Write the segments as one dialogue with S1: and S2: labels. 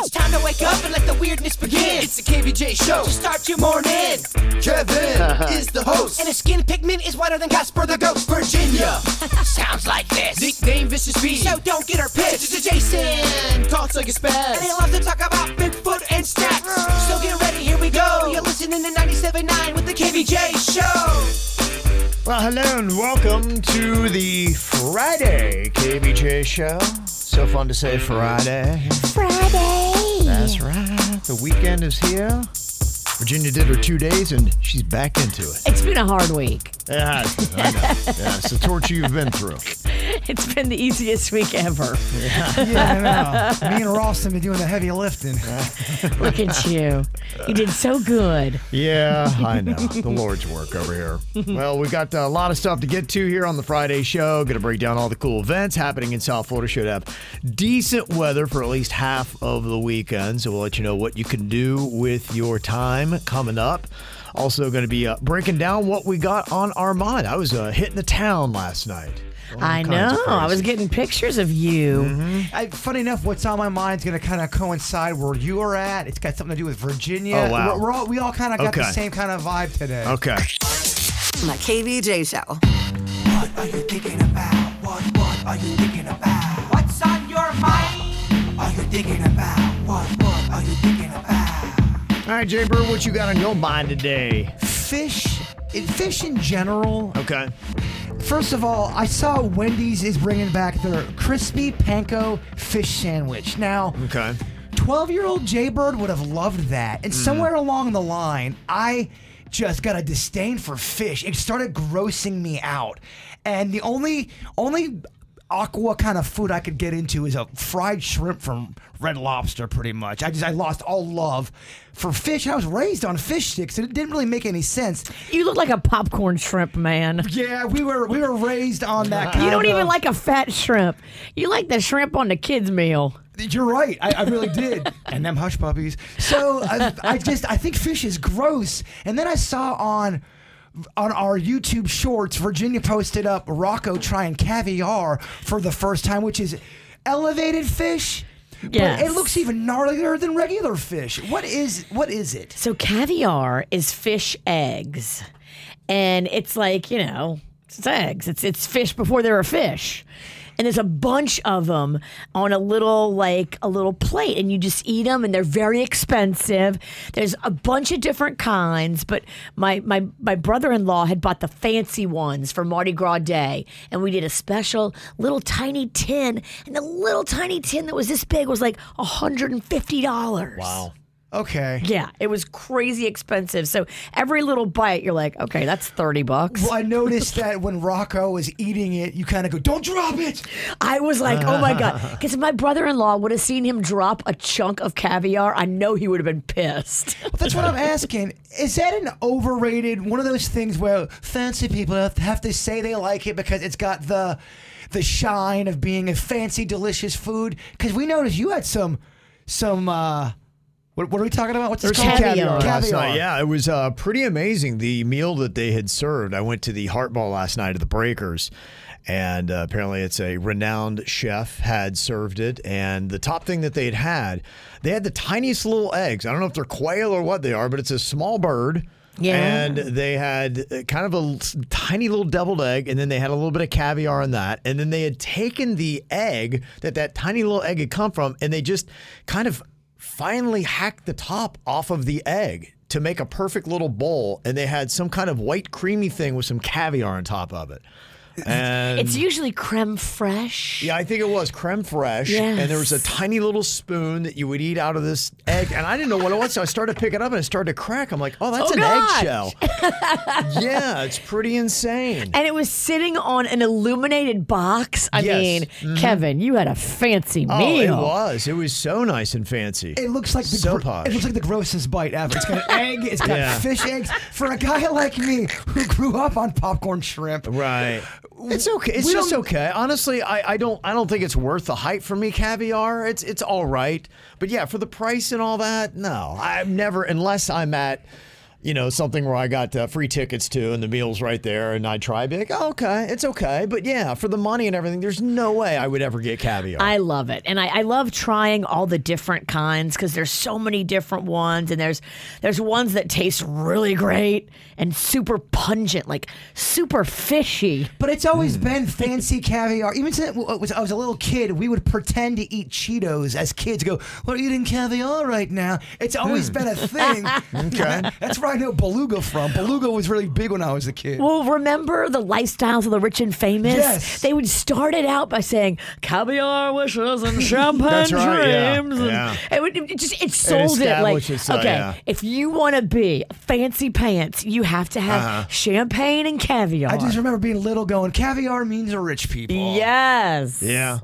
S1: It's time to wake up and let the weirdness begin.
S2: It's the KVJ show.
S1: Just start your morning.
S2: Kevin is the host.
S1: And his skin pigment is whiter than Casper the Ghost. Virginia sounds like this.
S2: Nickname Vicious Beat.
S1: So don't get her pissed. It's Jason.
S2: Talks like a
S1: And they
S2: spaz.
S1: love to talk about Bigfoot and snacks. So get ready, here we go. You're listening to 97.9 with the KVJ show.
S3: Well, hello and welcome to the Friday KBJ show. So fun to say Friday. Friday. That's right. The weekend is here. Virginia did her two days and she's back into it.
S4: It's been a hard week.
S3: Yeah, I know. Yeah, it's the torture you've been through.
S4: It's been the easiest week ever.
S5: Yeah, I know. Me and Ross have been doing the heavy lifting.
S4: Look at you. You did so good.
S3: Yeah, I know. The Lord's work over here. Well, we've got a lot of stuff to get to here on the Friday show. Going to break down all the cool events happening in South Florida. Should have decent weather for at least half of the weekend. So we'll let you know what you can do with your time coming up. Also, going to be uh, breaking down what we got on our mind. I was uh, hitting the town last night. All
S4: I
S3: kinds
S4: know.
S3: of
S4: Oh, I was
S3: crazy. Mm-hmm.
S4: getting pictures of you.
S5: I, funny enough, what's on my mind's going to kind of coincide where you are at. It's got something to do with Virginia.
S3: Oh, wow.
S5: We're, we're all, we all kind of got
S3: Okay.
S5: the same kind of vibe today.
S3: Okay.
S6: My KVJ show.
S1: What are you thinking about? What, what are you thinking about? What's on your mind? Are you thinking about? What, what are you thinking about?
S3: All right, Jay Brewer, what you got on your mind today?
S5: Fish, it- fish in general.
S3: Okay.
S5: First of all, I saw Wendy's is bringing back their crispy panko fish sandwich. Now,
S3: Okay.
S5: 12 year old Jaybird would have loved that. And somewhere along the line, I just got a disdain for fish. It started grossing me out. And the only, only aqua kind of food I could get into is a fried shrimp from Red Lobster, pretty much. I just, I lost all love for fish. I was raised on fish sticks, and it didn't really make any sense.
S4: You look like a popcorn shrimp, man.
S5: Yeah, we were, we were raised on that kind
S4: You don't even
S5: of-
S4: like a fat shrimp. You like the shrimp on the kids' meal.
S5: You're right. I, I really did. and them hush puppies. So I, I just I think fish is gross. And then I saw on on our YouTube Shorts, Virginia posted up Rocco trying caviar for the first time, which is elevated fish.
S4: Yes.
S5: But it looks even gnarlier than regular fish. What is what is it?
S4: So caviar is fish eggs, and it's like you know, it's eggs. It's it's fish before there are fish, and there's a bunch of them on a little like a little plate, and you just eat them, and they're very expensive. There's a bunch of different kinds, but my my my brother-in-law had bought the fancy ones for Mardi Gras Day, and we did a special little tiny tin, and the little tiny tin that was this big was like hundred and fifty dollars.
S3: Wow.
S5: Okay.
S4: Yeah, it was crazy expensive. So every little bite, you're like, okay, that's 30 bucks.
S5: Well, I noticed that when Rocco is eating it, you kind of go, "Don't drop it."
S4: I was like, oh my God. Because if my brother in law would have seen him drop a chunk of caviar, I know he would have been pissed.
S5: That's what I'm asking. Is that an overrated one of those things where fancy people have have to say they like it because it's got the the shine of being a fancy, delicious food? Because we noticed you had some some. uh what, what are we talking about? What's this
S4: There's
S5: called?
S4: some caviar
S3: last
S5: Caviar.
S3: night. Yeah, it was uh, pretty amazing the meal that they had served. I went to the Heart Ball last night at the Breakers, and uh, apparently it's a renowned chef had served it. And the top thing that they had had, they had the tiniest little eggs. I don't know if they're quail or what they are, but it's a small bird.
S4: Yeah.
S3: And they had uh, kind of a l- s- tiny little deviled egg, and then they had a little bit of caviar in that. And then they had taken the egg that that tiny little egg had come from, and they just kind of finally hacked the top off of the egg to make a perfect little bowl. And they had some kind of white, creamy thing with some caviar on top of it. And
S4: It's usually creme fraiche.
S3: Yeah, I think it was creme fraiche, and there was a
S4: Yes.
S3: tiny little spoon that you would eat out of this egg, and I didn't know what it was, so I started to pick it up and it started to crack. I'm like, oh, that's
S4: Oh,
S3: an
S4: gosh.
S3: eggshell. yeah, it's pretty insane.
S4: And it was sitting on an illuminated box. I
S3: Yes. Mm-hmm.
S4: mean, Kevin, you had a fancy
S3: Oh, it
S4: meal.
S3: was. It was so nice and fancy.
S5: It looks like the
S3: So
S5: gr-
S3: posh.
S5: it looks like the grossest bite ever. It's got egg, it's got
S3: Yeah.
S5: fish eggs. For a guy like me who grew up on popcorn shrimp,
S3: Right. It's okay. It's
S5: we
S3: just
S5: don't-
S3: okay. Honestly, I, I don't I don't think it's worth the hype for me, caviar. It's it's all right. But yeah, for the price and all that, no. I've never unless I'm at you know, something where I got uh, free tickets to and the meal's right there and I try be like, oh, okay, it's okay. But yeah, for the money and everything, there's no way I would ever get caviar.
S4: I love it, and I, I love trying all the different kinds because there's so many different ones, and there's there's ones that taste really great and super pungent, like super fishy.
S5: But it's always been fancy caviar. Even since I was I was a little kid, we would pretend to eat Cheetos as kids. Go, we're eating caviar right now. It's always been a thing. okay. That's where I know beluga from. Beluga was really big when I was a kid.
S4: Well, remember the lifestyles of the rich and famous?
S5: Yes.
S4: They would start it out by saying caviar wishes and champagne
S3: That's
S4: dreams.
S3: right, yeah,
S4: and
S3: yeah.
S4: It, would, it just it sold it, like
S3: establishes, uh,
S4: okay,
S3: yeah.
S4: if you want to be fancy pants, you have to have champagne and caviar.
S5: Uh-huh. I just remember being little, going caviar means rich people.
S4: yes,
S3: yeah.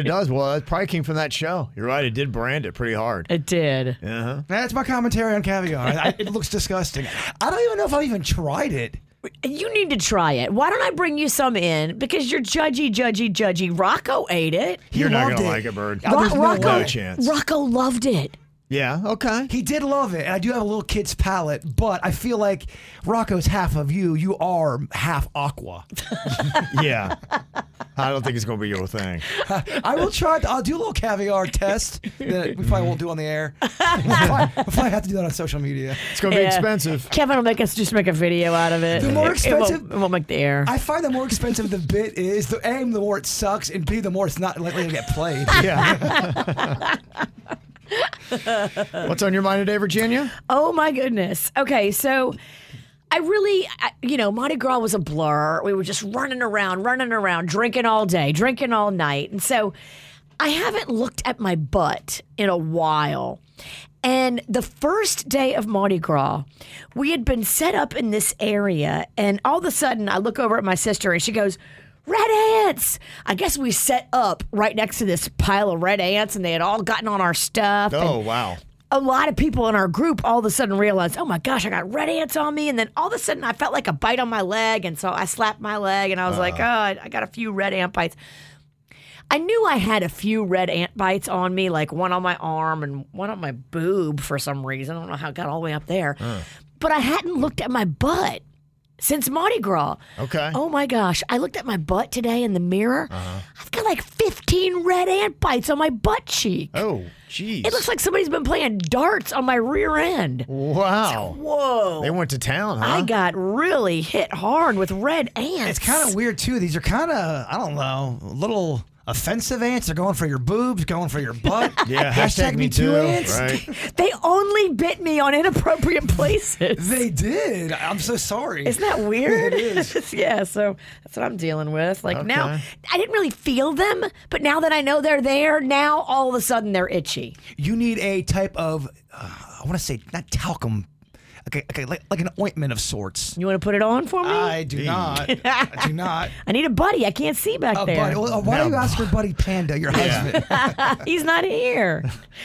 S3: of does. Well, it probably came from that show. You're right. It did brand it pretty hard. Uh-huh.
S4: it did.
S5: That's my commentary on caviar. I, it looks disgusting. I don't even know if I've even tried it.
S4: You need to try it. Why don't I bring you some in? Because you're judgy, judgy, judgy. Rocco ate it.
S5: He
S3: You're not
S5: loved
S3: gonna like it, Bird.
S5: Oh, there's
S4: Ro-
S5: no
S4: Rocco,
S5: way.
S3: chance.
S4: Rocco loved it.
S3: Yeah. Okay.
S5: He did love it, and I do have a little kid's palate, but I feel like Rocco's half of you. You are half aqua.
S3: Yeah. I don't think it's going to be your thing.
S5: I will try. To, I'll do a little caviar test that we probably won't do on the air. We'll probably, we'll probably have to do that on social media.
S3: It's going to be
S4: Yeah.
S3: expensive.
S4: Kevin will make us just make a video out of it.
S5: The more
S4: It- it won't- It
S5: expensive-
S4: won't, make the air.
S5: I find the more expensive the bit is, the a the more it sucks, and b the more it's not likely to get played.
S3: Yeah. What's on your mind today, Virginia?
S4: Oh my goodness. Okay, so I really, I, you know, Mardi Gras was a blur. We were just running around, running around, drinking all day, drinking all night. And so I haven't looked at my butt in a while. And the first day of Mardi Gras, we had been set up in this area. And all of a sudden, I look over at my sister and she goes, Red ants! I guess we set up right next to this pile of red ants and they had all gotten on our stuff. and-
S3: Oh, wow.
S4: a lot of people in our group all of a sudden realized, oh my gosh, I got red ants on me. And then all of a sudden I felt like a bite on my leg. And so I slapped my leg and I was like,
S3: Uh.
S4: oh, I I got a few red ant bites. I knew I had a few red ant bites on me, like one on my arm and one on my boob for some reason. I don't know how it got all the way up there. But I hadn't looked at my butt since Mardi Gras.
S3: Okay.
S4: Oh my gosh. I looked at my butt today in the mirror. I've got like 15 red ant bites on my butt cheek.
S3: Oh, jeez.
S4: It looks like somebody's been playing darts on my rear end.
S3: wow.
S4: Whoa.
S3: They went to town, huh?
S4: I got really hit hard with red ants.
S5: It's kind of weird too. These are kind of I don't know, little offensive ants. They're going for your boobs, going for your butt.
S3: yeah,
S5: hashtag, me too ants.
S3: Right.
S4: They only bit me on inappropriate places.
S5: They did. I'm so sorry.
S4: Isn't that weird? It is. yeah, so that's what I'm dealing with. Like now,
S3: Okay.
S4: I didn't really feel them, but now that I know they're there, now all of a sudden they're itchy.
S5: you need a type of uh, I want to say not talcum. Okay, okay, like, like an ointment of sorts.
S4: You want to put it on for me?
S5: I do not. I do not.
S4: I need a buddy. I can't see back
S5: Oh,
S4: there.
S5: buddy, well, uh, why don't you ask for Buddy Panda, your husband?
S4: He's not here.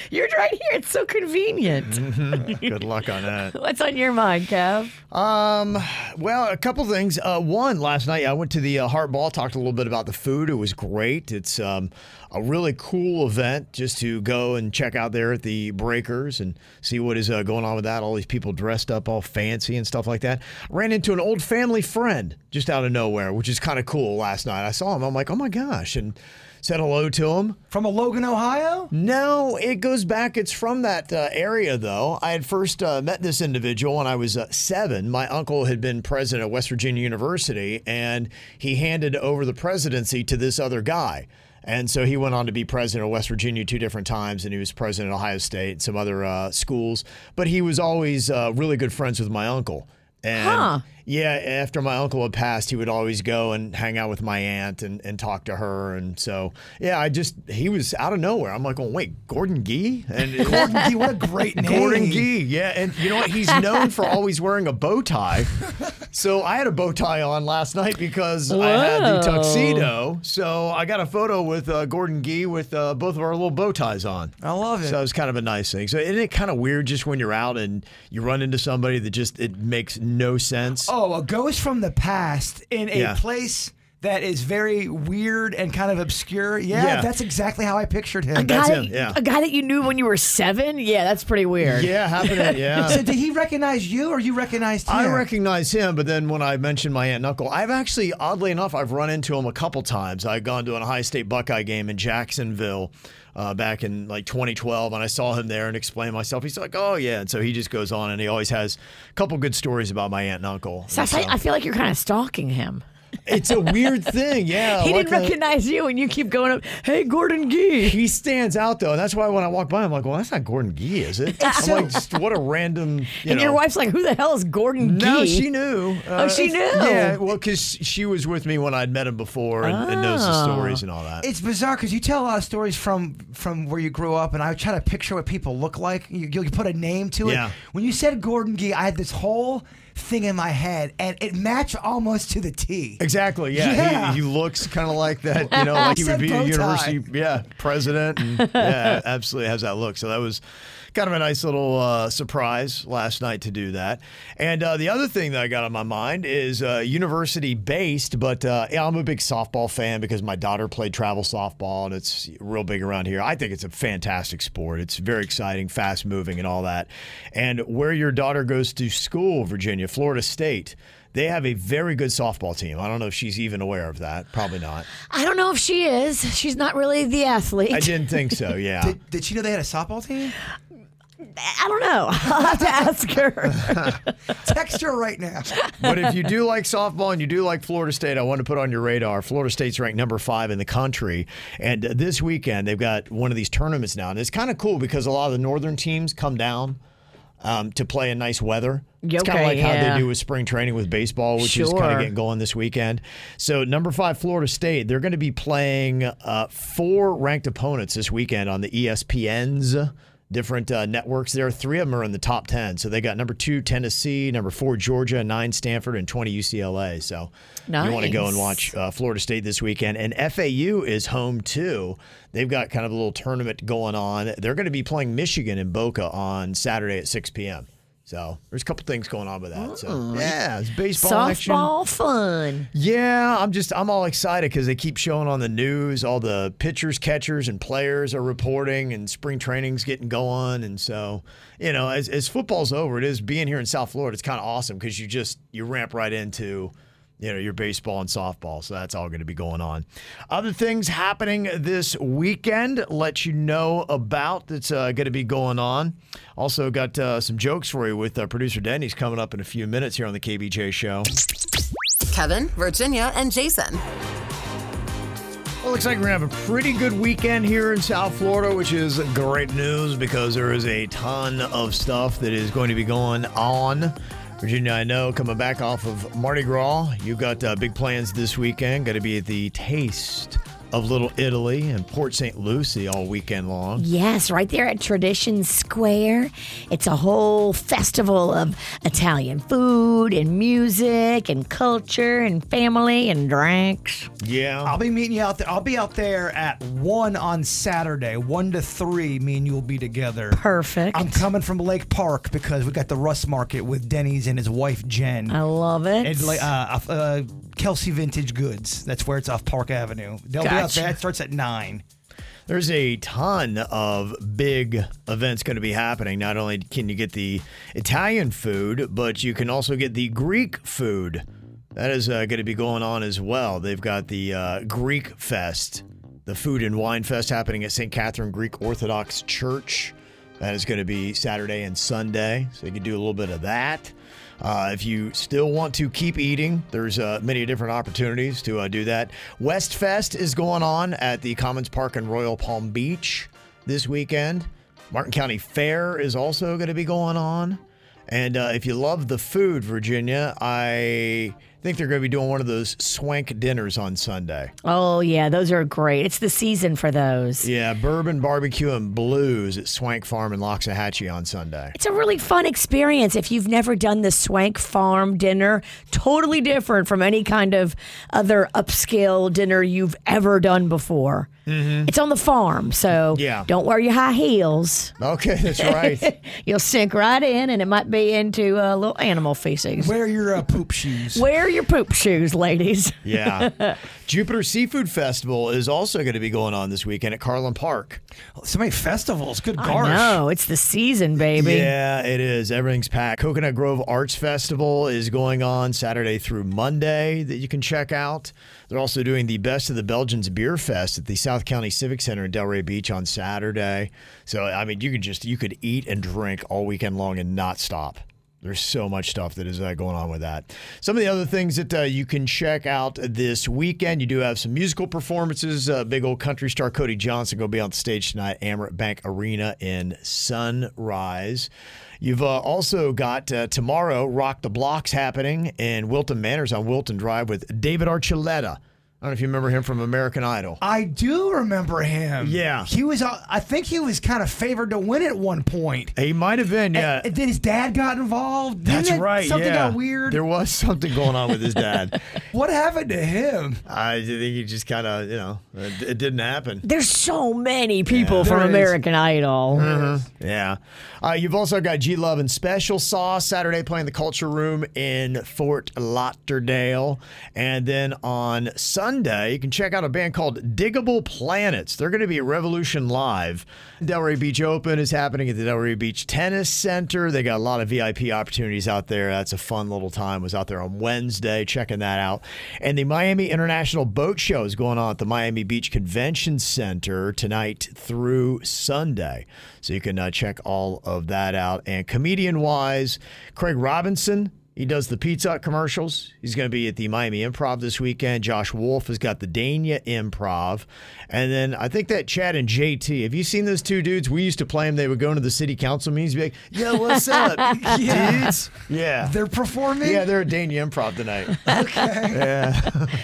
S4: You're right here. It's so convenient.
S3: Good luck on that.
S4: What's on your mind, Kev?
S3: Um, well, a couple things. Uh, one, last night I went to the uh, Heart Ball, talked a little bit about the food. It was great. It's um, a really cool event just to go and check out there at the Breakers and see what is uh, going on with that. All these people dressed up all fancy and stuff like that. Ran into an old family friend just out of nowhere, which is kind of cool last night. I saw him. I'm like, oh my gosh. And said hello to him.
S5: From a Logan, Ohio?
S3: No, it goes back. It's from that uh, area, though. I had first uh, met this individual when I was uh, seven. My uncle had been president at West Virginia University, and he handed over the presidency to this other guy. And so he went on to be president of West Virginia two different times, and he was president of Ohio State and some other uh, schools. But he was always uh, really good friends with my uncle. And
S4: Huh.
S3: Yeah, after my uncle had passed, he would always go and hang out with my aunt and, and talk to her. And so, yeah, I just, he was out of nowhere. I'm like, well, wait, Gordon Gee? And it-
S5: Gordon Gee, what a great name.
S3: Gordon Gee, yeah. And you know what? He's known for always wearing a bow tie. So I had a bow tie on last night because I had the
S4: Whoa.
S3: tuxedo. So I got a photo with uh, Gordon Gee with uh, both of our little bow ties on.
S5: I love it.
S3: So it was kind of a nice thing. So isn't it kind of weird just when you're out and you run into somebody that just, it makes no sense?
S5: Oh, a ghost from the past in a
S3: Yeah.
S5: place that is very weird and kind of obscure. Yeah,
S3: Yeah.
S5: that's exactly how I pictured him.
S4: a guy,
S3: that's
S4: that,
S3: him, yeah.
S4: a guy that you knew when you were seven? Yeah, that's pretty weird.
S3: Yeah, happening. Yeah.
S5: so did he recognize you or you recognized him?
S3: I recognize him, but then when I mentioned my aunt and uncle, I've actually, oddly enough, I've run into him a couple times. I'd gone to an Ohio State Buckeye game in Jacksonville uh, back in like 2012, and I saw him there and explained myself. He's like, "Oh yeah," and so he just goes on, and he always has a couple good stories about my aunt and uncle.
S4: So I, feel- I feel like you're kind of stalking him.
S3: it's a weird thing, yeah.
S4: he
S3: like
S4: didn't
S3: that-
S4: recognize you, and you keep going up. Hey, Gordon Gee.
S3: He stands out though, and that's why when I walk by, I'm like, "Well, that's not Gordon Gee, is it?" I'm
S5: so-
S3: like, just, "What a random." You
S4: and
S3: know.
S4: your wife's like, "Who the hell is Gordon Gee?"
S3: No, she knew. Uh,
S4: she knew?
S3: Yeah, well, because she was with me when I'd met him before and, and knows
S4: Oh.
S3: the stories and all that.
S5: It's bizarre because you tell a lot of stories from from where you grew up, and I try to picture what people look like. You, you put a name to it.
S3: Yeah.
S5: When you said Gordon Gee, I had this whole thing in my head, and it matched almost to the T.
S3: exactly. Yeah,
S5: Yeah.
S3: He, he looks kind of like that. You know, like he would
S5: Said
S3: be
S5: bow
S3: a
S5: tie.
S3: university, yeah, president. And, yeah, absolutely has that look. So that was kind of a nice little uh, surprise last night to do that. And uh, the other thing that I got on my mind is uh, university based, but uh, yeah, I'm a big softball fan because my daughter played travel softball, and it's real big around here. I think it's a fantastic sport. It's very exciting, fast moving, and all that. And where your daughter goes to school, Virginia, Florida State. They have a very good softball team. I don't know if she's even aware of that. Probably not.
S4: I don't know if she is. She's not really the athlete.
S3: I didn't think so. Yeah.
S5: Did, did she know they had a softball team?
S4: I don't know. I'll have to ask her.
S5: Text her right now.
S3: but if you do like softball and you do like Florida State, I want to put on your radar. Florida State's ranked number five in the country, and uh, this weekend they've got one of these tournaments now, and it's kind of cool because a lot of the northern teams come down um, to play in nice weather. It's
S4: Okay,
S3: kind of like how
S4: yeah.
S3: they do with spring training with baseball, which is kind of
S4: Sure.
S3: getting going this weekend. So number five, Florida State, they're going to be playing uh, four ranked opponents this weekend on the E ESPN's different uh, networks. There are three of them are in the top ten. So they got number two Tennessee, number four Georgia, nine Stanford, and twenty UCLA. So you want to go and
S4: Nice.
S3: watch uh, Florida State this weekend, and FAU is home too. They've got kind of a little tournament going on. They're going to be playing Michigan in Boca on Saturday at 6 p.m. So there's a couple things going on with that.
S7: Oh,
S3: So yeah, it's baseball action.
S4: Softball fun.
S3: Yeah, I'm just I'm all excited because they keep showing on the news all the pitchers, catchers, and players are reporting, and spring training's getting going. And so you know, as, as football's over, it is being here in South Florida. It's kind of awesome because you just you ramp right into you know your baseball and softball. So that's all going to be going on. Other things happening this weekend. Let you know about that's uh, going to be going on. Also got uh, some jokes for you with uh, producer Denny's coming up in a few minutes here on the KBJ show.
S6: Kevin, Virginia, and Jason.
S3: Well, looks like we're gonna have a pretty good weekend here in South Florida, which is great news because there is a ton of stuff that is going to be going on. Virginia, I know, coming back off of Mardi Gras, you got uh, big plans this weekend. Got to be at the Taste of Little Italy in Port St. Lucie all weekend long.
S4: Yes, right there at Tradition Square. It's a whole festival of Italian food and music and culture and family and drinks.
S3: Yeah,
S5: I'll be meeting you out there. I'll be out there at one on Saturday, one to three. Me and you will be together.
S4: Perfect.
S5: I'm coming from Lake Park because we got the Rust Market with Denny's and his wife Jen.
S4: I love it.
S5: And like, uh, off- uh, Kelsey Vintage Goods. That's where it's off Park Avenue. They'll be out
S4: Gotcha.
S5: there. It starts at nine.
S3: There's a ton of big events going to be happening. Not only can you get the Italian food, but you can also get the Greek food. That is uh, going to be going on as well. They've got the uh, Greek Fest, the Food and Wine Fest happening at St. Catherine Greek Orthodox Church. That is going to be Saturday and Sunday. So you can do a little bit of that. Uh, if you still want to keep eating, there's uh, many different opportunities to uh, do that. West Fest is going on at the Commons Park in Royal Palm Beach this weekend. Martin County Fair is also going to be going on. And uh, if you love the food, Virginia, I think they're going to be doing one of those swank dinners on Sunday.
S4: Oh yeah, those are great. It's the season for those.
S3: Yeah, bourbon, barbecue, and blues at Swank Farm in Loxahatchee on Sunday.
S4: It's a really fun experience if you've never done the Swank Farm dinner. Totally different from any kind of other upscale dinner you've ever done before.
S5: Mm-hmm.
S4: It's on the farm, so
S3: Yeah.
S4: don't wear your high heels.
S3: Okay, that's right.
S4: You'll sink right in, and it might be into a little animal feces.
S5: Wear your uh, poop shoes.
S4: Wear your poop shoes, ladies.
S3: yeah. Jupiter Seafood Festival is also going to be going on this weekend at Carlin Park.
S5: So many festivals. Good gosh.
S4: No, it's the season, baby.
S3: Yeah, it is. Everything's packed. Coconut Grove Arts Festival is going on Saturday through Monday that you can check out. They're also doing the Best of the Belgians Beer Fest at the South County Civic Center in Delray Beach on Saturday. So I mean, you could just you could eat and drink all weekend long and not stop. There's so much stuff that is uh, going on with that. Some of the other things that uh, you can check out this weekend, you do have some musical performances. Uh, big old country star Cody Johnson going to be on stage tonight, Amaret Bank Arena in Sunrise. You've uh, also got uh, tomorrow Rock the Blocks happening in Wilton Manors on Wilton Drive with David Archuleta. I don't know if you remember him from American Idol.
S5: I do remember him.
S3: Yeah.
S5: He was, uh, I think he was kind of favored to win at one point.
S3: He might have been, yeah.
S5: And then his dad got involved. Didn't
S3: that's
S5: it-
S3: right.
S5: Something
S3: yeah.
S5: got weird.
S3: There was something going on with his dad.
S5: what happened to him?
S3: I think he just kind of, you know, it, it didn't happen.
S4: There's so many people from
S5: There is.
S4: American Idol.
S3: Uh-huh. Yeah. Uh, you've also got G Love and Special Sauce Saturday playing the Culture Room in Fort Lauderdale. And then on Sunday, you can check out a band called Diggable Planets. They're going to be at Revolution Live. Delray Beach Open is happening at the Delray Beach Tennis Center. They got a lot of VIP opportunities out there. That's a fun little time. Was out there on Wednesday checking that out. And the Miami International Boat Show is going on at the Miami Beach Convention Center tonight through Sunday. So you can uh, check all of that out. And comedian wise, Craig Robinson. He does the Pizza Hut commercials. He's going to be at the Miami Improv this weekend. Josh Wolf has got the Dania Improv. And then I think that Chad and JT, have you seen those two dudes? We used to play them. They would go into the city council meetings and be like, yo, what's up, dudes? Yeah.
S5: They're performing?
S3: Yeah, they're at Dania Improv tonight. okay. Yeah.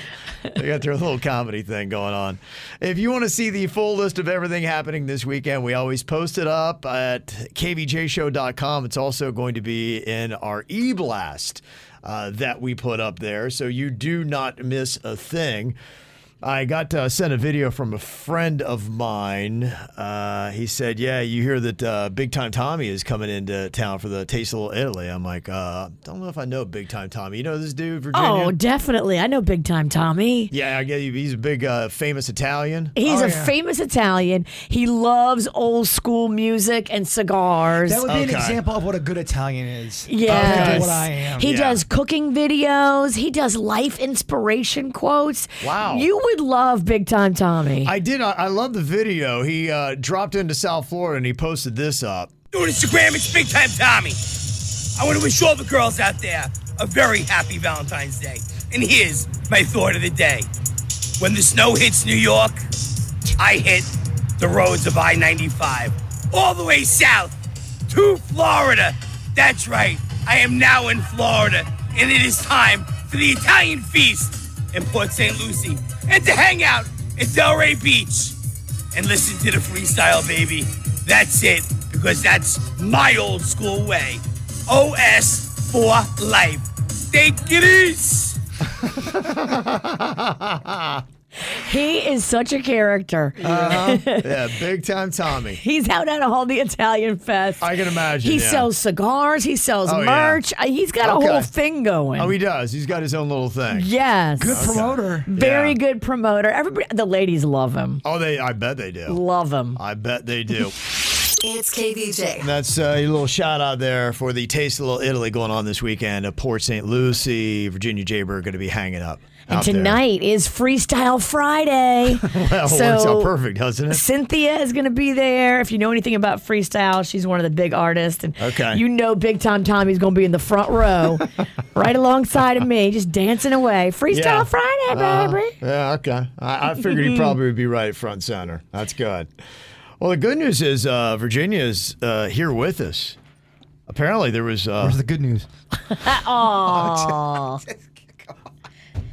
S3: they got their little comedy thing going on. If you want to see the full list of everything happening this weekend, we always post it up at kvjshow.com. It's also going to be in our e blast uh, that we put up there. So you do not miss a thing. I got uh, sent a video from a friend of mine. Uh, he said, "Yeah, you hear that uh, Big Time Tommy is coming into town for the Taste of Little Italy." I'm like, uh, "Don't know if I know Big Time Tommy. You know this dude, Virginia?
S4: Oh, definitely. I know Big Time Tommy.
S3: yeah, I guess he's a big uh, famous Italian.
S4: He's
S5: Oh,
S4: a
S5: yeah.
S4: famous Italian. He loves old school music and cigars.
S5: That would be an
S3: Okay.
S5: example of what a good Italian is.
S4: Yes.
S5: Compared to what I am.
S4: He
S3: Yeah.
S4: does cooking videos. He does life inspiration quotes.
S3: Wow.
S4: You would love Big Time Tommy.
S3: I did. I, I love the video. He uh, dropped into South Florida and he posted this up.
S8: Doing Instagram, it's Big Time Tommy. I want to wish all the girls out there a very happy Valentine's Day. And here's my thought of the day. When the snow hits New York, I hit the roads of I 95 all the way south to Florida. That's right, I am now in Florida, and it is time for the Italian feast in Port St. Lucie and to hang out at Delray Beach and listen to the freestyle, baby. That's it, because that's my old school way. OS for life. Take it easy.
S4: he is such a character.
S3: Uh-huh. yeah, Big Time Tommy.
S4: He's out at all the Italian fest.
S3: I can imagine,
S4: He
S3: yeah.
S4: sells cigars. He sells
S3: Oh, yeah.
S4: merch. Uh, He's got
S3: Okay.
S4: a whole thing going.
S3: Oh, he does. He's got his own little thing.
S4: yes.
S5: Good promoter.
S4: Very
S3: Yeah.
S4: good promoter. Everybody, the ladies love him.
S3: Oh, they. I bet they do.
S4: Love him.
S3: I bet they do.
S6: It's KVJ.
S3: And That's uh, a little shout out there for the Taste of Little Italy going on this weekend at Port St. Lucie. Virginia Jaber are going to be hanging up.
S4: And
S3: out there.
S4: tonight is Freestyle Friday.
S3: Well, it works out perfect, doesn't it?
S4: Cynthia is going to be there. If you know anything about freestyle, she's one of the big artists, and
S3: Okay.
S4: you know Big Time Tommy's going to be in the front row, right alongside of me, just dancing away. Freestyle
S3: Yeah. Uh-huh.
S4: Friday, baby.
S3: Yeah, okay. I, I figured he probably would be right front center. That's good. Well, the good news is uh, Virginia is uh, here with us. Apparently, there was. Uh,
S5: Where's the good news?
S4: Oh,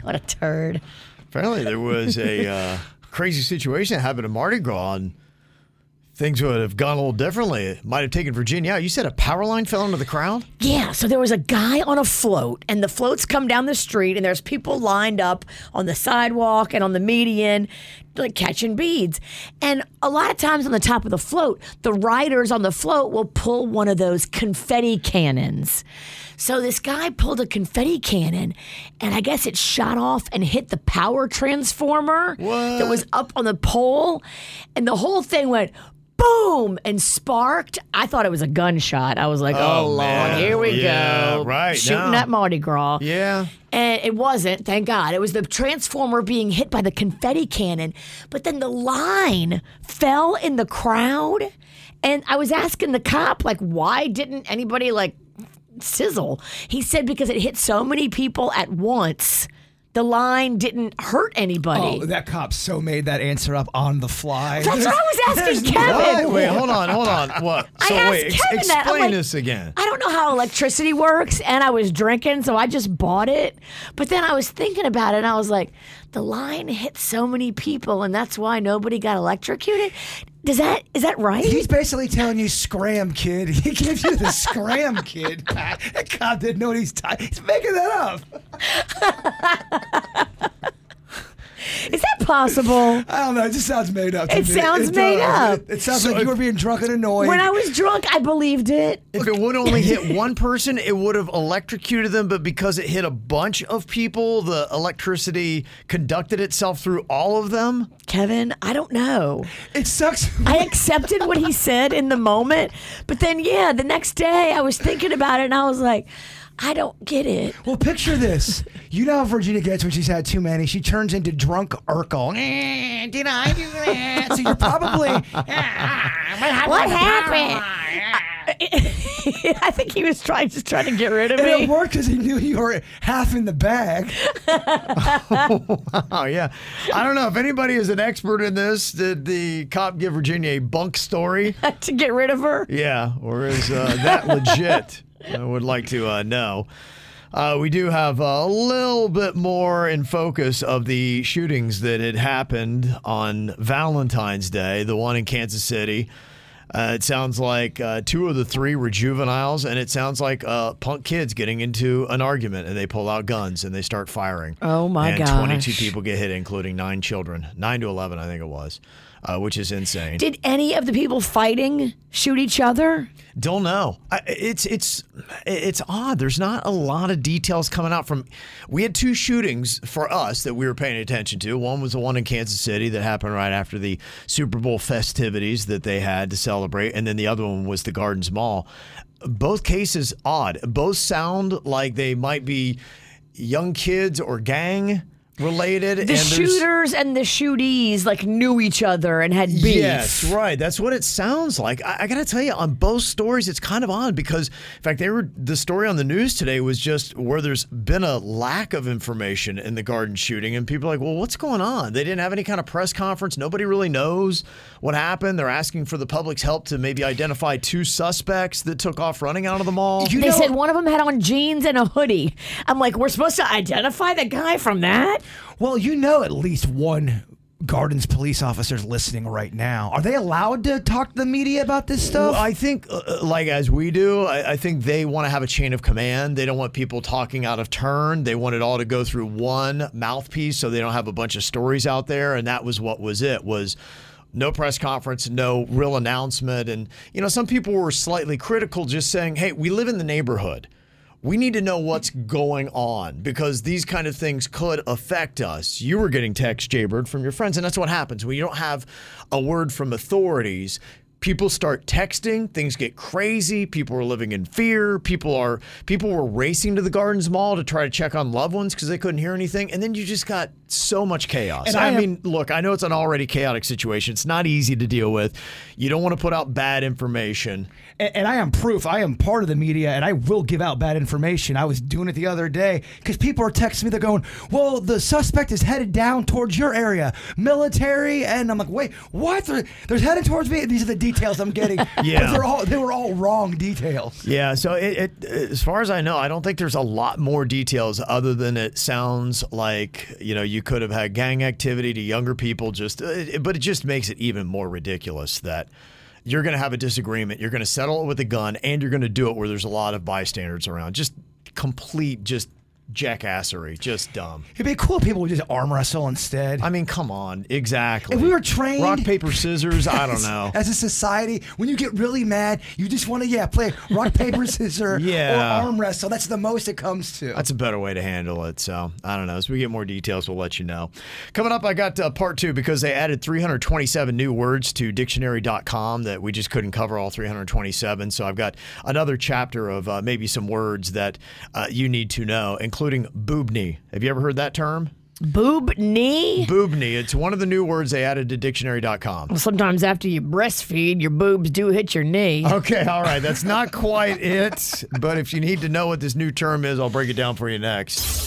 S4: what a turd.
S3: apparently, there was a uh, crazy situation that happened at Mardi Gras. And things would have gone a little differently. It might have taken Virginia out. You said a power line fell into the crowd.
S4: Yeah, so there was a guy on a float, and the floats come down the street, and there's people lined up on the sidewalk and on the median, like catching beads. And a lot of times on the top of the float, the riders on the float will pull one of those confetti cannons. So this guy pulled a confetti cannon, and I guess it shot off and hit the power transformer that was up on the pole, and the whole thing went. Boom and sparked. I thought it was a gunshot. I was like, Oh, Lord,
S3: man.
S4: here we
S3: Yeah,
S4: go.
S3: right,
S4: Shooting
S3: no.
S4: at Mardi Gras.
S3: Yeah.
S4: And it wasn't, thank God. It was the transformer being hit by the confetti cannon. But then the line fell in the crowd. And I was asking the cop, like, why didn't anybody, like, sizzle? He said because it hit so many people at once, the line didn't hurt anybody.
S5: Oh, that cop so made that answer up on the fly.
S4: That's what I was asking
S5: there's
S4: Kevin.
S3: Wait, hold on, hold on. What? So
S4: I asked
S3: wait, ex-
S4: Kevin that. I'm
S3: explain
S4: like,
S3: this again.
S4: I don't know how electricity works, and I was drinking, so I just bought it. But then I was thinking about it, and I was like, the line hit so many people, and that's why nobody got electrocuted. Does that is that right?
S5: He's basically telling you, scram, kid. He gives you the scram, kid. That cop didn't know what he's talking He's making that up.
S4: Is that possible?
S5: I don't know. It just sounds made up. to
S4: It
S5: me.
S4: sounds made
S5: does.
S4: up.
S5: It, it sounds like you were being drunk and annoyed.
S4: When I was drunk, I believed it.
S3: If it would only hit one person, it would have electrocuted them, but because it hit a bunch of people, the electricity conducted itself through all of them.
S4: Kevin, I don't know.
S5: it sucks.
S4: I accepted what he said in the moment, but then yeah, the next day I was thinking about it, and I was like, I don't get it.
S5: Well, picture this. You know how Virginia gets when she's had too many. She turns into drunk Urkel. Eh, Did I do that? So you're probably. ah,
S4: What happened? I, I think he was trying just trying to get rid of
S5: And it
S4: me.
S5: worked because he knew you were half in the bag.
S3: Oh yeah, I don't know if anybody is an expert in this. Did the cop give Virginia a bunk story?
S4: to get rid of her.
S3: Yeah, or is uh, that legit? I would like to uh, know. Uh, we do have a little bit more in focus of the shootings that had happened on Valentine's Day, the one in Kansas City. Uh, it sounds like uh, two of the three were juveniles, and it sounds like uh, punk kids getting into an argument, and they pull out guns and they start firing.
S4: Oh, my
S3: and And 22
S4: gosh.
S3: people get hit, including nine children, nine to 11, I think it was, uh, which is insane.
S4: Did any of the people fighting shoot each other?
S3: Don't know. I, it's it's it's odd. There's not a lot of details coming out from. We had two shootings for us that we were paying attention to. One was the one in Kansas City that happened right after the Super Bowl festivities that they had to celebrate, and then the other one was the Gardens Mall. Both cases odd. Both sound like they might be young kids or gang related. and
S4: The
S3: there's-
S4: shooters and the shootees like knew each other and had beef.
S3: Yes, right. That's what it sounds like. I, I got to tell you, on both stories, it's kind of odd because, in fact, they were the story on the news today was just where there's been a lack of information in the garden shooting, and people are like, well, what's going on? They didn't have any kind of press conference. Nobody really knows what happened. They're asking for the public's help to maybe identify two suspects that took off running out of the mall.
S5: You
S4: They
S5: know-
S4: said one of them had on jeans and a hoodie. I'm like, we're supposed to identify the guy from that?
S5: Well, you know at least one Gardens police officer's listening right now. Are they allowed to talk to the media about this stuff?
S3: Well, I think, uh, uh, like as we do, I, I think they want to have a chain of command. They don't want people talking out of turn. They want it all to go through one mouthpiece, so they don't have a bunch of stories out there. And that was what was it was. No press conference, no real announcement. And, you know, some people were slightly critical, just saying, hey, we live in the neighborhood. We need to know what's going on because these kind of things could affect us. You were getting text, Jaybird, from your friends, and that's what happens when you don't have a word from authorities people start texting things get crazy people are living in fear people are people were racing to the gardens mall to try to check on loved ones because they couldn't hear anything and then you just got so much chaos
S5: And
S3: i,
S5: I am-
S3: mean look i know it's an already chaotic situation it's not easy to deal with you don't want to put out bad information
S5: and, and I am proof. I am part of the media, and I will give out bad information. I was doing it the other day because people are texting me. They're going, "Well, the suspect is headed down towards your area, military," and I'm like, "Wait, what? They're, they're headed towards me." These are the details I'm getting.
S3: Yeah.
S5: But they're all, they were all wrong details.
S3: Yeah, so it, it, as far as I know, I don't think there's a lot more details other than it sounds like you know you could have had gang activity to younger people. Just, uh, but it just makes it even more ridiculous that you're going to have a disagreement, you're going to settle it with a gun, and you're going to do it where there's a lot of bystanders around. Just complete, just jackassery, just dumb.
S5: It'd be cool if people would just arm wrestle instead.
S3: I mean, come on, exactly.
S5: If we were trained-
S3: rock paper scissors. I don't know.
S5: As a society, when you get really mad, you just want to, yeah, play rock, paper, scissors,
S3: Yeah.
S5: or arm wrestle. That's the most it comes to.
S3: That's a better way to handle it. So I don't know. As we get more details, we'll let you know. Coming up, I got uh, part two because they added 327 new words to dictionary.com that we just couldn't cover all 327. So I've got another chapter of uh, maybe some words that uh, you need to know, including boobney. Have you ever heard that term?
S4: Boob knee.
S3: Boobney. It's one of the new words they added to dictionary.com.
S4: Sometimes after you breastfeed, your boobs do hit your knee.
S3: Okay, all right. That's not quite it. But if you need to know what this new term is, I'll break it down for you next.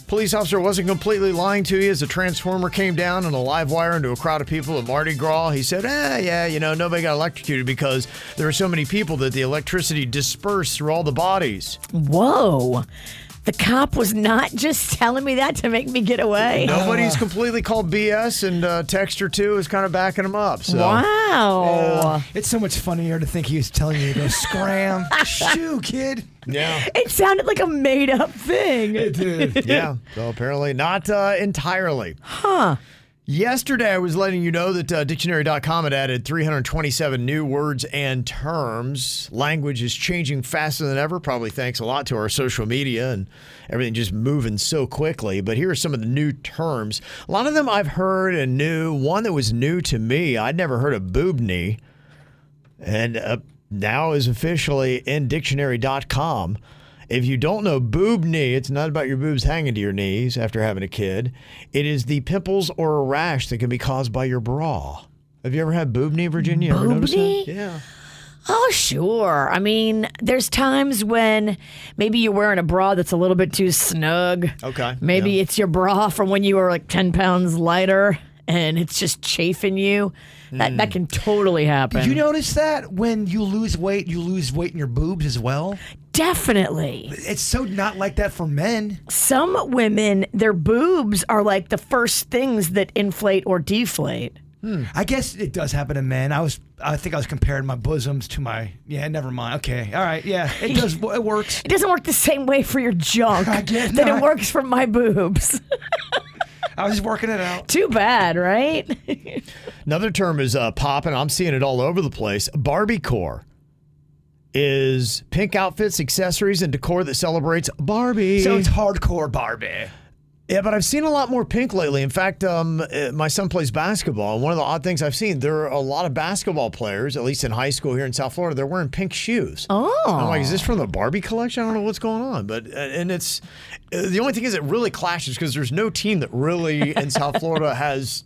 S3: police officer wasn't completely lying to you as a transformer came down on a live wire into a crowd of people at Mardi Gras. He said, eh, yeah, you know, nobody got electrocuted because there were so many people that the electricity dispersed through all the bodies.
S4: Whoa. The cop was not just telling me that to make me get away.
S3: Nobody's completely called BS, and uh, Texture 2 is kind of backing him up. So.
S4: Wow.
S5: It's so much funnier to think he was telling you to go scram. Shoo, kid.
S3: Yeah.
S4: It sounded like a made up thing.
S3: yeah. So apparently not uh, entirely. Huh. Yesterday, I was letting you know that uh, dictionary.com had added 327 new words and terms. Language is changing faster than ever, probably thanks a lot to our social media and everything just moving so quickly. But here are some of the new terms. A lot of them I've heard and knew. One that was new to me, I'd never heard of boobney, and uh, now is officially in dictionary.com. If you don't know boob knee, it's not about your boobs hanging to your knees after having a kid. It is the pimples or a rash that can be caused by your bra. Have you ever had boob knee, Virginia? Ever
S4: Boob
S3: noticed that?
S4: knee?
S3: Yeah.
S4: Oh, sure. I mean, there's times when maybe you're wearing a bra that's a little bit too snug.
S3: Okay,
S4: Maybe
S3: yeah.
S4: it's your bra from when you were like 10 pounds lighter and it's just chafing you. That,
S3: Mm.
S4: that can totally happen.
S5: Did you notice that when you lose weight, you lose weight in your boobs as well?
S4: Definitely.
S5: It's so not like that for men.
S4: Some women, their boobs are like the first things that inflate or deflate.
S5: Hmm. I guess it does happen to men. I was, I think I was comparing my bosoms to my. Yeah, never mind. Okay, all right. Yeah, it does. It works.
S4: It doesn't work the same way for your junk
S5: I get
S4: that it
S5: that.
S4: works for my boobs.
S5: I was just working it out.
S4: Too bad, right?
S3: Another term is uh, popping. I'm seeing it all over the place. Barbiecore is pink outfits, accessories, and decor that celebrates Barbie.
S5: So it's hardcore Barbie.
S3: Yeah, but I've seen a lot more pink lately. In fact, um, uh, my son plays basketball. and One of the odd things I've seen, there are a lot of basketball players, at least in high school here in South Florida, they're wearing pink shoes.
S4: Oh.
S3: I'm like, is this from the Barbie collection? I don't know what's going on. But, uh, and it's, uh, the only thing is it really clashes because there's no team that really in South Florida has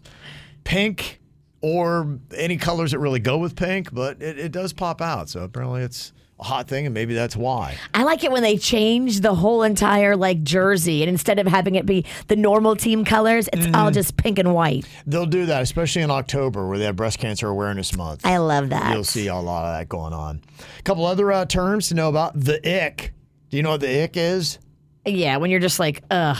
S3: pink or any colors that really go with pink, but it, it does pop out. So apparently it's a hot thing and maybe that's why.
S4: I like it when they change the whole entire like jersey and instead of having it be the normal team colors, it's
S5: Mm.
S4: all just pink and white.
S3: They'll do that, especially in October where they have Breast Cancer Awareness Month.
S4: I love that.
S3: You'll see a lot of that going on. A couple other uh, terms to know about the ick. Do you know what the ick is?
S4: Yeah, when you're just like, ugh.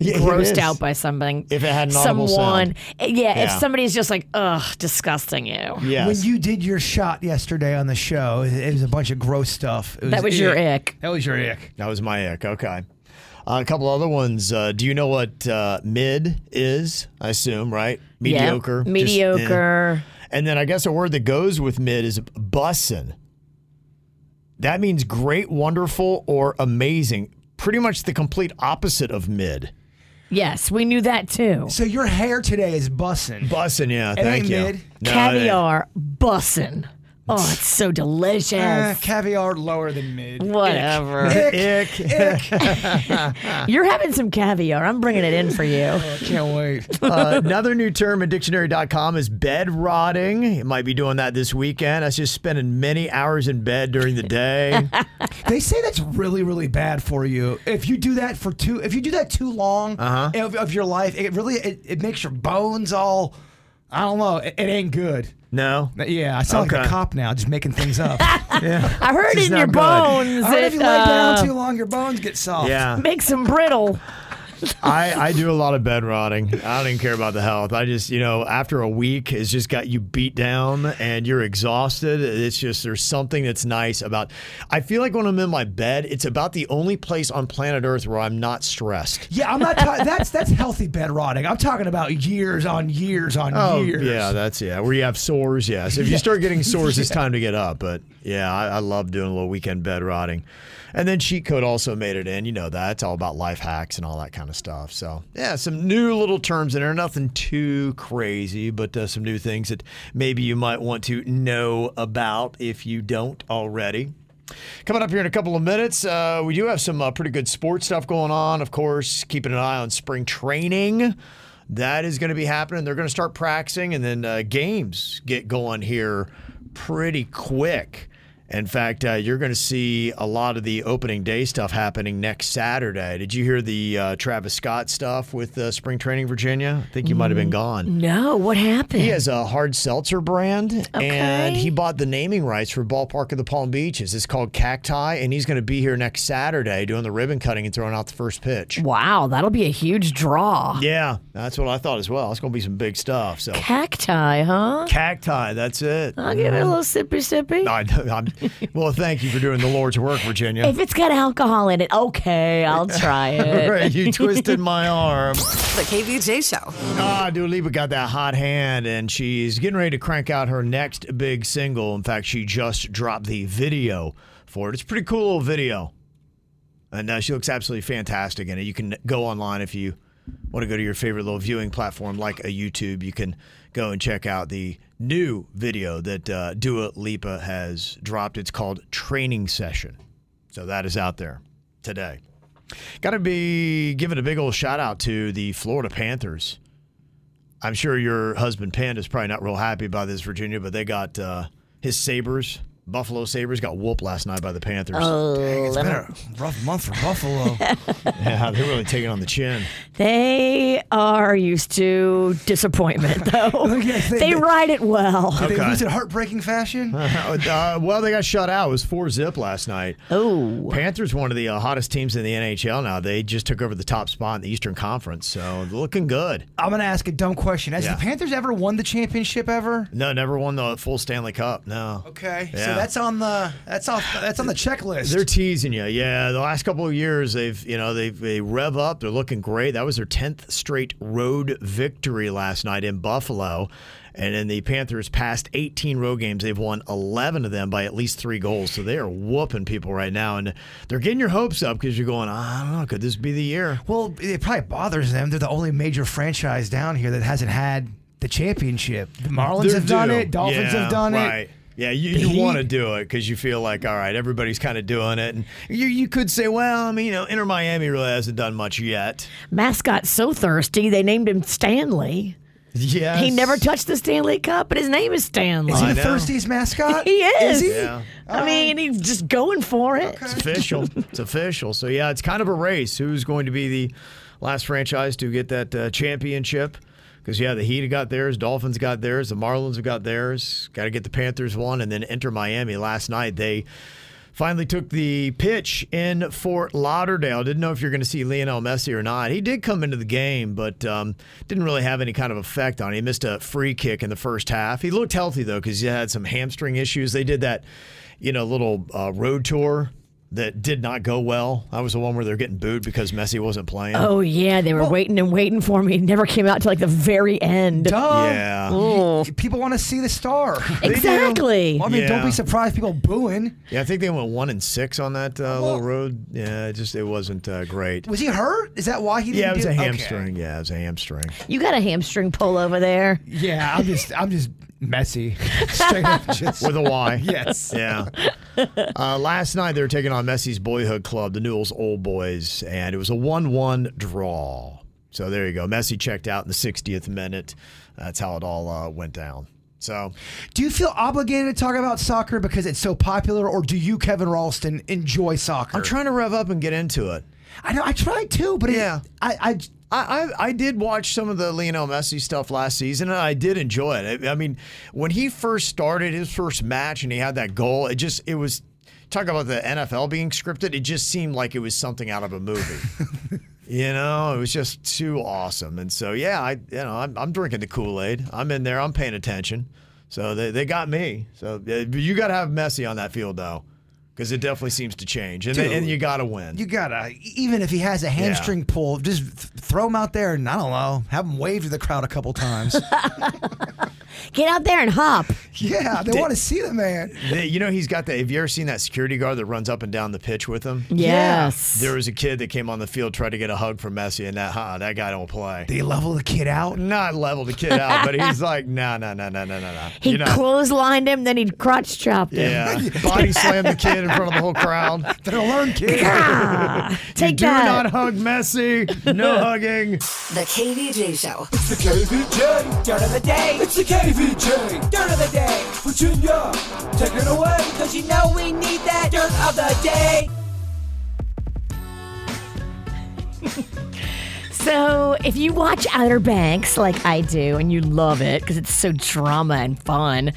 S3: Yeah, it
S4: grossed
S3: is.
S4: out by something.
S3: If it had an audible
S4: someone,
S3: sound.
S4: yeah, if
S5: Yeah.
S4: somebody's just like, ugh, disgusting you.
S5: When you did your shot yesterday on the show, it it was a bunch of gross stuff. It
S4: That was your ick.
S5: That was your ick.
S3: That was my ick. Okay. Uh, a couple other ones. Uh, do you know what uh, mid is? I assume, right?
S4: Yeah.
S3: Mediocre. Just, eh.
S4: Mediocre.
S3: And then I guess a word that goes with mid is bussin. That means great, wonderful, or amazing. Pretty much the complete opposite of mid.
S4: Yes, we knew that too.
S5: So your hair today is bussin.
S3: Bussin, yeah.
S5: It
S3: Uh, thank
S5: ain't
S3: you.
S5: mid.
S3: No, it ain't.
S4: Caviar bussin. Oh, it's so delicious.
S5: Eh, caviar lower than mid.
S4: Whatever.
S5: Ick. Ick.
S3: Ah.
S4: Ick. You're having some caviar. I'm bringing it in for you.
S3: Oh,
S5: can't wait.
S3: Uh, another new term at dictionary.com is bed rotting. You might be doing that this weekend. That's just spending many hours in bed during the day.
S5: They say that's really, really bad for you. If you do that for too, if you do that too long
S3: Uh-huh.
S5: of, of your life, it really it, it makes your bones all. I don't know. It, it ain't good.
S3: No.
S5: Yeah, I sound like
S3: Okay.
S5: a cop now, just making things up.
S4: I heard
S5: This
S4: it
S5: is
S4: in your
S5: not good.
S4: bones.
S5: I heard
S4: it,
S5: if you lay down
S4: uh,
S5: too long, your bones get soft.
S3: Yeah.
S4: Makes them brittle.
S3: I, I do a lot of bed rotting. I don't even care about the health. I just, you know, after a week, it's just got you beat down and you're exhausted. It's just, there's something that's nice about, I feel like when I'm in my bed, it's about the only place on planet Earth where I'm not stressed.
S5: Yeah, I'm not. Ta- that's that's healthy bed rotting. I'm talking about years on years on
S3: Oh,
S5: years.
S3: yeah, that's yeah. Where you have sores, yes. If you start getting sores, it's time to get up. But yeah, I, I love doing a little weekend bed rotting. And then Cheat Code also made it in. You know that. It's all about life hacks and all that kind of stuff. So yeah, some new little terms in there. Nothing too crazy, but uh, some new things that maybe you might want to know about if you don't already. Coming up here in a couple of minutes, uh, we do have some uh, pretty good sports stuff going on. Of course, keeping an eye on spring training. That is going to be happening. They're going to start practicing, and then uh, games get going here pretty quick. In fact, uh, you're going to see a lot of the opening day stuff happening next Saturday. Did you hear the uh, Travis Scott stuff with uh, spring training, Virginia? I think you might have been gone.
S4: No, what happened?
S3: He has a hard seltzer brand, and he bought the naming rights for Ballpark of the Palm Beaches. It's called Cacti, and he's going to be here next Saturday doing the ribbon cutting and throwing out the first pitch.
S4: Wow, that'll be a huge draw.
S3: Yeah, that's what I thought as well. It's going to be some big stuff. So
S4: Cacti, huh?
S3: Cacti, that's it.
S4: I'll give it a little sippy sippy.
S3: I, I'm, well, thank you for doing the Lord's work, Virginia.
S4: If it's got alcohol in it, okay, I'll try it.
S3: Right, you twisted my arm.
S6: The KVJ Show.
S3: Ah, Dua Lipa got that hot hand, and she's getting ready to crank out her next big single. In fact, she just dropped the video for it. It's a pretty cool little video, and uh, she looks absolutely fantastic in it. You can go online if you want to go to your favorite little viewing platform like a YouTube. You can go and check out the new video that uh, Dua Lipa has dropped. It's called Training Session, so that is out there today. Got to be giving a big old shout out to the Florida Panthers. I'm sure your husband Panda's probably not real happy about this, Virginia, but they got uh, his Sabers, Buffalo Sabers, got whooped last night by the Panthers.
S5: Dang, it's been a rough month for Buffalo.
S3: yeah, they're really taking on the chin.
S4: They are used to disappointment, though. they, ride it well.
S5: Did
S3: Okay.
S5: they lose in heartbreaking fashion?
S3: Uh, well, they got shut out. It was four zip last night.
S4: Oh,
S3: Panthers, one of the uh, hottest teams in the NHL now. They just took over the top spot in the Eastern Conference, so they're looking good.
S5: I'm gonna ask a dumb question. Has
S3: Yeah.
S5: the Panthers ever won the championship ever?
S3: No, never won the full Stanley Cup. No.
S5: Okay, so
S3: Yeah.
S5: that's on the that's off that's on the checklist.
S3: They're teasing you. Yeah, the last couple of years they've, you know, they've they rev up. They're looking great. That was their 10th straight road victory last night in Buffalo. And then the Panthers passed 18 road games. They've won 11 of them by at least 3 goals. So they are whooping people right now and they're getting your hopes up cuz you're going, "I don't know, could this be the year?"
S5: well, it probably bothers them. They're the only major franchise down here that hasn't had the championship. The Marlins
S3: They're
S5: have done
S3: due.
S5: it. Dolphins
S3: Yeah,
S5: have done
S3: right.
S5: it.
S3: Yeah, you,
S5: The
S3: you want to
S5: Heat.
S3: do it because you feel like, all right, everybody's kind of doing it. And you, you could say, well, I mean, you know, Inter Miami really hasn't done much yet.
S4: mascot's so thirsty they named him Stanley.
S3: Yeah.
S4: He never touched the Stanley Cup, but his name is Stanley.
S5: Is he
S3: I
S5: the
S3: know.
S5: Thirsties mascot?
S4: He is.
S5: he?
S3: Yeah.
S4: I mean, he's just going for it.
S3: It's official. it's official. So yeah, it's kind of a race. Who's going to be the last franchise to get that uh, championship? Because yeah, the Heat have got theirs, Dolphins got theirs, the Marlins have got theirs. Got to get the Panthers one, and then enter Miami last night. They Finally took the pitch in Fort Lauderdale. Didn't know if you're going to see Lionel Messi or not. He did come into the game, but um, didn't really have any kind of effect on it. He missed a free kick in the first half. He looked healthy, though, because he had some hamstring issues. They did that, you know, little uh, road tour that did not go well. I was the one where they're getting booed because Messi wasn't playing.
S4: Oh yeah, they were waiting and waiting for me. It never came out till like the very end.
S3: Duh. Yeah.
S5: Y- People want to see the star.
S3: They do.
S4: Exactly.
S5: I mean, don't
S3: Yeah.
S5: be surprised. People booing.
S3: Yeah, I think they went one and six on that uh, little road. Yeah, it just it wasn't uh, great.
S5: Was he hurt? Is that why he didn't
S3: yeah, it was
S5: do
S3: a hamstring. Yeah, it was a hamstring.
S4: You got a hamstring pull over there.
S5: Yeah, I'm just, I'm just messy. Straight up, just
S3: With a Y.
S5: Yes.
S3: Yeah. Uh, last night they were taking on Messi's boyhood club, the Newell's Old Boys, and it was a one-one draw. So there you go. Messi checked out in the 60th minute. That's how it all uh, went down. So
S5: Do you feel obligated to talk about soccer because it's so popular, or do you, Kevin Ralston, enjoy soccer? I'm
S3: trying to rev up and get into it.
S5: I know. I tried to, but yeah, I, I,
S3: I, I, I did watch some of the Lionel Messi stuff last season, and I did enjoy it. I, I mean, when he first started his first match and he had that goal, it just it was talk about the NFL being scripted. It just seemed like it was something out of a movie. you know, it was just too awesome. And so, yeah, I you know I'm, I'm drinking the Kool Aid. I'm in there. I'm paying attention. So they, they got me. So uh, you got to have Messi on that field though, because it definitely seems to change, and, and
S5: Dude.
S3: you got to win.
S5: you gotta. e, Even if he has a hamstring pull, just th- throw him out there, and I don't know, have him wave to the crowd a couple times.
S4: Get out there and hop.
S5: yeah, they
S3: Did-
S5: want to see the man.
S3: They- you know he's got that. Have you ever seen that security guard that runs up and down the pitch with him?
S4: Yes.
S3: There was a kid that came on the field tried to get a hug from Messi, and that huh, that guy don't play.
S5: They level the kid out.
S3: Not level the kid out, but he's like, no, no, no, no, no, no, no.
S4: He
S3: You know,
S4: clotheslined him, then he crotch chopped him.
S3: yeah. Body slammed the kid in front of the whole crowd.
S5: They're a learn kid.
S4: Take
S3: you do
S4: that.
S3: not hug Messi. No hugging.
S6: The KVJ Show.
S1: It's the KVJ. Dirt of the day. It's the KVJ. Dirt of the day. Virginia, take it away. Cause you know we need that dirt of the day.
S4: So, if you watch Outer Banks like I do and you love it because it's so drama and fun,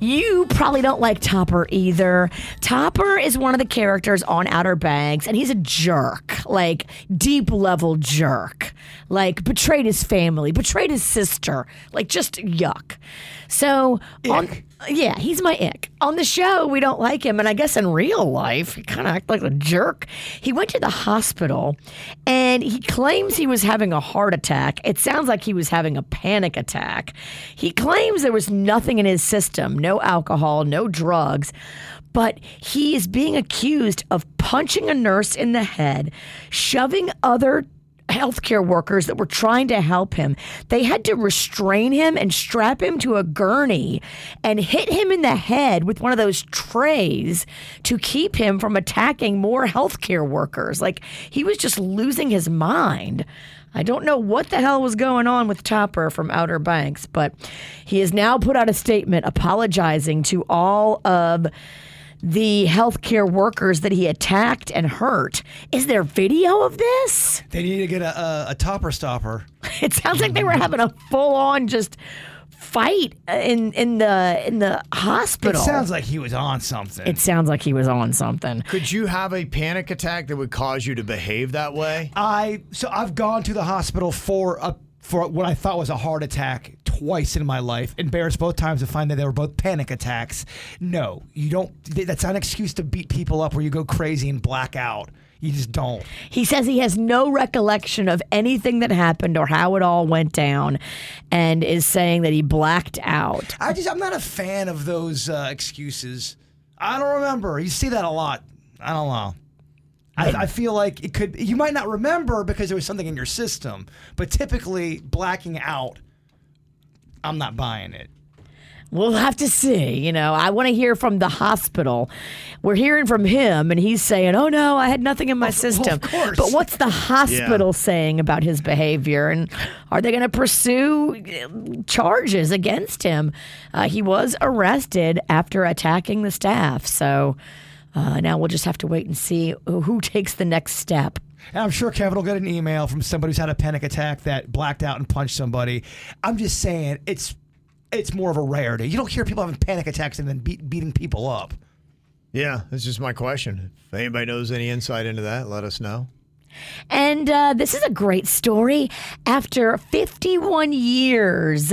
S4: you probably don't like Topper either. Topper is one of the characters on Outer Banks and he's a jerk, like deep level jerk. Like betrayed his family, betrayed his sister, like just yuck. So, on yeah, he's my ick. On the show, we don't like him, and I guess in real life, he kind of acts like a jerk. He went to the hospital, and he claims he was having a heart attack. It sounds like he was having a panic attack. He claims there was nothing in his system, no alcohol, no drugs, but he is being accused of punching a nurse in the head, shoving other healthcare workers that were trying to help him. They had to restrain him and strap him to a gurney and hit him in the head with one of those trays to keep him from attacking more healthcare workers. Like he was just losing his mind. I don't know what the hell was going on with Topper from Outer Banks, but he has now put out a statement apologizing to all of the healthcare workers that he attacked and hurt. Is there video of this?
S5: They need to get a, a, a topper stopper.
S4: It sounds like they were having a full on just fight in in the in the
S5: It
S4: hospital.
S5: sounds like he was on something.
S4: it sounds like he was on something.
S3: Could you have a panic attack that would cause you to behave that way?
S5: I so I've gone to the hospital for a for what I thought was a heart attack twice in my life. Embarrassed both times to find that they were both panic attacks. No, you don't. th- That's not an excuse to beat people up where you go crazy and black out. You just don't.
S4: He says he has no recollection of anything that happened or how it all went down and is saying that he blacked out.
S5: I just I'm not a fan of those uh, excuses. I don't remember. You see that a lot. I don't know. I, I feel like it could. You might not remember because there was something in your system, but typically blacking out. I'm not buying it.
S4: We'll have to see. You know, I want to hear from the hospital. We're hearing from him, and he's saying, "Oh no, I had nothing in my system."
S5: course.
S4: But what's the hospital saying about his behavior, and are they going to pursue uh, charges against him? Uh, he was arrested after attacking the staff, so uh, now we'll just have to wait and see who takes the next step.
S5: And I'm sure Kevin will get an email from somebody who's had a panic attack that blacked out and punched somebody. I'm just saying it's it's more of a rarity. You don't hear people having panic attacks and then beat, beating people up.
S3: Yeah, that's just my question. If anybody knows any insight into that, let us know.
S4: And uh, this is a great story. After 51 years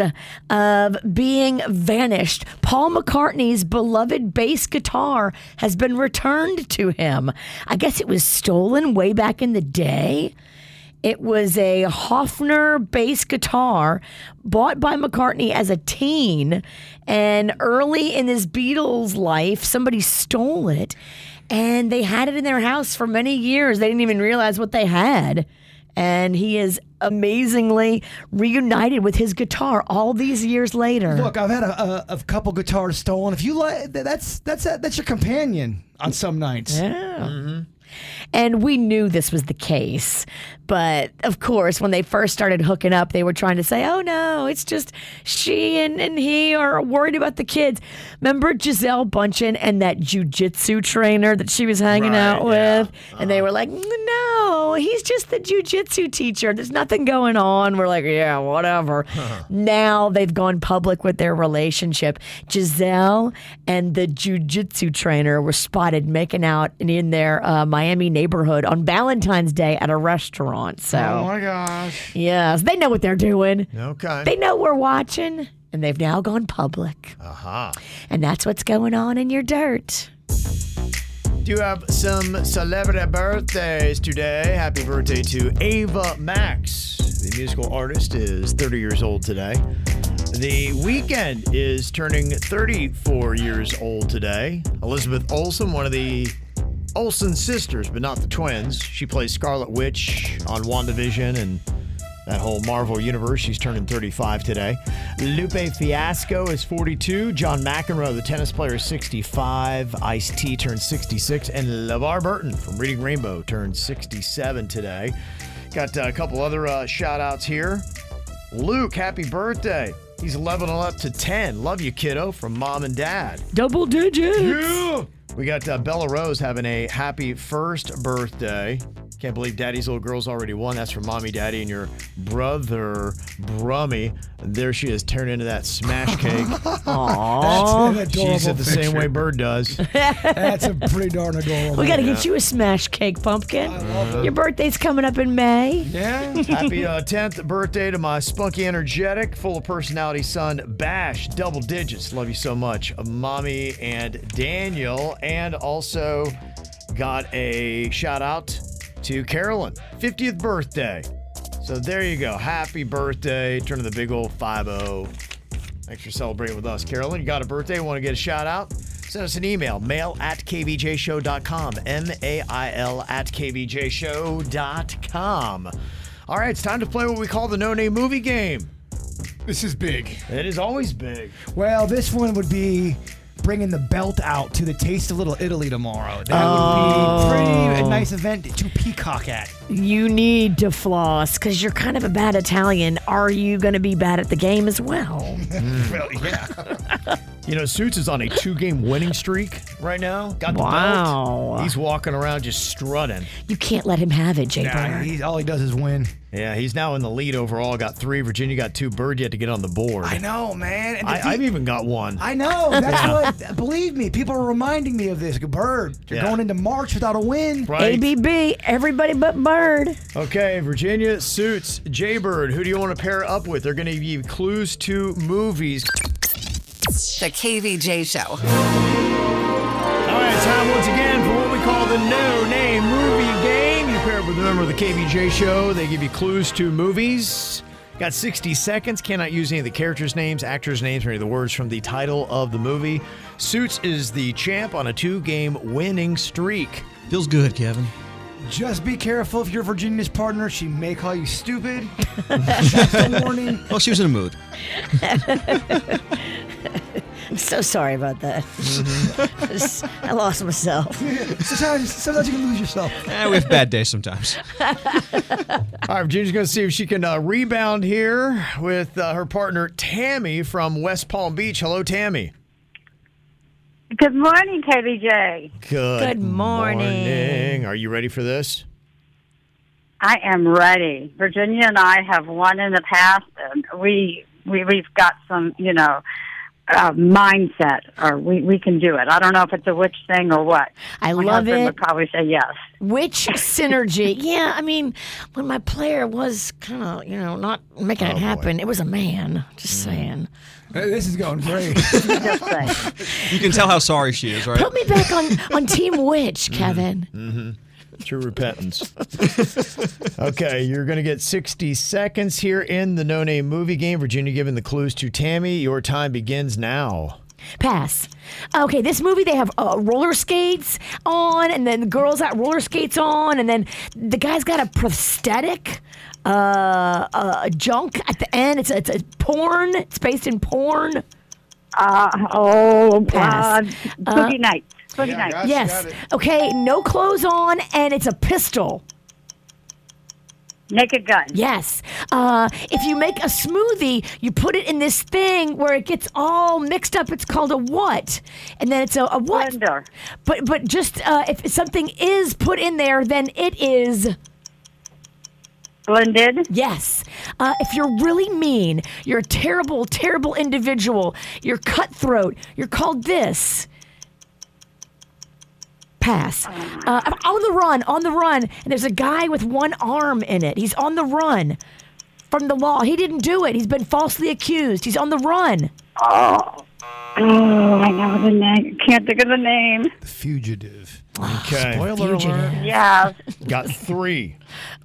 S4: of being vanished, Paul McCartney's beloved bass guitar has been returned to him. I guess it was stolen way back in the day. It was a Hofner bass guitar bought by McCartney as a teen. And early in his Beatles life, somebody stole it and they had it in their house for many years. They didn't even realize what they had. And he is amazingly reunited with his guitar all these years later.
S5: Look, I've had a, a, a couple guitars stolen. If you like, that's that's uh, that's your companion on some nights. Mm-hmm.
S4: Yeah. And we knew this was the case. But of course, when they first started hooking up, they were trying to say, oh no, it's just she and, and he are worried about the kids. Remember Giselle Bundchen and that jujitsu trainer that she was hanging out with? And they were like, no, he's just the jujitsu teacher. There's nothing going on. We're like, yeah, whatever.
S3: Uh-huh.
S4: Now they've gone public with their relationship. Giselle and the jujitsu trainer were spotted making out in their uh, Miami neighborhood on Valentine's Day at a restaurant. So,
S3: Oh, my gosh.
S4: yes, they know what they're doing.
S3: Okay.
S4: They know we're watching, and they've now gone public.
S3: Aha.
S4: And that's what's going on in your dirt.
S3: Do you have some celebrity birthdays today? Happy birthday to Ava Max. The musical artist is 30 years old today. The weekend is turning 34 years old today. Elizabeth Olsen, one of the Olsen sisters, but not the twins. She plays Scarlet Witch on WandaVision and that whole Marvel universe. She's turning 35 today. Lupe Fiasco is 42. John McEnroe, the tennis player, is 65. Ice T turns 66. And LeVar Burton from Reading Rainbow turns 67 today. Got uh, a couple other uh, shout outs here. Luke, happy birthday. He's leveling up to 10. Love you, kiddo, from mom and dad.
S4: Double digits.
S3: Yeah. We got uh, Bella Rose having a happy first birthday. Can't believe daddy's little girl's already won. That's for mommy, daddy, and your brother, Brummy. There she is, turning into that smash cake.
S4: Aww. That's an
S3: She said
S4: adorable
S3: the same
S4: picture.
S3: way Bird does.
S5: That's a pretty darn adorable.
S4: We got to
S3: Yeah.
S4: get you a smash cake, pumpkin.
S3: love it.
S4: Your birthday's coming up in May.
S3: Yeah. Happy uh, 10th birthday to my spunky, energetic, full of personality son, Bash. Double digits. Love you so much. Uh, Mommy and Daniel. And also got a shout out to Carolyn. 50th birthday. So there you go. Happy birthday. Turn to the big old oh. 5 0. Thanks for celebrating with us, Carolyn. You got a birthday? Want to get a shout out? Send us an email, mail at kvjshow.com, M A I L at kvjshow.com. All right, it's time to play what we call the no name movie game.
S5: This is big.
S3: It is always big.
S5: Well, this one would be bringing the belt out to the Taste of Little Italy tomorrow. That would be pretty a nice event to peacock
S4: Oh.
S5: at.
S4: You need to floss because you're kind of a bad Italian. Are you going to be bad at the game as well?
S5: Well, yeah.
S3: You know, Suits is on a two game winning streak right now. Got the
S4: Wow.
S3: belt. He's walking around just strutting.
S4: You can't let him have it, Jay
S3: Nah,
S4: Bird.
S5: He, all he does is win.
S3: Yeah, he's now in the lead overall. Got three. Virginia got two. Bird yet to get on the board.
S5: I know, man. And the D-
S3: I, I've even got one.
S5: I know. That's what. Believe me, people are reminding me of this. Bird, you're
S3: Yeah.
S5: going into March without a win.
S3: Right.
S4: ABB, everybody but Bird.
S3: Okay, Virginia Suits, Jaybird, who do you want to pair up with? They're going to give you clues to movies.
S6: The KVJ Show.
S3: All right, time once again for what we call the No Name Movie Game. You pair up with a member of the KBJ show. They give you clues to movies. Got 60 seconds. Cannot use any of the characters' names, actors' names, or any of the words from the title of the movie. Suits is the champ on a two game winning streak.
S9: Feels good, Kevin.
S5: Just be careful if you're Virginia's partner. She may call you stupid. That's a warning.
S9: Well, she was in a mood.
S4: I'm so sorry about that.
S3: Mm-hmm.
S4: I lost myself.
S5: Sometimes, sometimes you can lose yourself.
S9: Eh, we have bad days sometimes.
S3: All right, Virginia's going to see if she can uh, rebound here with uh, her partner, Tammy from West Palm Beach. Hello, Tammy.
S10: Good morning, KBJ.
S3: Good,
S10: Good morning.
S3: morning. Are you ready for this?
S10: I am ready. Virginia and I have won in the past, and we, we we've got some, you know, uh, mindset, or we, we can do it. I don't know if it's a witch thing or what.
S4: I
S10: My
S4: love
S10: husband
S4: it.
S10: Would probably say yes.
S4: Which synergy? yeah, I mean, when my player was kind of, you know, not making it happen, it was a man. Just saying.
S5: This is going great.
S11: You can tell how sorry she is, right?
S4: Put me back on, on Team Witch, Kevin.
S3: Mm-hmm. True repentance. okay, you're going to get 60 seconds here in the No Name movie game. Virginia giving the clues to Tammy. Your time begins now.
S4: Pass. Okay, this movie they have uh, roller skates on, and then the girls got roller skates on, and then the guy's got a prosthetic, uh, a junk at the end. It's it's a porn. It's based in porn. Uh, oh, pass.
S10: uh, Boogie Nights. Boogie Yeah, Nights. got it,
S4: Yes.
S10: got it.
S4: Okay, no clothes on, and it's a pistol. Naked gun. Yes. Uh, if you make a smoothie, you put it in this thing where it gets all mixed up. It's called a what? And then it's a, a what? Blender. But but just uh, if something is put in there, then it is. Blended? Yes. Uh, if you're really mean, you're a terrible, terrible individual, you're cutthroat, you're called this. Pass. Uh, I'm on the run, on the run, and there's a guy with one arm in it. He's on the run from the law. He didn't do it, he's been falsely accused. He's on the run.
S10: Oh, oh I know the name. Can't think of the name.
S3: Fugitive. Okay. Spoiler
S10: Fugitive. Yeah.
S3: Got three.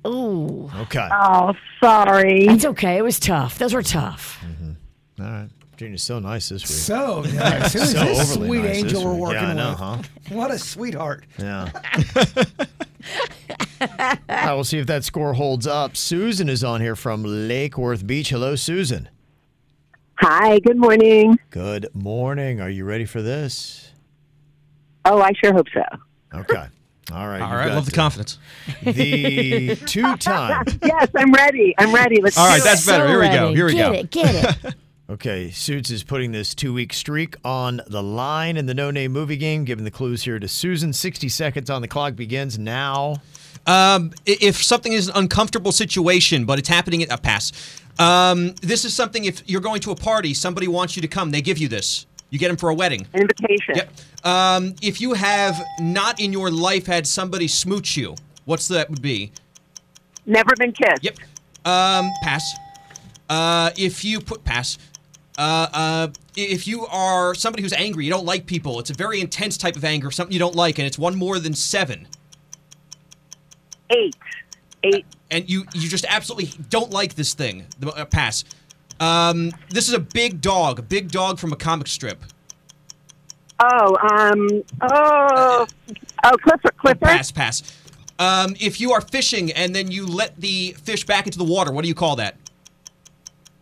S4: Ooh.
S3: Okay.
S4: Oh, sorry. It's okay. It was tough. Those were tough.
S3: Mm-hmm. All right. Virginia's so nice this week.
S5: So nice. Who is this
S3: overly
S5: sweet
S3: nice this
S5: angel we're
S3: week.
S5: working
S3: yeah, I know,
S5: with?
S3: huh?
S5: What a sweetheart.
S3: Yeah. I will see if that score holds up. Susan is on here from Lake Worth Beach. Hello, Susan.
S12: Hi, good morning.
S3: Good morning. Are you ready for this?
S12: Oh, I sure hope so.
S3: Okay. All right.
S11: All right, love the confidence.
S3: The two time.
S12: yes, I'm ready. I'm ready. Let's
S11: All right,
S12: do
S11: that's
S12: it.
S11: better. Here we go. Here we go.
S4: get
S3: it. okay, Suits is putting this two week streak on the line in the no name movie game, giving the clues here to Susan. 60 seconds on the clock begins now.
S11: Um, i- if something is an uncomfortable situation, but it's happening at a pass. Um, this is something if you're going to a party, somebody wants you to come, they give you this. You get them for a wedding. An
S12: invitation.
S11: Yep. Um, if you have not in your life had somebody smooch you, what's that would be?
S12: Never been kissed.
S11: Yep. Um, pass. Uh, if you put pass. Uh, uh, if you are somebody who's angry, you don't like people. It's a very intense type of anger, something you don't like, and it's one more than seven.
S12: Eight. Eight.
S11: And you you just absolutely don't like this thing. The- uh, pass. Um, this is a big dog, a big dog from a comic strip.
S12: Oh, um, oh, oh, Clifford, Clifford.
S11: Pass, pass. Um, if you are fishing and then you let the fish back into the water, what do you call that?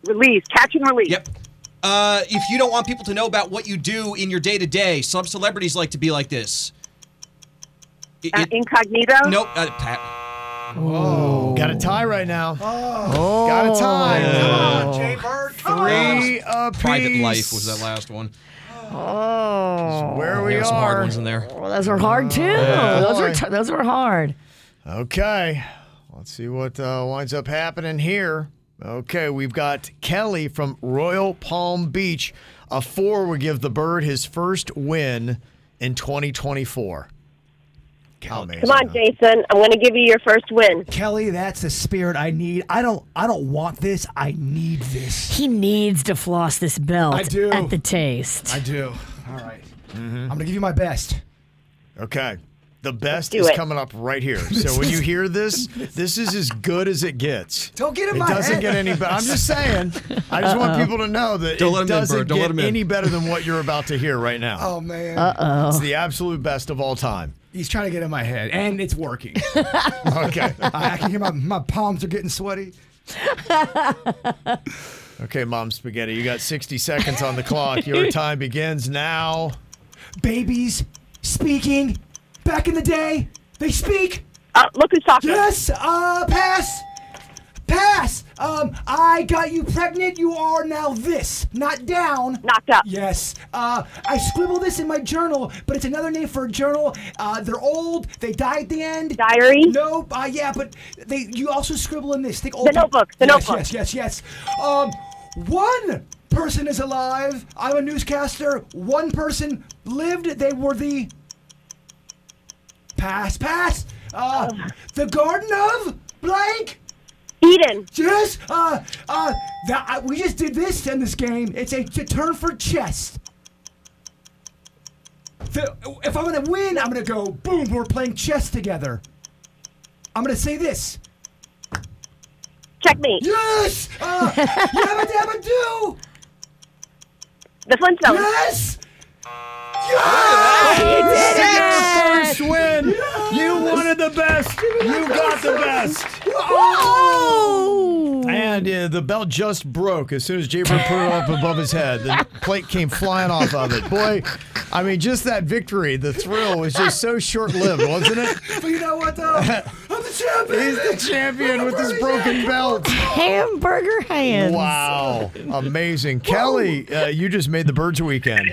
S12: Release, catch and release.
S11: Yep. Uh, if you don't want people to know about what you do in your day to day, some celebrities like to be like this. It- it-
S12: incognito.
S11: Nope. Uh, Pat.
S3: Oh. Got a tie right now.
S11: Oh.
S3: Got a tie.
S11: Yeah.
S3: Come on, Jay Bird. Three apiece.
S11: Private life was that last one.
S4: Oh.
S3: Where we
S11: There were some hard
S3: are.
S11: ones in there.
S4: Well, those were hard too.
S3: Yeah.
S4: Those were t- those were hard.
S3: Okay. Let's see what uh, winds up happening here. Okay, we've got Kelly from Royal Palm Beach. A four would give the bird his first win in 2024. How amazing.
S13: Come on, Jason. I'm going to give you your first win.
S5: Kelly, that's the spirit I need. I don't I don't want this. I need this.
S4: He needs to floss this belt
S5: I do.
S4: at the taste.
S5: I do. All right.
S3: Mm-hmm.
S5: I'm going to give you my best.
S3: Okay. The best
S5: do
S3: is
S5: it.
S3: coming up right here. So when you hear this, this is as good as it gets.
S5: Don't get in
S3: it
S5: my
S3: doesn't
S5: head.
S3: get any better. I'm just saying. I just want
S5: Uh-oh.
S3: people to know that
S11: Don't
S3: it
S11: let 'em in, Bird.
S3: doesn't
S11: Don't let
S3: get
S11: 'em in.
S3: any better than what you're about to hear right now.
S5: Oh, man.
S3: It's the absolute best of all time.
S5: He's trying to get in my head, and it's working.
S3: Okay.
S5: I, I can hear my, my palms are getting sweaty.
S3: Okay, Mom Spaghetti, you got 60 seconds on the clock. Your time begins now.
S5: Babies speaking. Back in the day, they speak. Uh,
S13: look who's talking.
S5: Yes. Uh, pass. Pass. Um, I got you pregnant. You are now this, not down.
S13: Knocked up.
S5: Yes. Uh, I scribbled this in my journal, but it's another name for a journal. Uh, they're old. They die at the end.
S13: Diary.
S5: Nope. Uh, yeah, but they. You also scribble in this. Think
S13: The notebook, the
S5: yes,
S13: notebook.
S5: Yes. Yes. Yes. Um, one. person is alive. I'm a newscaster. One person lived. They were the pass, pass. Uh, the Garden of blank.
S13: Eden.
S5: Yes. Uh, uh, that, I, we just did this in this game. It's a, it's a turn for chess. The, if I'm gonna win, I'm gonna go boom. We're playing chess together. I'm gonna say this.
S13: Checkmate.
S5: Yes. Uh, yabba dabba do.
S13: The Flintstones.
S5: Yes.
S12: Oh,
S3: Yes! First win. You wanted the best. You got the best. And uh, the bell just broke as soon as Jaybird put it up above his head. The plate came flying off of it. Boy, I mean, just that victory, the thrill was just so short lived, wasn't it?
S5: But you know what though? I'm the champion.
S3: He's the champion with his broken belt.
S4: Hamburger hands.
S3: Wow. Amazing. Kelly, uh, you just made the Birds Weekend.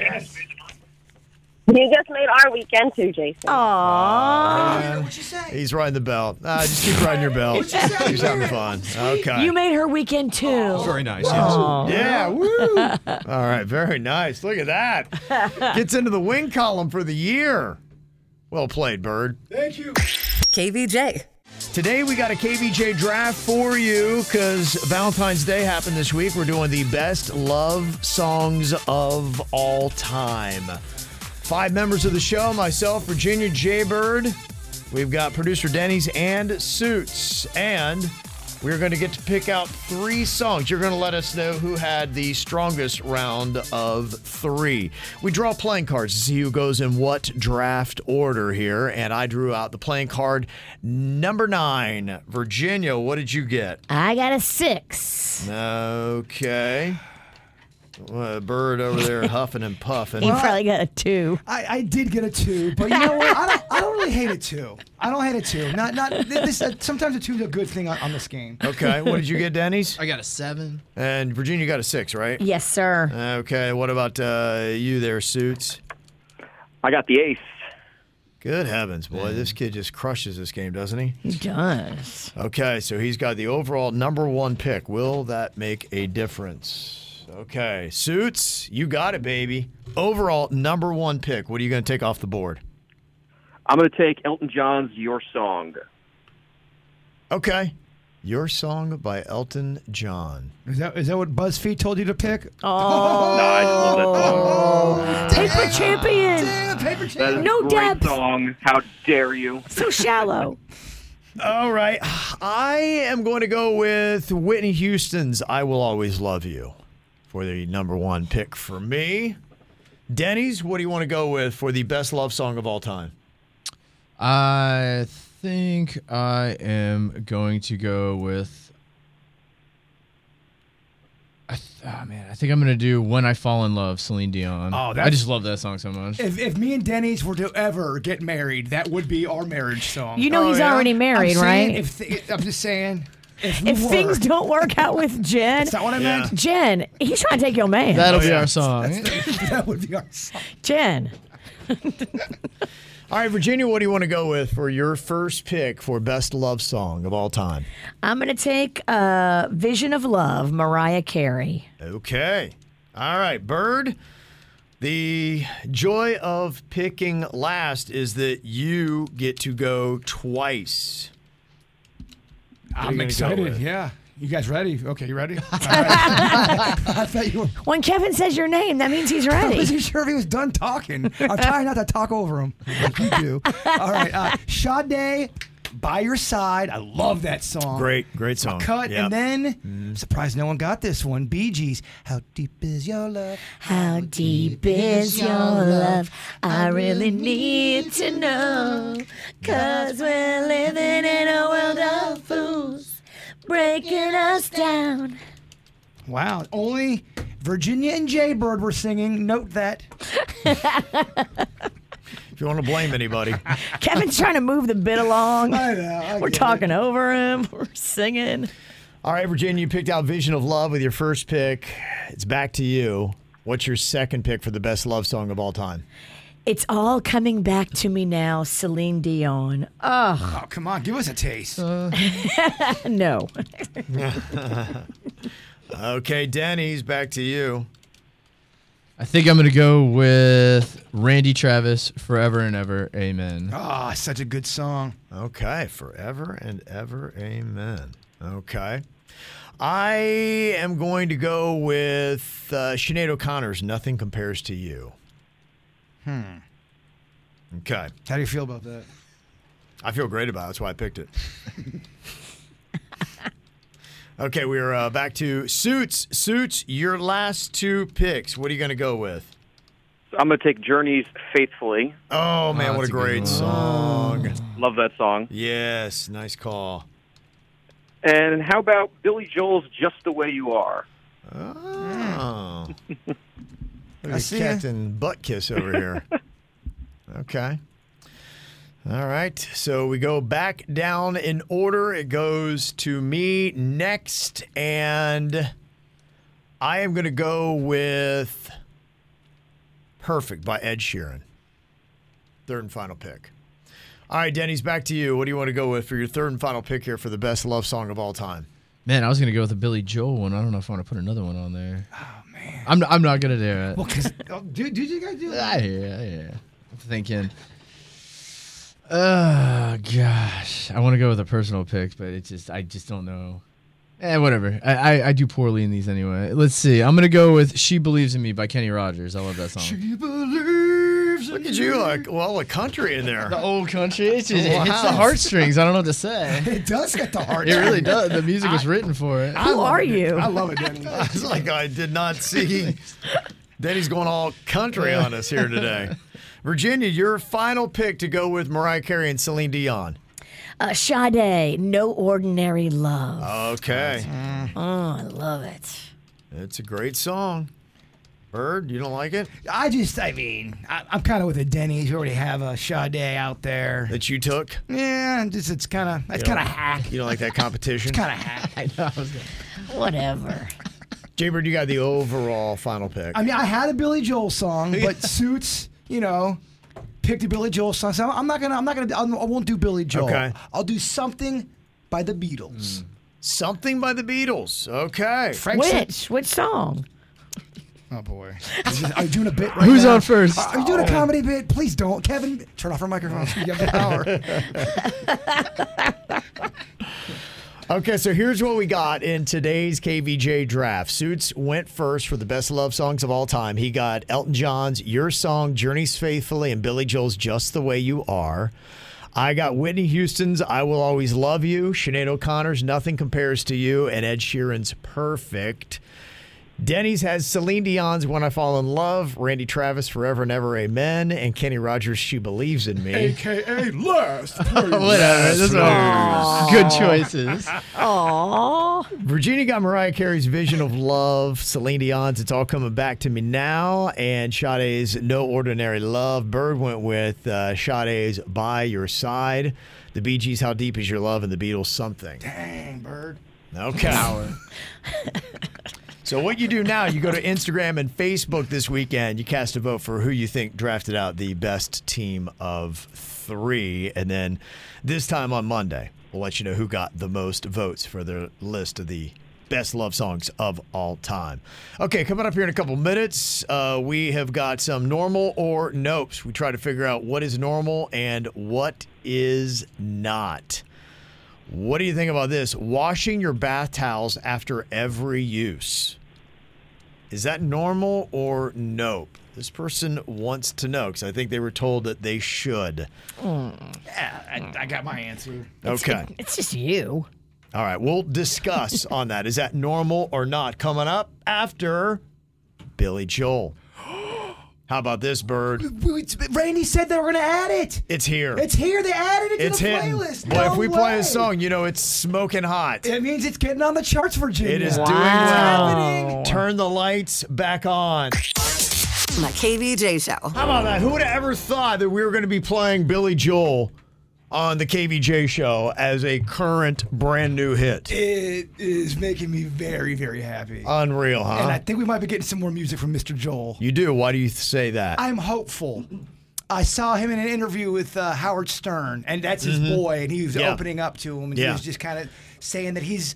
S13: You just made our weekend too, Jason.
S4: Aww.
S3: What'd you say? He's riding the belt. Ah, just keep riding your belt.
S4: What'd you say?
S3: He's having fun. Okay.
S4: You made her weekend too. Oh.
S11: Very nice.
S4: Aw.
S3: Yeah, woo. All right, very nice. Look at that. Gets into the win column for the year. Well played, Bird.
S6: Thank you. KVJ.
S3: Today we got a KVJ draft for you because Valentine's Day happened this week. We're doing the best love songs of all time. Five members of the show, myself, Virginia J. Bird. We've got producer Denny's and Suits. And we're going to get to pick out three songs. You're going to let us know who had the strongest round of three. We draw playing cards to see who goes in what draft order here. And I drew out the playing card number nine. Virginia, what did you get?
S4: I got a six.
S3: Okay. Uh, bird over there huffing and puffing.
S4: He probably got a two.
S5: I, I did get a two, but you know what? I don't, I don't really hate a two. I don't hate a two. Not not this. Uh, sometimes a two is a good thing on, on this game.
S3: Okay, what did you get, Denny's?
S11: I got a seven.
S3: And Virginia got a six, right?
S4: Yes, sir.
S3: Okay, what about uh, you there, Suits?
S14: I got the ace.
S3: Good heavens, boy. This kid just crushes this game, doesn't he?
S4: He does.
S3: Okay, so he's got the overall number one pick. Will that make a difference? Okay, Suits, you got it, baby. Overall number one pick. What are you going to take off the board?
S14: I'm going to take Elton John's Your Song.
S3: Okay. Your Song by Elton John.
S5: Is that is that what BuzzFeed told you to pick?
S4: Oh, paper champion.
S14: That is
S4: no
S14: a great
S4: depth.
S14: song. How dare you?
S4: So shallow.
S3: All right. I am going to go with Whitney Houston's I Will Always Love You for the number one pick for me. Denny's, what do you want to go with for the best love song of all time?
S7: I think I am going to go with. I th- oh man, I think I'm gonna do "When I Fall in Love" Celine Dion.
S5: Oh,
S7: I
S5: that's-
S7: just love that song so much.
S5: If, if me and Denny's were to ever get married, that would be our marriage song.
S4: You know
S3: Oh,
S4: he's already married,
S5: I'm saying
S4: right?
S5: If th- I'm just saying, if, we
S4: If
S5: were-
S4: things don't work out with Jen,
S5: Is that what I Yeah. meant? Oh,
S4: Jen, he's trying to take your man.
S7: That'll be our song.
S5: that would be our song.
S4: Jen,
S3: All right, Virginia, what do you want to go with for your first pick for best love song of all time?
S4: I'm gonna take uh, "Vision of Love," Mariah Carey.
S3: Okay. All right, Bird. The joy of picking last is that you get to go twice. What are you
S5: I'm
S3: gonna go
S5: excited.
S3: with?
S5: Yeah. You guys ready? Okay, you ready? All right. I thought you were.
S4: When Kevin says your name, that means he's
S5: I
S4: ready.
S5: wasn't sure if he was done talking. I'm trying not to talk over him. Like you do. All right. Uh, Sade, By Your Side. I love that song.
S3: Great, great song.
S5: Cut.
S3: Yeah. Mm-hmm.
S5: And then, surprised no one got this one. Bee Gees. How deep is your love?
S4: How deep is your love? I really need to know. Cause we're living in a world of fools, breaking us down.
S5: Wow. Only Virginia and Jaybird were singing. Note that.
S3: If you want to blame anybody.
S4: Kevin's trying to move the bit along.
S5: I know, I
S4: We're
S5: get
S4: talking over him. We're singing.
S3: All right, Virginia, you picked out Vision of Love with your first pick. It's back to you. What's your second pick for the best love song of all time?
S4: It's all coming back to me now, Celine Dion. Ugh,
S5: Oh, come on. Give us a taste.
S4: no.
S3: okay, Denny's back to you.
S7: I think I'm gonna go with Randy Travis, "Forever and Ever." Amen.
S5: Oh,
S3: Ah, such a good song. Okay, forever and ever, amen. Okay. I am going to go with uh, Sinead O'Connor's Nothing Compares to You.
S5: Hmm.
S3: Okay.
S5: How do you feel about that?
S3: I feel great about it. That's why I picked it. okay, we are uh, back to Suits. Suits, your last two picks. What are you going to go with?
S14: I'm going to take Journey's Faithfully.
S3: Oh, man, what a great song.
S14: Love that song.
S3: Yes, nice call.
S14: And how about Billy Joel's Just the Way You Are?
S3: Oh. Look
S14: I
S3: at
S14: see ya.
S3: Captain Butt Kiss over here. okay. All right. So we go back down in order. It goes to me next. And I am going to go with Perfect by Ed Sheeran. Third and final pick. All right, Denny's back to you. What do you want to go with for your third and final pick here for the best love song of all time?
S7: Man, I was gonna go with the Billy Joel one. I don't know if I want to put another one on there. Oh man, I'm I'm not gonna do it.
S5: Well, cause oh, dude, dude, you gotta do
S7: I
S5: that.
S7: hear, I hear. I'm thinking. Oh gosh, I want to go with a personal pick, but it's just I just don't know. Eh, whatever. I, I I do poorly in these anyway. Let's see. I'm gonna go with "She Believes in Me" by Kenny Rogers. I love that song.
S3: Look at you, like well, a country in there.
S7: The old country. It's just, It hits
S3: Wow.
S7: the heartstrings. I don't know what to say.
S5: It does get the heart.
S7: It really does. The music was written for it.
S3: I love it, dude.
S5: I love it, Denny.
S3: I was like, I did not see. Denny's going all country on us here today. Virginia, your final pick to go with Mariah Carey and Celine Dion.
S4: Uh, Sade, No Ordinary Love.
S3: Okay.
S4: Oh, I love it.
S3: It's a great song. Bird, you don't like it?
S5: I just, I mean, I, I'm kind of with a Denny's. We already have a Sade out there.
S3: That you took?
S5: Yeah, and just it's kind of, it's
S3: You
S5: kind
S3: don't-
S5: of hack.
S3: You don't like that competition?
S5: It's kind of hack.
S7: I know. I was gonna...
S4: Whatever.
S3: Jaybird, you got the overall final pick.
S5: I mean, I had a Billy Joel song, but Suits, you know, picked a Billy Joel song. So I'm not gonna, I'm not gonna, I'm, I am not going to i am not going to i will not do Billy Joel.
S3: Okay. Hmm.
S5: I'll do something by the Beatles.
S3: Something by the Beatles. Okay.
S5: Frank
S4: Which? Which song?
S5: Oh boy. Are you doing a bit? Right
S7: Who's
S5: now?
S7: on first?
S5: Are you doing
S3: Oh.
S5: a comedy bit? Please don't, Kevin. Turn off our microphone. You have the power.
S3: Okay, so here's what we got in today's KVJ draft. Suits went first for the best love songs of all time. He got Elton John's Your Song, Journeys Faithfully, and Billy Joel's Just the Way You Are. I got Whitney Houston's I Will Always Love You, Sinead O'Connor's Nothing Compares to You, and Ed Sheeran's Perfect. Denny's has Celine Dion's When I Fall in Love, Randy Travis Forever and Ever Amen, and Kenny Rogers She Believes in Me.
S5: AKA last.
S7: Whatever. Those are
S3: Aw.
S7: good choices.
S4: Aww.
S3: Virginia got Mariah Carey's Vision of Love, Celine Dion's It's All Coming Back to Me Now, and Sade's No Ordinary Love. Bird went with uh, Sade's By Your Side, the Bee Gees How Deep Is Your Love, and the Beatles Something.
S5: Dang, bird.
S3: Okay. so what you do now, you go to Instagram and Facebook this weekend. You cast a vote for who you think drafted out the best team of three, and then this time on Monday, we'll let you know who got the most votes for their list of the best love songs of all time. Okay, coming up here in a couple minutes, uh, we have got some normal or nopes. We try to figure out what is normal and what is not. What do you think about this? Washing your bath towels after every use. Is that normal or nope? This person wants to know because I think they were told that they should.
S4: Hmm.
S5: Yeah, I, I got my answer.
S3: Okay.
S4: It's just you.
S3: All right. We'll discuss on that. Is that normal or not? Coming up after Billy Joel. How about this, Bird?
S5: Randy said they were gonna add it.
S3: It's here.
S5: It's here. They added it to
S3: It's
S5: the
S3: hitting.
S5: playlist.
S3: Boy,
S5: no
S3: if we play
S5: way.
S3: a song, you know it's smoking hot.
S5: it means it's getting on the charts, Virginia.
S3: It is doing well. Turn the lights back on.
S6: My KVJ show.
S3: How about that? Who would have ever thought that we were going to be playing Billy Joel on the KVJ show as a current brand new hit?
S5: It is making me very, very happy.
S3: Uh-huh. Unreal,
S5: And I
S3: huh?
S5: think we might be getting some more music from Mr. Joel.
S3: You do. Why do you say that?
S5: I'm hopeful. I saw him in an interview with uh, Howard Stern, and that's his boy, and he was
S3: Mm-hmm. Yeah.
S5: opening up to him, and
S3: Yeah.
S5: he was just kind of saying that he's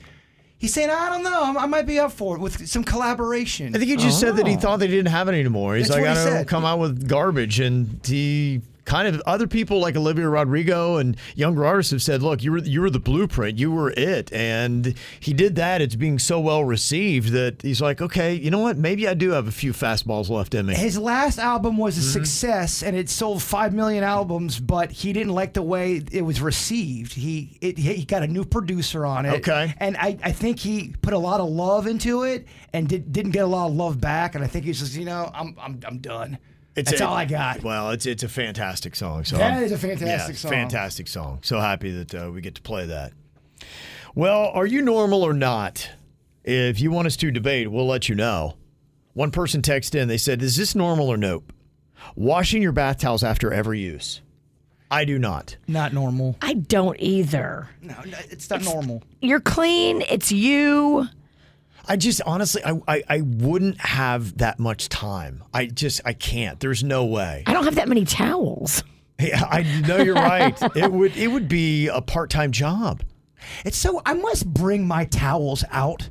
S5: He's saying, I don't know, I'm- I might be up for it with some collaboration.
S3: I think he just said that he thought they didn't have it anymore. He's
S5: Oh. That's
S3: like,
S5: what
S3: I
S5: he
S3: don't
S5: said.
S3: come out with garbage. And he kind of, other people like Olivia Rodrigo and younger artists have said, look, you were, you were the blueprint, you were it. And he did that. It's being so well received that he's like, okay, you know what? Maybe I do have a few fastballs left in me.
S5: His last album was
S3: Mm-hmm.
S5: a success, and it sold five million albums. But he didn't like the way it was received. He it, he got a new producer on it.
S3: Okay.
S5: and I, I think he put a lot of love into it, and did, didn't get a lot of love back. And I think he's just you know I'm I'm I'm done. That's
S3: a-
S5: all I got.
S3: Well, it's it's a fantastic song. So
S5: That
S3: I'm-
S5: is a fantastic
S3: yeah,
S5: song.
S3: Fantastic song. So happy that uh, we get to play that. Well, are you normal or not? If you want us to debate, we'll let you know. One person texted in. They said, "Is this normal or nope? Washing your bath towels after every use." I do not.
S5: Not normal.
S4: I don't either.
S5: No, no, it's not normal.
S4: You're clean. It's you.
S3: I just honestly, I, I I wouldn't have that much time. I just I can't. There's no way.
S4: I don't have that many towels.
S3: Yeah, I know you're right. it would it would be a part time job.
S5: It's so I must bring my towels out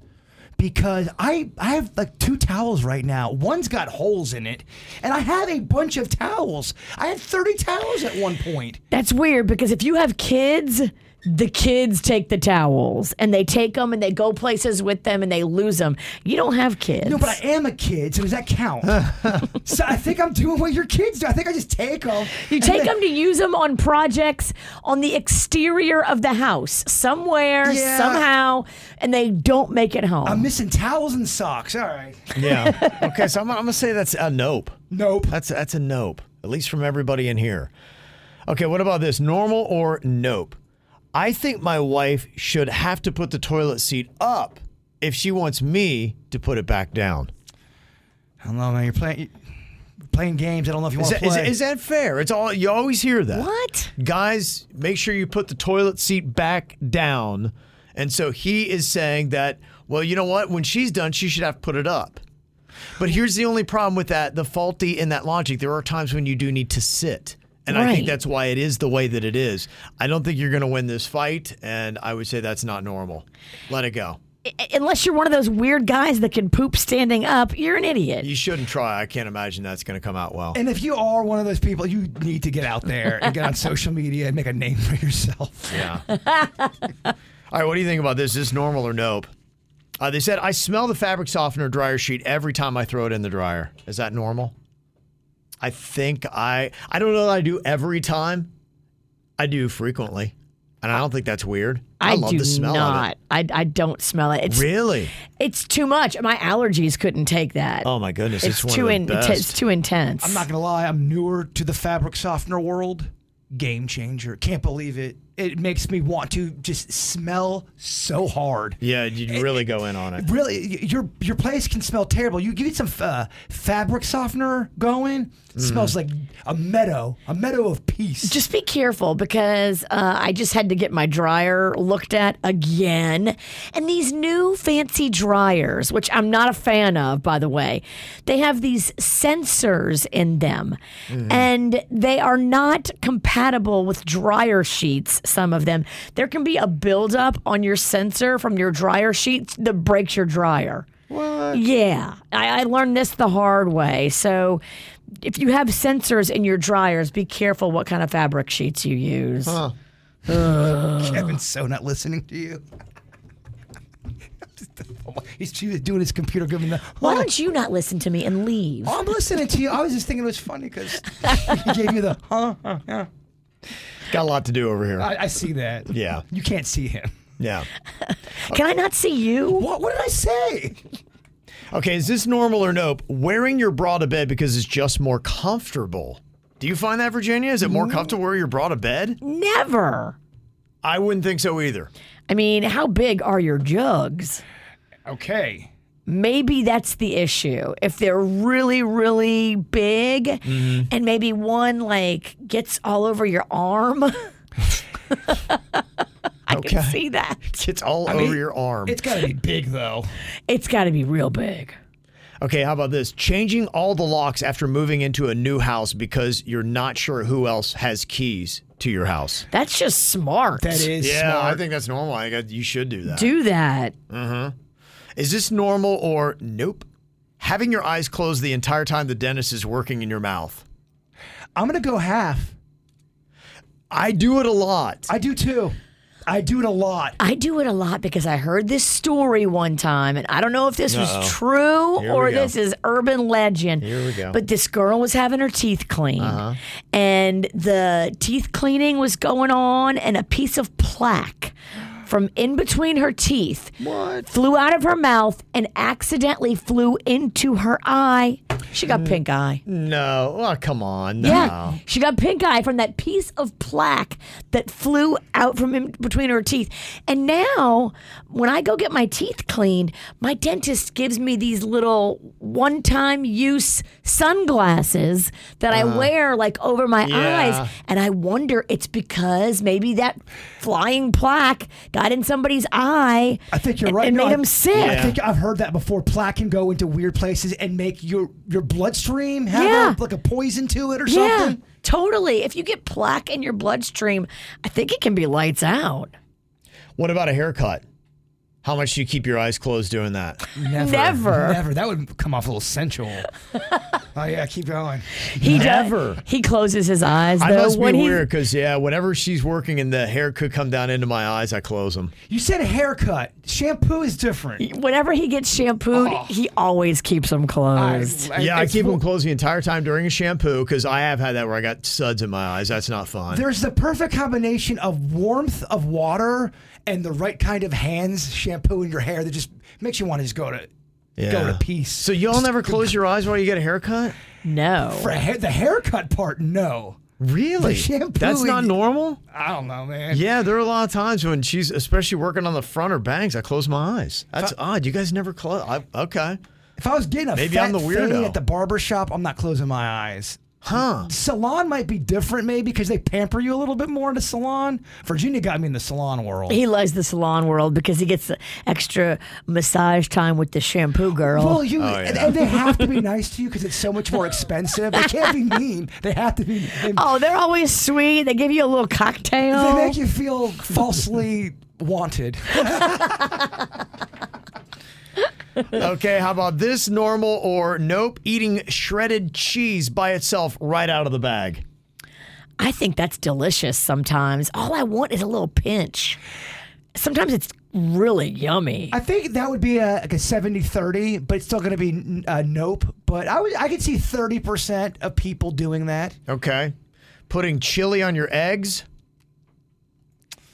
S5: because I I have like two towels right now. One's got holes in it, and I have a bunch of towels. I had thirty towels at one point.
S4: That's weird because if you have kids, the kids take the towels and they take them and they go places with them and they lose them. You don't have kids.
S5: No, but I am a kid, so does that count? so I think I'm doing what your kids do. I think I just take them.
S4: You take them to use them on projects on the exterior of the house, somewhere,
S5: Yeah.
S4: somehow, and they don't make it home.
S5: I'm missing towels and socks. All right.
S3: Yeah. Okay, so I'm, I'm gonna say that's a nope.
S5: Nope.
S3: That's that's a nope. At least from everybody in here. Okay, what about this? Normal or nope? I think my wife should have to put the toilet seat up if she wants me to put it back down.
S5: I don't know, man. You're playing playing games. I don't know if you
S3: Is
S5: want to
S3: that, is,
S5: play.
S3: is that fair? It's all you always hear that.
S4: What?
S3: Guys, make sure you put the toilet seat back down. And so he is saying that, well, you know what? When she's done, she should have to put it up. But here's the only problem with that, the faulty in that logic. There are times when you do need to sit. And I
S4: Right.
S3: think that's why it is the way that it is. I don't think you're going to win this fight, and I would say that's not normal. Let it go.
S4: I- Unless you're one of those weird guys that can poop standing up, you're an idiot.
S3: You shouldn't try. I can't imagine that's going to come out well.
S5: and if you are one of those people, you need to get out there and get on social media and make a name for yourself.
S3: Yeah. All right, what do you think about this? Is this normal or nope? Uh, they said, I smell the fabric softener dryer sheet every time I throw it in the dryer. Is that normal? I think I, I don't know that I do every time. I do frequently. And I don't think that's weird. I, love
S4: do
S3: the smell
S4: not.
S3: of
S4: I, I don't smell it.
S3: it.
S4: It's,
S3: Really?
S4: It's too much. My allergies couldn't take that.
S3: Oh my goodness. It's,
S4: It's,
S3: one
S4: too
S3: of the
S4: in,
S3: best.
S4: it's too intense.
S5: I'm not gonna lie, I'm newer to the fabric softener world. Game changer. Can't believe it. It makes me want to just smell so hard.
S3: yeah, you really go in on it.
S5: Really, y- your your place can smell terrible. You give it some uh, fabric softener going, it smells like a meadow, a meadow of peace.
S4: just be careful because uh, I just had to get my dryer looked at again. And these new fancy dryers, which I'm not a fan of, by the way, they have these sensors in them and they are not compatible with dryer sheets, some of them. There can be a buildup on your sensor from your dryer sheet that breaks your dryer. Yeah, I, I learned this the hard way. So, if you have sensors in your dryers, be careful what kind of fabric sheets you use.
S5: Huh.
S4: Uh.
S5: Kevin's so not listening to you. He's he's doing his computer giving the.
S4: Why don't you not listen to me and leave?
S5: Oh, I'm listening to you. I was just thinking it was funny because he gave you the huh, huh, huh.
S3: Got a lot to do over here.
S5: I, I see that.
S3: Yeah.
S5: You can't see him.
S3: Yeah.
S4: Can I not see you?
S5: What, what did I say?
S3: Okay, is this normal or nope? Wearing your bra to bed because it's just more comfortable. Do you find that, Virginia? Is it more comfortable to wear your bra to bed?
S4: Never.
S3: I wouldn't think so either.
S4: I mean, how big are your jugs?
S5: Okay.
S4: Maybe that's the issue. If they're really, really big,
S3: Mm-hmm.
S4: and maybe one like gets all over your arm, I can
S3: Okay.
S4: see that.
S3: It's all
S5: I
S3: over
S5: mean,
S3: your arm.
S5: It's got to be big, though.
S4: It's got to be real big.
S3: Okay, how about this? Changing all the locks after moving into a new house because you're not sure who else has keys to your house.
S4: That's just smart.
S3: yeah, I think that's normal. I think you should do that.
S4: Do that.
S3: Uh-huh. Is this normal or nope? Having your eyes closed the entire time the dentist is working in your mouth.
S5: I'm gonna go half.
S3: I do it a lot.
S5: I do too. I do it a lot.
S4: I do it a lot because I heard this story one time, and I don't know if this
S5: Uh-oh.
S4: was true
S5: Here we
S4: or
S5: go.
S4: this is urban legend.
S5: Here we go. Uh-huh.
S4: But this girl was having her teeth cleaned, and the teeth cleaning was going on, and a piece of plaque from in between her teeth flew out of her mouth and accidentally flew into her eye. She
S5: Hmm.
S4: got pink eye.
S3: No, oh, come on. No.
S4: Yeah, she got pink eye from that piece of plaque that flew out from in between her teeth. And now, when I go get my teeth cleaned, my dentist gives me these little one-time use sunglasses that I
S15: Uh-huh.
S4: wear like over my
S15: Yeah.
S4: eyes, and I wonder it's because maybe that flying plaque got in somebody's eye.
S5: I think you're
S4: and-
S5: right.
S4: And
S5: No,
S4: made
S5: I-
S4: him sick.
S5: I think I've heard that before. Plaque can go into weird places and make your your bloodstream have
S4: Yeah.
S5: a, like a poison to it or
S4: yeah,
S5: something.
S4: totally. If you get plaque in your bloodstream, I think it can be lights out.
S3: What about a haircut? How much do you keep your eyes closed doing that?
S5: Never,
S4: Never.
S5: never. That would come off a little sensual. oh yeah, keep going.
S4: He does. He closes his eyes though.
S3: I must
S4: when
S3: be
S4: he-
S3: weird because yeah, whenever she's working and the hair could come down into my eyes, I close them.
S5: You said a haircut. Shampoo is different. Oh.
S4: Whenever he gets shampooed, he always keeps them closed.
S3: yeah, I keep them closed the entire time during a shampoo because I have had that where I got suds in my eyes. That's not fun.
S5: There's the perfect combination of warmth of water and the right kind of hands shampoo in your hair that just makes you want to just go to go to peace.
S3: So y'all never close your eyes while you get a haircut?
S4: No.
S5: For a hair, the haircut part, no.
S3: Really?
S5: The shampoo.
S3: That's not normal?
S5: I don't know, man.
S3: Yeah, there are a lot of times when she's especially working on the front or bangs, I close my eyes. That's odd. You guys never close. I, okay.
S5: If I was getting a
S3: Maybe
S5: fat
S3: I'm the
S5: fade
S3: weirdo.
S5: at the barber shop, I'm not closing my eyes.
S3: Huh.
S5: Salon might be different, maybe, because they pamper you a little bit more in the salon. Virginia got me in the salon world.
S4: He loves the salon world because he gets the extra massage time with the shampoo girl.
S5: Well,
S3: Oh,
S5: you and, and they have to be nice to you because it's so much more expensive. They can't be mean. They have to be. They,
S4: Oh, they're always sweet. They give you a little cocktail.
S5: they make you feel falsely wanted.
S3: okay, how about this normal or nope? Eating shredded cheese by itself right out of the bag.
S4: I think that's delicious sometimes. All I want is a little pinch. Sometimes it's really yummy.
S5: I think that would be a, like a 70 30, but it's still going to be uh, nope. But I would, I could see 30% of people doing that.
S3: Okay. Putting chili on your eggs.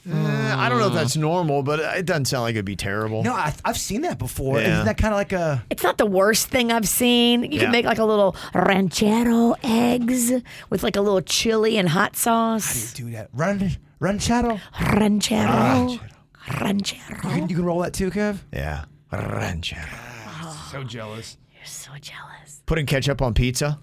S3: Eh, I don't know if that's normal, but it doesn't sound like it'd be terrible.
S5: No, I, I've seen that before.
S3: Yeah.
S5: Isn't that kind of like a.
S4: It's not the worst thing I've seen. You
S3: Yeah.
S4: can make like a little ranchero eggs with like a little chili and hot sauce.
S5: do that. Run, ranchero.
S4: Ranchero.
S5: Ranchero.
S4: Ranchero.
S5: You, can roll that too, Kev?
S3: Yeah. Ranchero. Ah,
S5: So jealous.
S4: You're so jealous.
S3: Putting ketchup on pizza.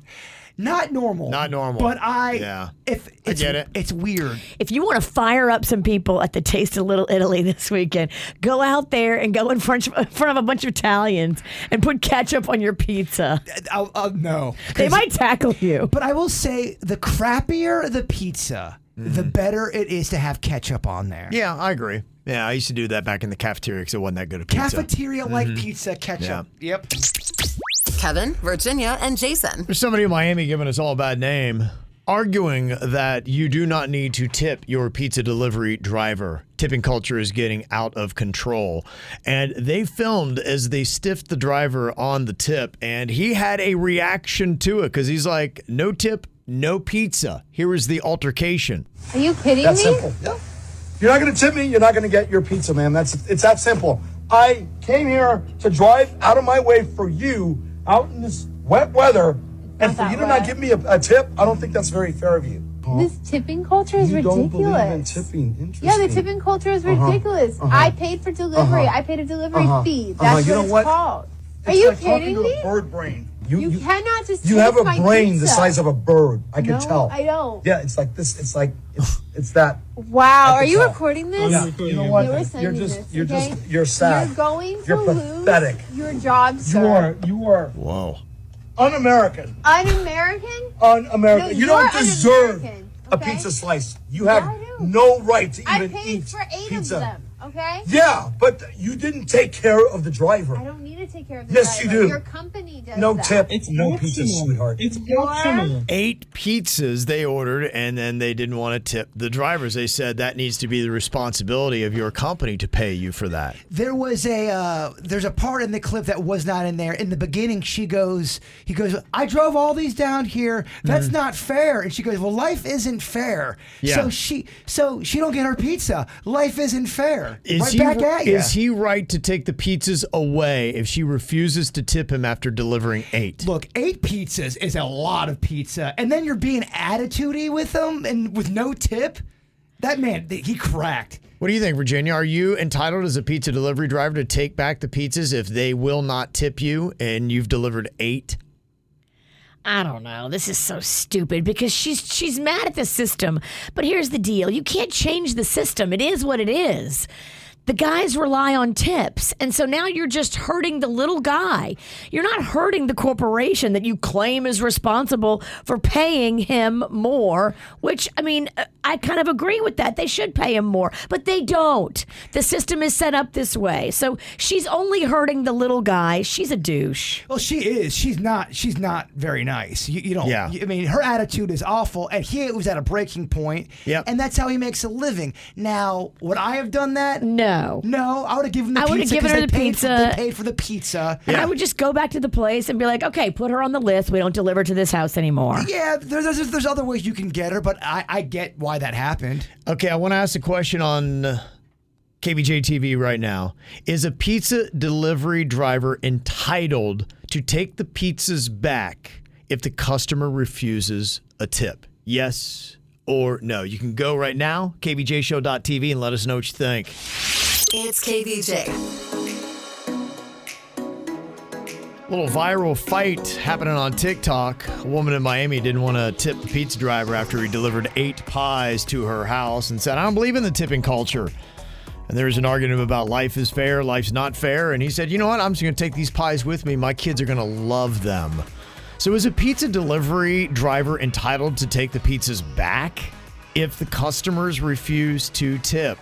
S5: Not normal.
S3: Not normal.
S5: But I.
S3: Yeah.
S5: If it's,
S3: I get it.
S5: It's weird.
S4: If you want to fire up some people at the Taste of Little Italy this weekend, go out there and go in front of, in front of a bunch of Italians and put ketchup on your pizza.
S5: I'll, I'll, no.
S4: They might tackle you.
S5: But I will say the crappier the pizza, the better it is to have ketchup on there.
S3: Yeah, I agree. Yeah, I used to do that back in the cafeteria because it wasn't that good of pizza.
S5: Cafeteria like
S3: Mhm.
S5: pizza ketchup. Yep.
S6: Kevin, Virginia, and Jason.
S3: There's somebody in Miami giving us all a bad name, arguing that you do not need to tip your pizza delivery driver. Tipping culture is getting out of control. And they filmed as they stiffed the driver on the tip, and he had a reaction to it because he's like, no tip, no pizza. Here is the altercation.
S16: Are you kidding
S17: That
S16: me?
S17: simple. Yeah. You're not going to tip me. You're not going to get your pizza, man. That's it's that simple. I came here to drive out of my way for you out in this wet weather, and for you to not give me a, a tip. I don't think that's very fair of you.
S16: This tipping culture is
S17: you don't
S16: ridiculous.
S17: believe in tipping. Interesting.
S16: yeah, the tipping culture is
S17: Uh-huh,
S16: ridiculous.
S17: uh-huh,
S16: I paid for delivery.
S17: uh-huh,
S16: I paid a delivery
S17: uh-huh,
S16: fee.
S17: uh-huh.
S16: That's
S17: You
S16: what
S17: know
S16: it's
S17: what?
S16: called. Are
S17: It's
S16: you
S17: like talking
S16: kidding
S17: to a
S16: me?
S17: bird brain. You, you,
S16: cannot just
S17: you
S16: take
S17: have a
S16: my
S17: brain the
S16: pizza.
S17: size of a bird. I can
S16: No,
S17: tell.
S16: I don't.
S17: Yeah, it's like this. It's like it's, it's that.
S16: Wow,
S17: I
S16: are
S17: can
S16: you
S17: tell.
S16: recording this?
S17: Yeah, you know what?
S16: You are sending
S17: You're just
S16: this,
S17: you're
S16: okay?
S17: just you're sad.
S16: You're going
S17: You're
S16: to
S17: pathetic.
S16: lose your job, sir.
S17: You are you are
S3: Whoa.
S17: un-American.
S16: Un-American?
S17: Un-American.
S16: No,
S17: you don't
S16: you're
S17: deserve
S16: un-American,
S17: a
S16: okay?
S17: pizza slice. You have no right to even eat
S16: For eight
S17: pizza.
S16: of them, okay?
S17: Yeah, but you didn't take care of the driver.
S16: I don't need to take care of the
S17: Yes, you
S16: driver.
S17: do.
S16: Your company does
S17: no
S16: that.
S17: tip. no pizza, sweetheart. It's
S3: Eight pizzas they ordered, and then they didn't want to tip the drivers. They said that needs to be the responsibility of your company to pay you for that.
S5: There was a uh, there's a part in the clip that was not in there. In the beginning, she goes, he goes, I drove all these down here. That's not fair. And she goes, Well, life isn't fair.
S3: Yeah.
S5: So she so she don't get her pizza. Life isn't fair.
S3: Is
S5: right
S3: he,
S5: back at you.
S3: Is he right to take the pizzas away if she refuses to tip him after delivering eight?
S5: Look, eight pizzas is a lot of pizza, and then you're being attitudey with them and with no tip. That man, th- he cracked.
S3: What do you think, Virginia? Are you entitled as a pizza delivery driver to take back the pizzas if they will not tip you and you've delivered eight?
S4: I don't know. This is so stupid because she's she's mad at the system. But here's the deal. You can't change the system. It is what it is. The guys rely on tips. And so now you're just hurting the little guy. You're not hurting the corporation that you claim is responsible for paying him more, which I mean, uh, I kind of agree with that. They should pay him more, but they don't. The system is set up this way. So she's only hurting the little guy. She's a douche.
S5: Well, she is. She's not. She's not very nice. You, you don't.
S4: Yeah.
S5: I mean, her attitude is awful, and he was at a breaking point. Yeah. And that's how he makes a living. Now, would I have done that?
S4: No.
S5: No, I would have given the
S4: I
S5: pizza.
S4: would've given
S5: 'cause
S4: her
S5: they
S4: the
S5: paid for- they
S4: pizza.
S5: paid for the pizza.
S4: And I would just go back to the place and be like, okay, put her on the list. We don't deliver to this house anymore.
S5: Yeah, there, there's there's other ways you can get her, but I, I get why that happened.
S3: Okay, I want to ask a question on uh, KBJ TV right now. Is a pizza delivery driver entitled to take the pizzas back if the customer refuses a tip? Yes or no? You can go right now, kbjshow.tv, and let us know what you think.
S6: It's KVJ.
S3: Little viral fight happening on TikTok. A woman in Miami didn't want to tip the pizza driver after he delivered eight pies to her house and said, I don't believe in the tipping culture. And there was an argument about life is fair, life's not fair. And he said, You know what? I'm just going to take these pies with me. My kids are going to love them. So is a pizza delivery driver entitled to take the pizzas back if the customers refuse to tip?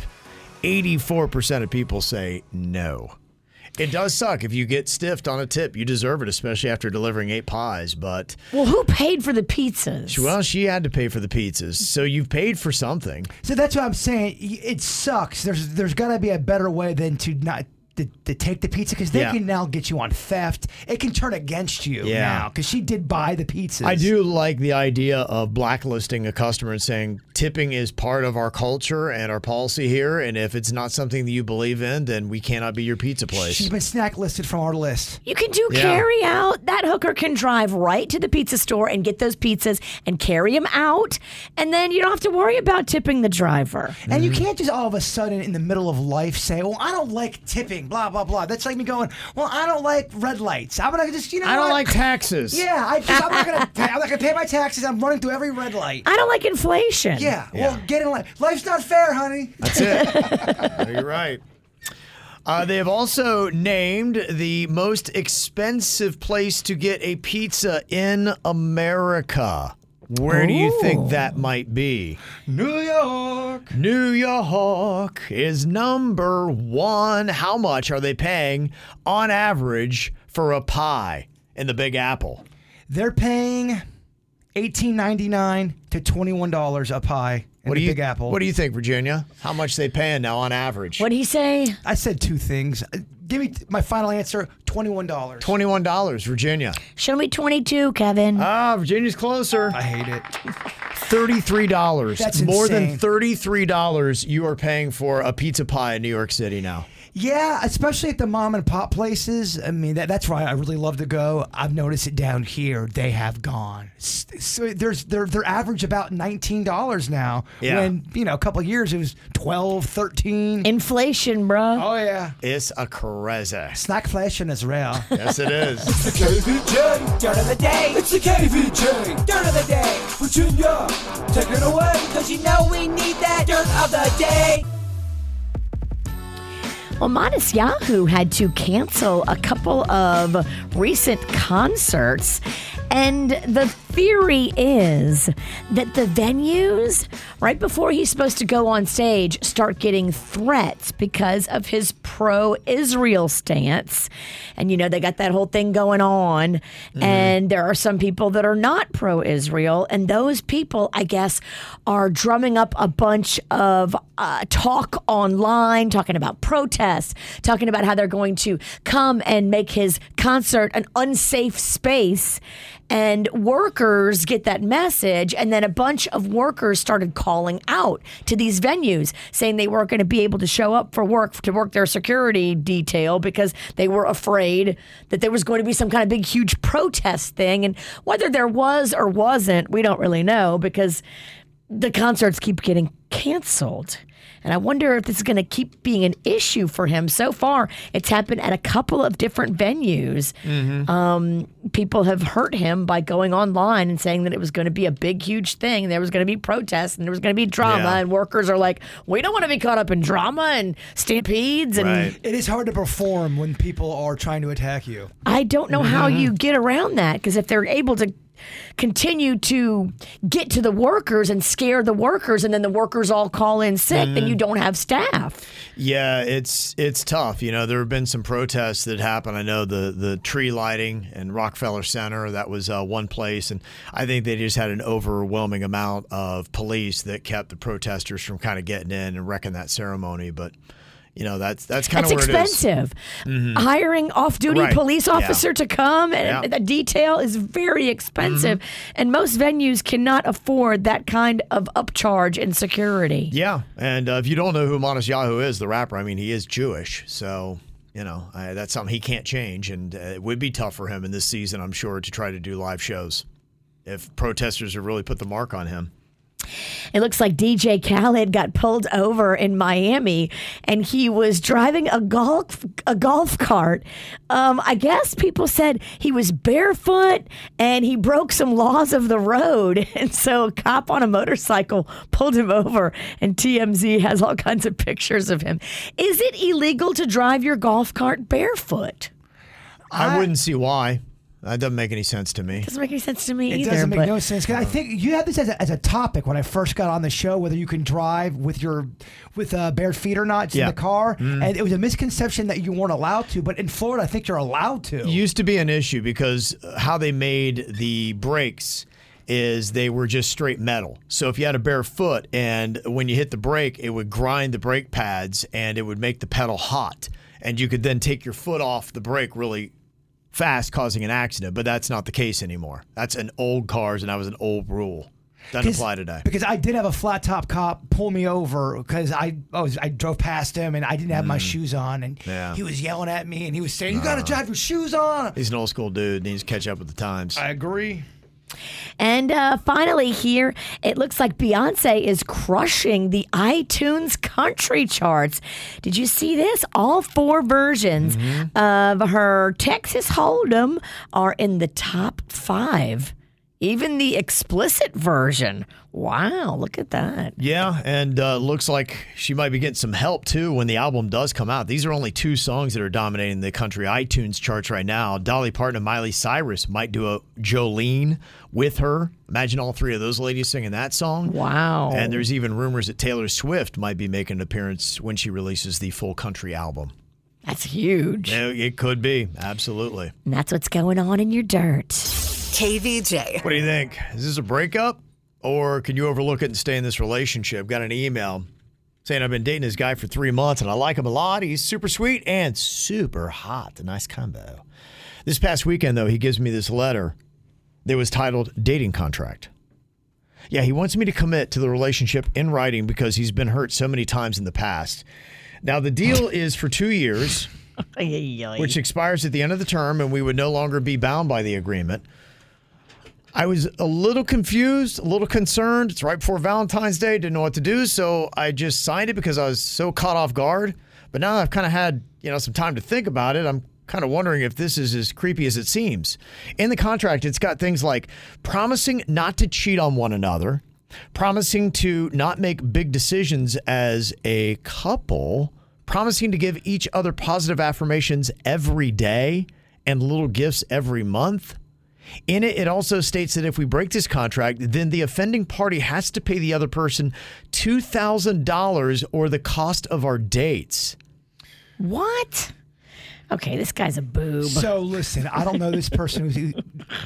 S3: 84% of people say no. It does suck if you get stiffed on a tip. You deserve it, especially after delivering eight pies. But
S4: Well, who paid for the pizzas?
S3: well, she had to pay for the pizzas, so you've paid for something.
S5: So that's what I'm saying. Y- It sucks. There's there's got to be a better way than to not to, to take the pizza because they
S3: Yeah.
S5: can now get you on theft. It can turn against you
S3: Yeah.
S5: now because she did buy the pizzas.
S3: I do like the idea of blacklisting a customer and saying tipping is part of our culture and our policy here. And if it's not something that you believe in, then we cannot be your pizza place.
S5: She's been snack listed from our list.
S4: You can do
S3: Yeah.
S4: carry out. That hooker can drive right to the pizza store and get those pizzas and carry them out. And then you don't have to worry about tipping the driver.
S5: And
S3: Mm-hmm.
S5: you can't just all of a sudden in the middle of life say, "Well, I don't like tipping," blah blah blah. That's like me going, "Well, I don't like red lights. I'm gonna just you know
S3: I don't
S5: what?
S3: like taxes.
S5: Yeah, I just, I'm not gonna pay, I'm not gonna pay my taxes. I'm running through every red light.
S4: I don't like inflation.
S5: Yeah, well, get in line. Life's not fair, honey.
S3: That's it. You're right. Uh, they have also named the most expensive place to get a pizza in America. Where do you think that might be?
S5: Oh. New York.
S3: New York is number one. How much are they paying on average for a pie in the Big Apple?
S5: They're paying eighteen ninety nine to twenty one dollars a pie in
S3: What
S5: the
S3: do you,
S5: Big Apple.
S3: What do you think, Virginia? How much they paying now on average?
S4: What'd he say?
S5: I said two things. Uh, Give me t- my final answer: twenty one dollars.
S3: Twenty one dollars, Virginia.
S4: Show me 22, Kevin.
S3: Ah, Virginia's closer.
S5: I hate it.
S3: Thirty-three dollars.
S5: That's
S3: more than
S5: insane.
S3: thirty-three dollars you are paying for a pizza pie in New York City now.
S5: Yeah, especially at the mom and pop places. I mean, that, that's why I really love to go. I've noticed it down here; they have gone. S- So there's they're they're average about nineteen dollars now.
S3: Yeah.
S5: When you know a couple of years it was 12, 13.
S4: Inflation, bro.
S5: Oh yeah.
S3: It's a crazy.
S5: Snack flashing is real.
S3: Yes, it is.
S5: It's the KVJ.
S1: Dirt of the day.
S5: It's the KVJ.
S1: Dirt of the day.
S5: Virginia,
S1: take it away. Cause you know we need that dirt of the day.
S4: Well, Modest Yahoo had to cancel a couple of recent concerts. And the theory is that the venues, right before he's supposed to go on stage, start getting threats because of his pro Israel stance. And, you know, they got that whole thing going on. And there are some people that are not pro Israel. And those people, I guess, are drumming up a bunch of uh, talk online, talking about protests, talking about how they're going to come and make his concert an unsafe space. And workers get that message. And then a bunch of workers started calling out to these venues saying they weren't going to be able to show up for work to work their security detail because they were afraid that there was going to be some kind of big, huge protest thing. And whether there was or wasn't, we don't really know because the concerts keep getting canceled. And I wonder if this is going to keep being an issue for him. So far, it's happened at a couple of different venues. Um, people have hurt him by going online and saying that it was going to be a big, huge thing. There was going to be protests and there was going to be drama.
S5: Yeah.
S4: And workers are like, we don't want to be caught up in drama and stampedes. And
S5: It is hard to perform when people are trying to attack you.
S4: I don't know how
S3: Mm-hmm.
S4: you get around that because if they're able to continue to get to the workers and scare the workers, and then the workers all call in sick, then
S3: Mm-hmm.
S4: you don't have staff.
S3: Yeah, it's it's tough. You know, there have been some protests that happened. I know the the tree lighting and Rockefeller Center that was uh, one place, and I think they just had an overwhelming amount of police that kept the protesters from kind of getting in and wrecking that ceremony. But you know, that's that's kind of
S4: That's
S3: where
S4: expensive.
S3: It is. Mhm.
S4: Hiring off-duty
S3: Right.
S4: police
S3: Yeah.
S4: officer to come and
S3: Yeah. Mm-hmm.
S4: the detail is very expensive, and most venues cannot afford that kind of upcharge in security.
S3: Yeah, and uh, if you don't know who Manas Yahoo is, the rapper, I mean, he is Jewish, so you know I, that's something he can't change, and uh, it would be tough for him in this season, I'm sure, to try to do live shows if protesters have really put the mark on him.
S4: It looks like DJ Khaled got pulled over in Miami, and he was driving a golf a golf cart. Um, I guess people said he was barefoot and he broke some laws of the road, and so a cop on a motorcycle pulled him over. And TMZ has all kinds of pictures of him. Is it illegal to drive your golf cart barefoot?
S3: I, wouldn't see why. That doesn't make any sense to me.
S4: Doesn't make any sense to me
S5: It
S4: either.
S5: doesn't make
S4: but-
S5: no sense. 'Cause I think you had this as a, as a topic when I first got on the show whether you can drive with your with uh, bare feet or not just
S3: Yeah.
S5: in the car,
S3: Mm.
S5: and it was a misconception that you weren't allowed to. But in Florida, I think you're allowed to.
S3: Used to be an issue because how they made the brakes is they were just straight metal. So if you had a bare foot and when you hit the brake, it would grind the brake pads and it would make the pedal hot. And you could then take your foot off the brake really fast, causing an accident. But that's not the case anymore. That's an old cars and that was an old rule. Doesn't
S5: 'Cause-
S3: apply today.
S5: Because I did have a flat top cop pull me over because I I, was, I drove past him and I didn't have my
S3: Mm.
S5: shoes on and
S3: Yeah.
S5: he was yelling at me and he was saying you gotta
S3: Nah.
S5: drive your shoes on.
S3: He's an old school dude. Needs to catch up with the times. I
S5: agree.
S4: And uh, finally, here it looks like Beyonce is crushing the iTunes country charts. Did you see this? All four versions
S5: Mm-hmm.
S4: of her Texas Hold'em are in the top five, even the explicit version. Wow, look at that.
S3: Yeah, and uh, looks like she might be getting some help too when the album does come out. These are only two songs that are dominating the country iTunes charts right now. Dolly Parton and Miley Cyrus might do a Jolene with her. Imagine all three of those ladies singing that song.
S4: Wow.
S3: And there's even rumors that Taylor Swift might be making an appearance when she releases the full country album.
S4: That's huge.
S3: Yeah, It could be, absolutely.
S4: And that's what's going on in your dirt.
S6: KVJ.
S3: What do you think? Is this a breakup or can you overlook it and stay in this relationship? Got an email saying I've been dating this guy for three months and I like him a lot. He's super sweet and super hot. A nice combo. This past weekend, though, he gives me this letter that was titled Dating Contract. Yeah, he wants me to commit to the relationship in writing because he's been hurt so many times in the past. Now, the deal is for two years, which expires at the end of the term, and we would no longer be bound by the agreement. I was a little confused, a little concerned. It's right before Valentine's Day, didn't know what to do, so I just signed it because I was so caught off guard. But now that I've kind of had, you know, some time to think about it, I'm kind of wondering if this is as creepy as it seems. In the contract, it's got things like promising not to cheat on one another, promising to not make big decisions as a couple, promising to give each other positive affirmations every day and little gifts every month. In it, it also states that if we break this contract, then the offending party has to pay the other person $2,000 or the cost of our dates.
S4: What? Okay, this guy's a boob.
S5: So listen, I don't know this person who's e-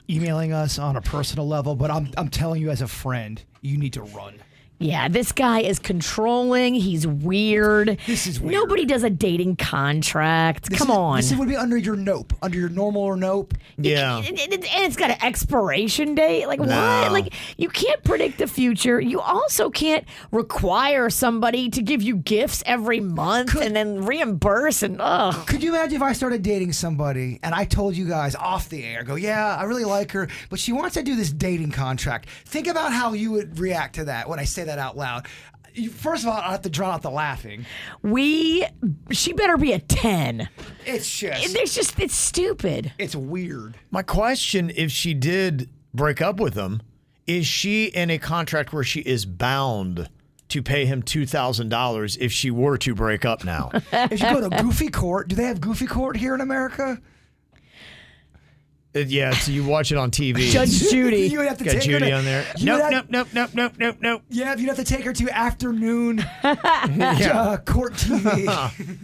S5: emailing us on a personal level, but I'm I'm telling you as a friend, you need to run.
S4: Yeah, this guy is controlling. He's weird. This is weird. Nobody does a dating contract.
S5: This
S4: Come
S5: is-
S4: on.
S5: This would be under your nope, under your normal or nope.
S3: Yeah.
S4: and, and- and it's got an expiration date. Like
S5: Oh. No.
S4: what? Like you can't predict the future. You also can't require somebody to give you gifts every month and then reimburse and ugh.
S5: Could you imagine if I started dating somebody and I told you guys off the air, go, yeah, I really like her, but she wants to do this dating contract? Think about how you would react to that when I say that out loud. You, first of all, I have to draw out the laughing.
S4: We, she better be a 10.
S5: It's just.
S4: There's just, it's stupid.
S5: It's weird.
S3: My question if she did break up with him, is she in a contract where she is bound to pay him $2,000 if she were to break up now? Uh,
S5: if you go to Goofy Court, do they have Goofy Court here in America?
S3: Uh, yeah, so you watch it on TV.
S5: Judge Judy. You would have to
S3: Got
S5: take her
S3: Judy
S5: to-
S3: on there.
S5: you
S3: Nope,
S5: would have-
S3: nope, nope, nope, nope, nope, nope.
S5: Yeah, if you'd have to take her to afternoon
S3: Yeah.
S5: uh, court TV.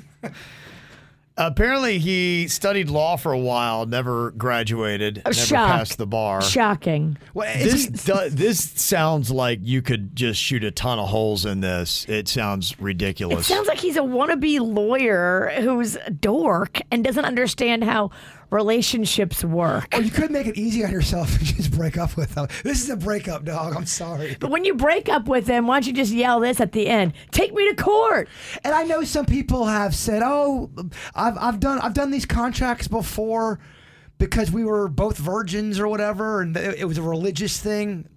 S3: Apparently, he studied law for a while, never graduated, never
S4: shocked.
S3: passed the bar.
S4: Oh, Shocking.
S3: This do, this sounds like you could just shoot a ton of holes in this. It sounds
S4: It
S3: ridiculous.
S4: sounds like he's a wannabe lawyer who's a dork and doesn't understand how relationships work.
S5: or you could make it easy on yourself and just break up with them. This is a breakup, dog. I'm sorry.
S4: But when you break up with him, why don't you just yell this at the end? Take me to court.
S5: And I know some people have said, "Oh, I've I've done I've done these contracts before because we were both virgins or whatever, and it, it was a religious thing."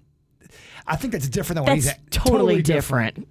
S5: I think that's different than what he's
S4: That's totally different.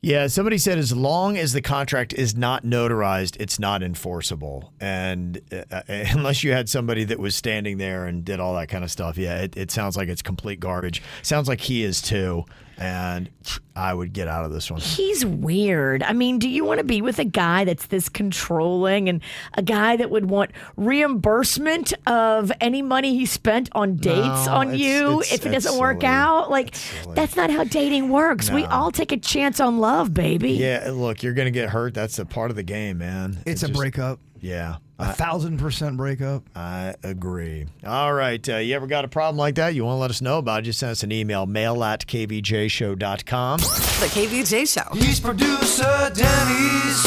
S3: yeah, somebody said as long as the contract is not notarized, it's not enforceable. And uh, uh, unless you had somebody that was standing there and did all that kind of stuff, yeah, it, it sounds like it's complete garbage. Sounds like he is too. And I would get out of this one.
S4: He's weird. I mean, do you want to be with a guy that's this controlling and a guy that would want reimbursement of any money he spent on dates
S3: No,
S4: on
S3: it's-
S4: you
S3: it's-
S4: if it
S3: it's
S4: doesn't work
S3: silly.
S4: out? Like, that's not how dating works. We
S3: No.
S4: all take a chance on love, baby.
S3: Yeah, look, you're gonna get hurt. That's a part of the game, man.
S5: It's a breakup.
S3: Yeah,
S5: A thousand percent breakup.
S3: I agree. All right. Uh, you ever got a problem like that? You want to let us know about it? Just send us an email mail at kvjshow.com.
S6: The KVJ Show.
S1: He's producer Denny's,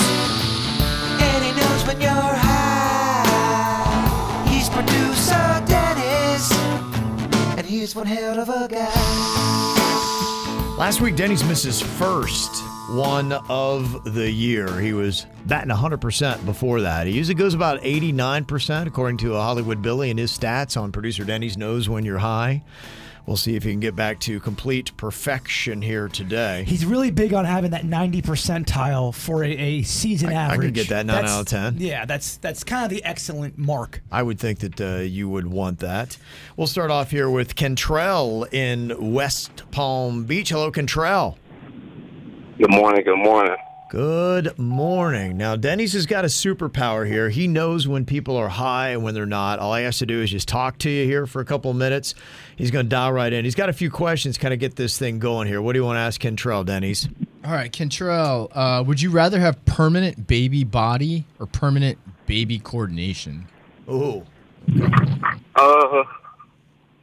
S1: and he knows when you're high. He's producer Denny's, and he's one hell of a guy.
S3: Last week, Denny's missed his first one of the year. He was batting 100% before that. He usually goes about 89%, according to a Hollywood Billy and his stats on producer Denny's Knows When You're High. We'll see if he can get back to complete perfection here today.
S5: He's really big on having that 90 percentile for a, a season
S3: I could
S5: average.
S3: get that nine
S5: That's-
S3: out of 10.
S5: Yeah, that's that's kind of the excellent mark.
S3: I would think that uh, you would want that. We'll start off here with Cantrell in West Palm Beach. Hello, Cantrell.
S15: Good morning. Good morning.
S3: Good morning. Now, Denny's has got a superpower here. He knows when people are high and when they're not. All he has to do is just talk to you here for a couple of minutes. He's going to dial right in. He's got a few questions, kind of get this thing going here. What do you want to ask Cantrell, Denny's?
S7: All right, Cantrell, uh, would you rather have permanent baby body or permanent baby coordination?
S3: Oh.
S15: Uh,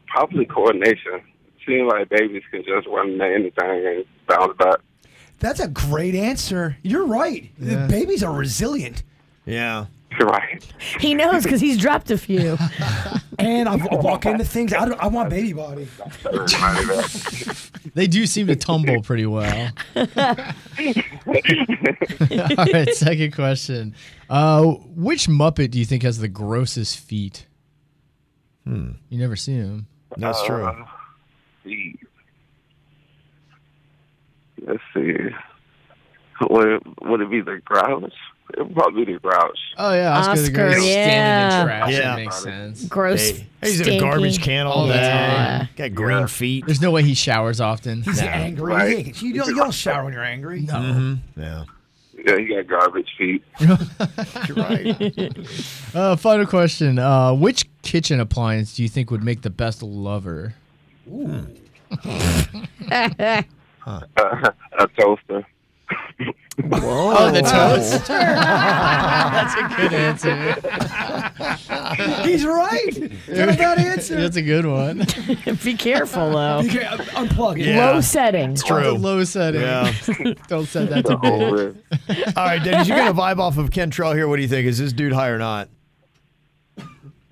S15: probably coordination. Seems like babies can just run into anything and bounce back.
S5: That's a great answer. You're right. The babies are resilient.
S3: Yeah.
S15: Right.
S4: He knows because he's dropped a few.
S5: and I walk into things. I, don't, I want baby body.
S15: Everybody that.
S7: They do seem to tumble pretty well. All right, second question. Uh, which Muppet do you think has the grossest feet? Hmm. You never see him.
S15: Uh, geez. Let's see. Would, would it be the Grouch? It would probably be the Grouch.
S7: Oh yeah, Oscar, the
S4: Oscar,
S7: Grouch.
S4: yeah.
S7: Standing in trash.
S4: Yeah.
S7: That makes sense.
S4: Gross, Hey,
S3: he's in a garbage can all the time. Got green feet.
S7: There's no way he showers often.
S5: He's angry. You, don't, you don't shower when you're angry. No.
S3: Mm-hmm. Yeah.
S15: Yeah, he got garbage feet.
S7: You're
S15: right.
S7: Uh, final question. Uh, which kitchen appliance do you think would make the best lover?
S15: Uh, a toaster.
S7: Whoa. Oh, the toast. That's a good answer.
S5: He's right. Got a bad answer.
S7: That's a good one.
S4: Be careful, though.
S5: You can't- unplug it.
S3: Yeah.
S4: Low setting.
S3: It's true.
S7: Low setting.
S3: Yeah.
S7: Don't send that to
S3: All
S7: me.
S3: right, Dennis, you got a vibe off of Kentrell here. What do you think? Is this dude high or not?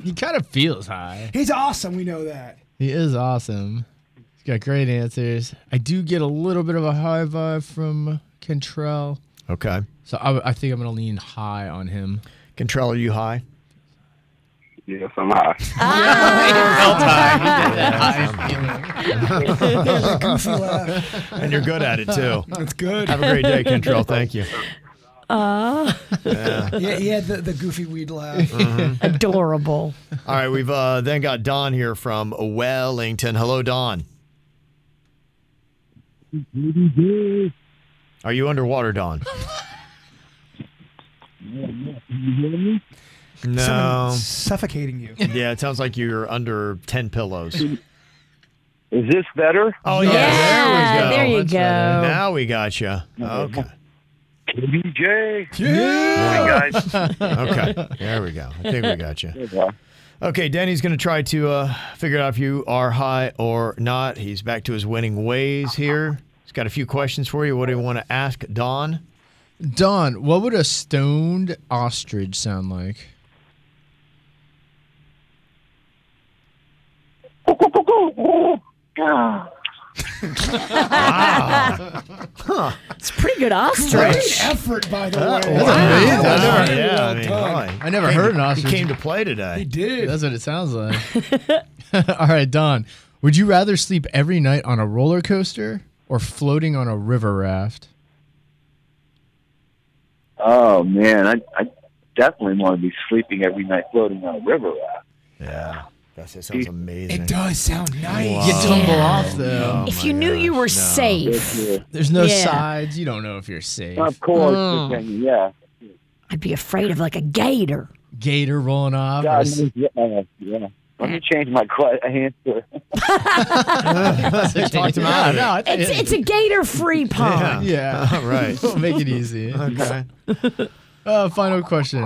S7: He kind of feels high.
S5: He's awesome. We know that.
S7: He is awesome. He's got great answers. I do get a little bit of a high vibe from Cantrell.
S3: Okay.
S7: So I, I think I'm going to lean high on him.
S3: Cantrell, are you high?
S15: Yes, I'm high.
S4: Ah.
S3: and you're good at it, too.
S5: That's good.
S3: Have a great day, Kentrell. Thank you.
S4: Aw.
S3: Yeah.
S5: Yeah, yeah the, the goofy weed laugh.
S3: Mhm.
S4: Adorable.
S3: All right, we've uh, then got Don here from Wellington. Hello, Don. Are you underwater, Don? No.
S5: Someone suffocating you.
S3: Yeah, it sounds like you're under 10 pillows.
S14: Is this better?
S3: Oh,
S14: yeah.
S4: Yeah, there you go.
S3: Now we got you. Okay.
S14: DJ.
S3: Yeah.
S14: Hi, guys.
S3: okay. There we go. I think we got you. Okay, Danny's going to try to uh, figure out if you are high or not. He's back to his winning ways here. He's got a few questions for you. What do you want to ask Don?
S7: Don, what would a stoned ostrich sound like?
S4: Huh. It's a pretty good ostrich.
S5: Great effort, by the
S4: Uh,
S5: way.
S4: wow.
S7: Amazing.
S3: I never- yeah, I mean,
S7: done.
S3: boy.
S7: I never
S3: Came
S7: heard
S3: to-
S7: an ostrich.
S3: He came to play today.
S5: He did.
S7: That's what it sounds like. All right, Don. Would you rather sleep every night on a roller coaster or floating on a river raft?
S14: Oh man, I, I definitely want to be sleeping every night floating on a river raft.
S3: Yeah. That sounds amazing.
S5: It does sound nice.
S7: You tumble
S4: Yeah.
S7: off though.
S4: if you knew you were safe,
S7: There's no
S4: Yeah.
S7: sides. You don't know if you're safe. Oh.
S14: Of course,
S4: Mm.
S14: Virginia, yeah.
S4: I'd be afraid of like a gator.
S7: Gator rolling off.
S14: God,
S7: or-
S14: yeah, yeah, yeah. Let me change my que- answer.
S7: Talked him out of it. No, I think
S4: It's, it's a gator free pond.
S7: Yeah.
S3: All right.
S7: We'll make it easy.
S3: Okay.
S7: Uh, final question.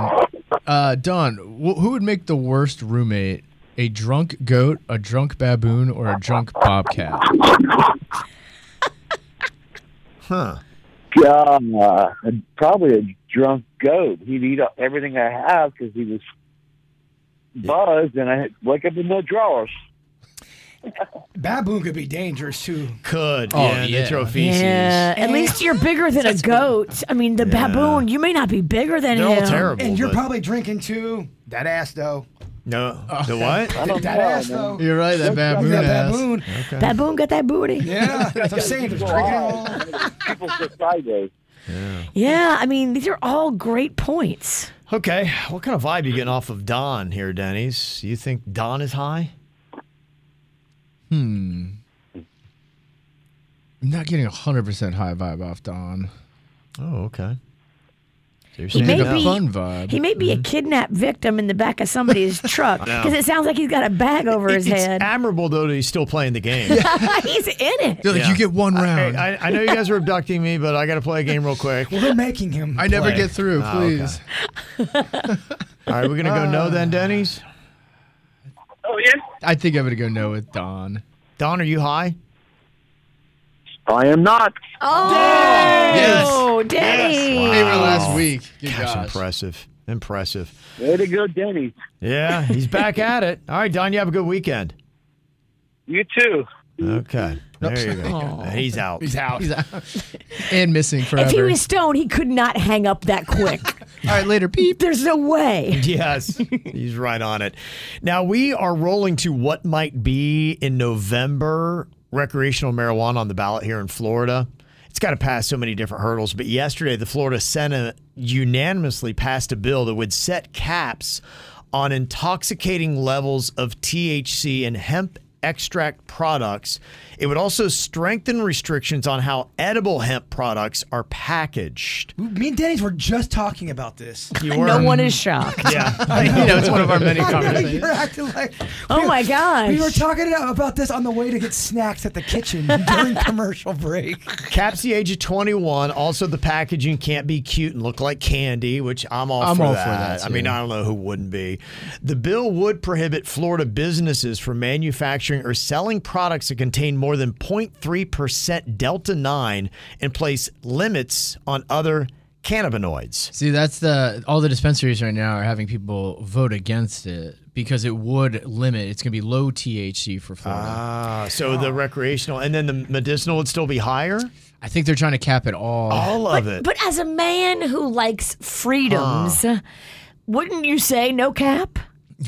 S7: Uh, Don, wh- who would make the worst roommate? A drunk goat, a drunk baboon, or a drunk bobcat?
S3: Huh.
S14: Um, uh, probably a drunk goat. He'd eat up everything I have because he was buzzed, and I wake up with no drawers.
S5: Baboon could be dangerous too.
S3: Could.
S7: Oh,
S3: yeah,
S7: yeah.
S3: They throw feces.
S4: Yeah, Eh, at least you're bigger than a goat. I mean, the baboon, you may not be bigger than
S3: They're all
S4: him.
S3: terrible.
S5: And you're
S3: but-
S5: probably drinking too. That ass though.
S3: No. The what?
S5: That ass though.
S7: You're right, that baboon
S5: That
S7: ass.
S5: baboon.
S3: Okay.
S4: Baboon got that booty.
S5: Yeah, that's what I'm saying. Just drinking it all.
S14: People say sideways.
S4: Yeah, I mean, these are all great points.
S3: Okay. What kind of vibe you getting off of Don here, Denny's? You think Don is high?
S7: Hmm. I'm not getting a 100% high vibe off Don.
S3: Oh, okay. So you're
S4: He
S3: saying
S4: may
S3: no.
S4: be
S7: fun vibe. Mm-hmm.
S4: He may be a kidnapped victim in the back of somebody's truck
S3: No.
S4: because it sounds like he's got a bag over his
S3: it's
S4: head.
S3: admirable though that he's still playing the game.
S4: he's in it.
S7: They're like,
S3: Yeah.
S7: you get one
S3: Hey,
S7: round. I,
S3: I, I know you guys are abducting me, but I got to play a game real quick.
S5: Well, they're making him.
S7: never
S3: play.
S7: get through,
S3: Oh, okay.
S7: please.
S3: All right, we're gonna go no then, Denny's.
S12: Oh, yeah?
S7: I think I'm going to go no with Don.
S3: Don, are you high?
S14: I am not.
S4: Oh,
S7: Yes.
S4: Denny.
S7: Favorite last week. Good
S3: Gosh,
S7: gosh.
S3: impressive. Impressive.
S14: Way to go, Denny.
S3: Yeah, he's back at it. All right, Don, you have a good weekend.
S15: You too.
S3: Okay. There you go. He's out. He's out.
S7: He's out. and missing forever.
S4: If he was stoned, he could not hang up that quick.
S7: All right, later, Pete.
S4: There's no way.
S3: Yes, he's right on it. Now we are rolling to what might be in November recreational marijuana on the ballot here in Florida. It's got to pass so many different hurdles. But yesterday, the Florida Senate unanimously passed a bill that would set caps on intoxicating levels of THC in hemp extract products. It would also strengthen restrictions on how edible hemp products are packaged.
S5: Me and Denny's were just talking about this.
S3: You were. No one is
S4: shocked.
S3: Yeah. You know, it's one of our many
S5: I know,
S3: conversations.
S5: You're acting like.
S4: Oh
S5: we-
S4: my gosh.
S5: We were talking about this on the way to get snacks at the kitchen during commercial break.
S3: Caps the age of 21. Also, the packaging can't be cute and look like candy, which I'm all,
S7: I'm
S3: for,
S7: all for
S3: that.
S7: that,
S3: I mean,
S7: too.
S3: I don't know who wouldn't be. The bill would prohibit Florida businesses from manufacturing or selling products that contain more than 0.3% Delta 9 and place limits on other cannabinoids.
S7: See, that's the all the dispensaries right now are having people vote against it because it would limit. It's going to be low THC for Florida.
S3: Ah, so the recreational and then the medicinal would still be higher?
S7: I Oh. think they're trying to cap it all.
S3: All of it.
S4: But as a man who likes freedoms, wouldn't you say no cap?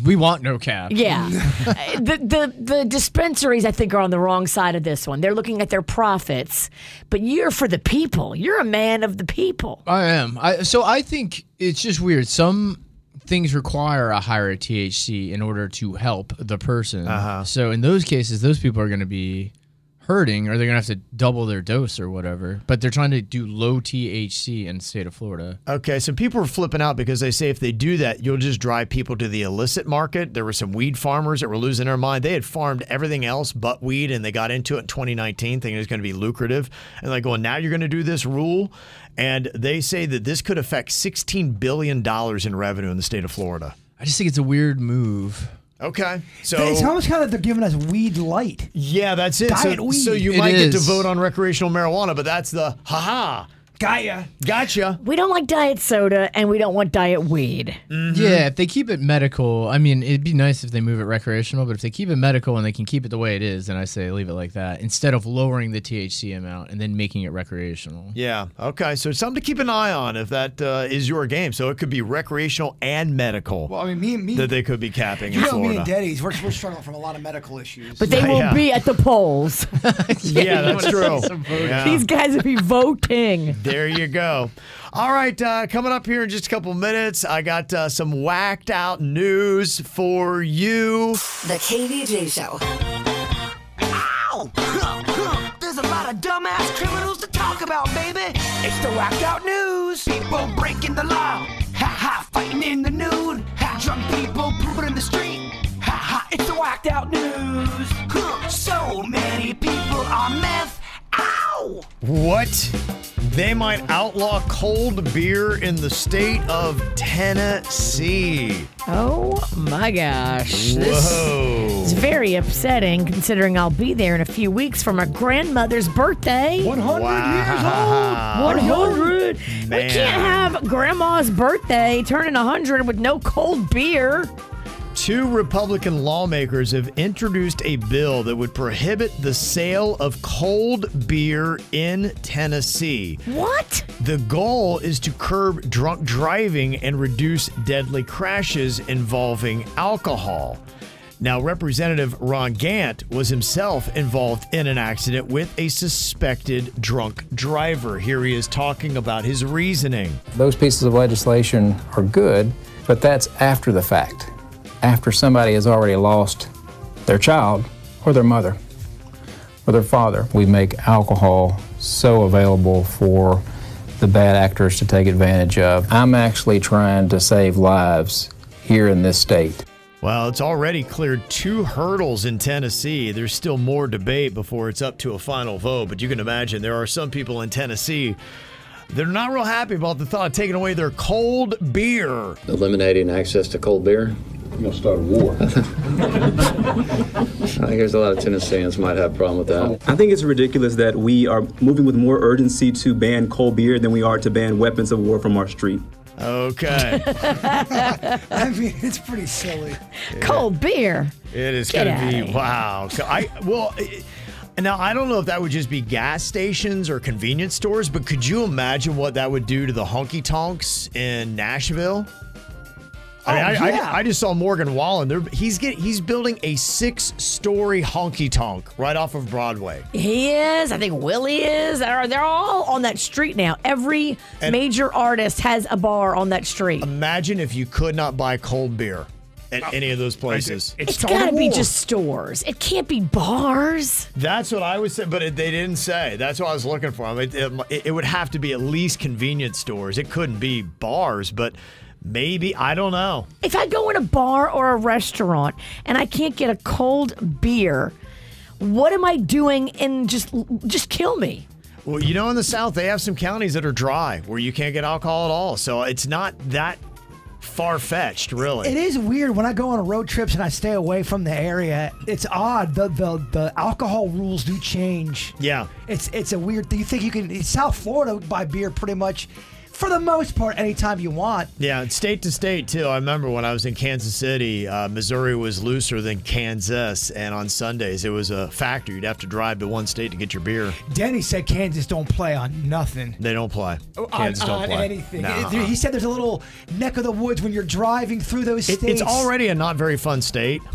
S7: we want no cap.
S4: Yeah. Uh, the, the the dispensaries I think are on the wrong side of this one. They're looking at their profits, but you're for the people. You're a man of the people.
S7: I am. I so I think it's just weird. Some things require a higher THC in order to help the person.
S3: Uh-huh.
S7: So in those cases, those people are going to be hurting, or they're going to have to double their dose or whatever. But they're trying to do low THC in the state of Florida.
S3: Okay, so people are flipping out because they say if they do that, you'll just drive people to the illicit market. There were some weed farmers that were losing their mind. They had farmed everything else but weed, and they got into it in 2019 thinking it was going to be lucrative. And they're going, now you're going to do this rule. And they say that this could affect $16 billion in revenue in the state of Florida.
S7: I just think it's a weird move.
S3: Okay. So
S5: it's almost kind of like they're giving us weed light.
S3: Yeah, that's it.
S5: Diet
S3: so,
S5: weed.
S3: so you
S7: It
S3: might get to
S7: is.
S3: vote on recreational marijuana, but that's the haha.
S5: Gaia.
S3: Gotcha.
S4: We don't like diet soda and we don't want diet weed.
S3: Mm-hmm.
S7: Yeah, if they keep it medical, I mean, it'd be nice if they move it recreational, but if they keep it medical and they can keep it the way it is, then I say leave it like that instead of lowering the THC amount and then making it recreational.
S3: Yeah. Okay. So it's something to keep an eye on if that uh, is your game. So it could be recreational and medical. Well,
S5: I mean, me and me.
S3: that they could be capping
S5: You
S3: in
S5: know,
S3: Florida.
S5: me and Denny's, we're, we're struggling from a lot of medical issues.
S4: But they will
S3: Yeah.
S4: be at the polls.
S3: yeah, that's true. Yeah.
S4: These guys will be voting.
S3: There you go. All right, uh, coming up here in just a couple minutes, I got uh, some whacked out news for you.
S6: The KVJ Show.
S1: Ow! Huh, huh. There's a lot of dumbass criminals to talk about, baby. It's the whacked out news. People breaking the law. Ha ha, fighting in the nude. Ha, drunk people pooping in the street. Ha ha, it's the whacked out news. Huh, So many people are meth. Ow!
S3: What? They might outlaw cold beer in the state of Tennessee.
S4: Oh my gosh. This
S3: Whoa.
S4: is very upsetting considering I'll be there in a few weeks for my grandmother's birthday.
S5: 100
S3: Wow.
S5: years old.
S4: 100. We
S3: Man.
S4: can't have grandma's birthday turning 100 with no cold beer.
S3: Two Republican lawmakers have introduced a bill that would prohibit the sale of cold beer in Tennessee.
S4: What?
S3: The goal is to curb drunk driving and reduce deadly crashes involving alcohol. Now, Representative Ron Gant was himself involved in an accident with a suspected drunk driver. Here he is talking about his reasoning.
S18: Those pieces of legislation are good, but that's after the fact, after somebody has already lost their child or their mother or their father. We make alcohol so available for the bad actors to take advantage of. I'm actually trying to save lives here in this state.
S3: Well, it's already cleared two hurdles in Tennessee. There's still more debate before it's up to a final vote, but you can imagine there are some people in Tennessee they're not real happy about the thought of taking away their cold beer.
S19: Eliminating access to cold beer? You're gonna start a war. I think there's a lot of Tennesseans might have a problem with that.
S20: I think it's ridiculous that we are moving with more urgency to ban cold beer than we are to ban weapons of war from our street.
S3: Okay.
S5: I mean, it's pretty silly.
S4: Cold beer.
S3: It is
S4: Get
S3: going
S4: outta
S3: to be
S4: here.
S3: wow. So I well i- now I don't know if that would just be gas stations or convenience stores, but could you imagine what that would do to the honky tonks in Nashville? I, mean,
S5: Oh,
S3: I,
S5: yeah.
S3: I, I just saw Morgan Wallen. There, he's get, he's building a six-story honky tonk right off of Broadway.
S4: He is. I think Willie is. They're, they're all on that street now. Every
S3: And-
S4: major artist has a bar on that street.
S3: Imagine if you could not buy cold beer at any of those places.
S4: it's gotta be just stores. It can't be bars.
S3: That's what I was saying, but it, they didn't say. That's what I was looking for. I mean, it, it, it would have to be at least convenience stores. It couldn't be bars, but maybe I don't know.
S4: If I go in a bar or a restaurant and I can't get a cold beer, what am I doing? And just just kill me.
S3: Well, you know, in the South, they have some counties that are dry where you can't get alcohol at all. So it's not that far fetched, really.
S5: It is weird when I go on road trips and I stay away from the area. It's odd. The the, the alcohol rules do change.
S3: Yeah.
S5: It's it's a weird thing. You think you can South Florida buy beer pretty much for the most part anytime you want.
S3: Yeah, and state to state too. I remember when I was in Kansas City, uh, Missouri was looser than Kansas, and on Sundays it was a factor. You'd have to drive to one state to get your beer.
S5: Denny said Kansas don't play on nothing.
S3: They don't play.
S5: Oh, On-
S3: Oh, Kansas
S5: on,
S3: don't play
S5: anything.
S3: Nah.
S5: He said there's a little neck of the woods when you're driving through those
S3: It-
S5: states.
S3: it's already a not very fun state.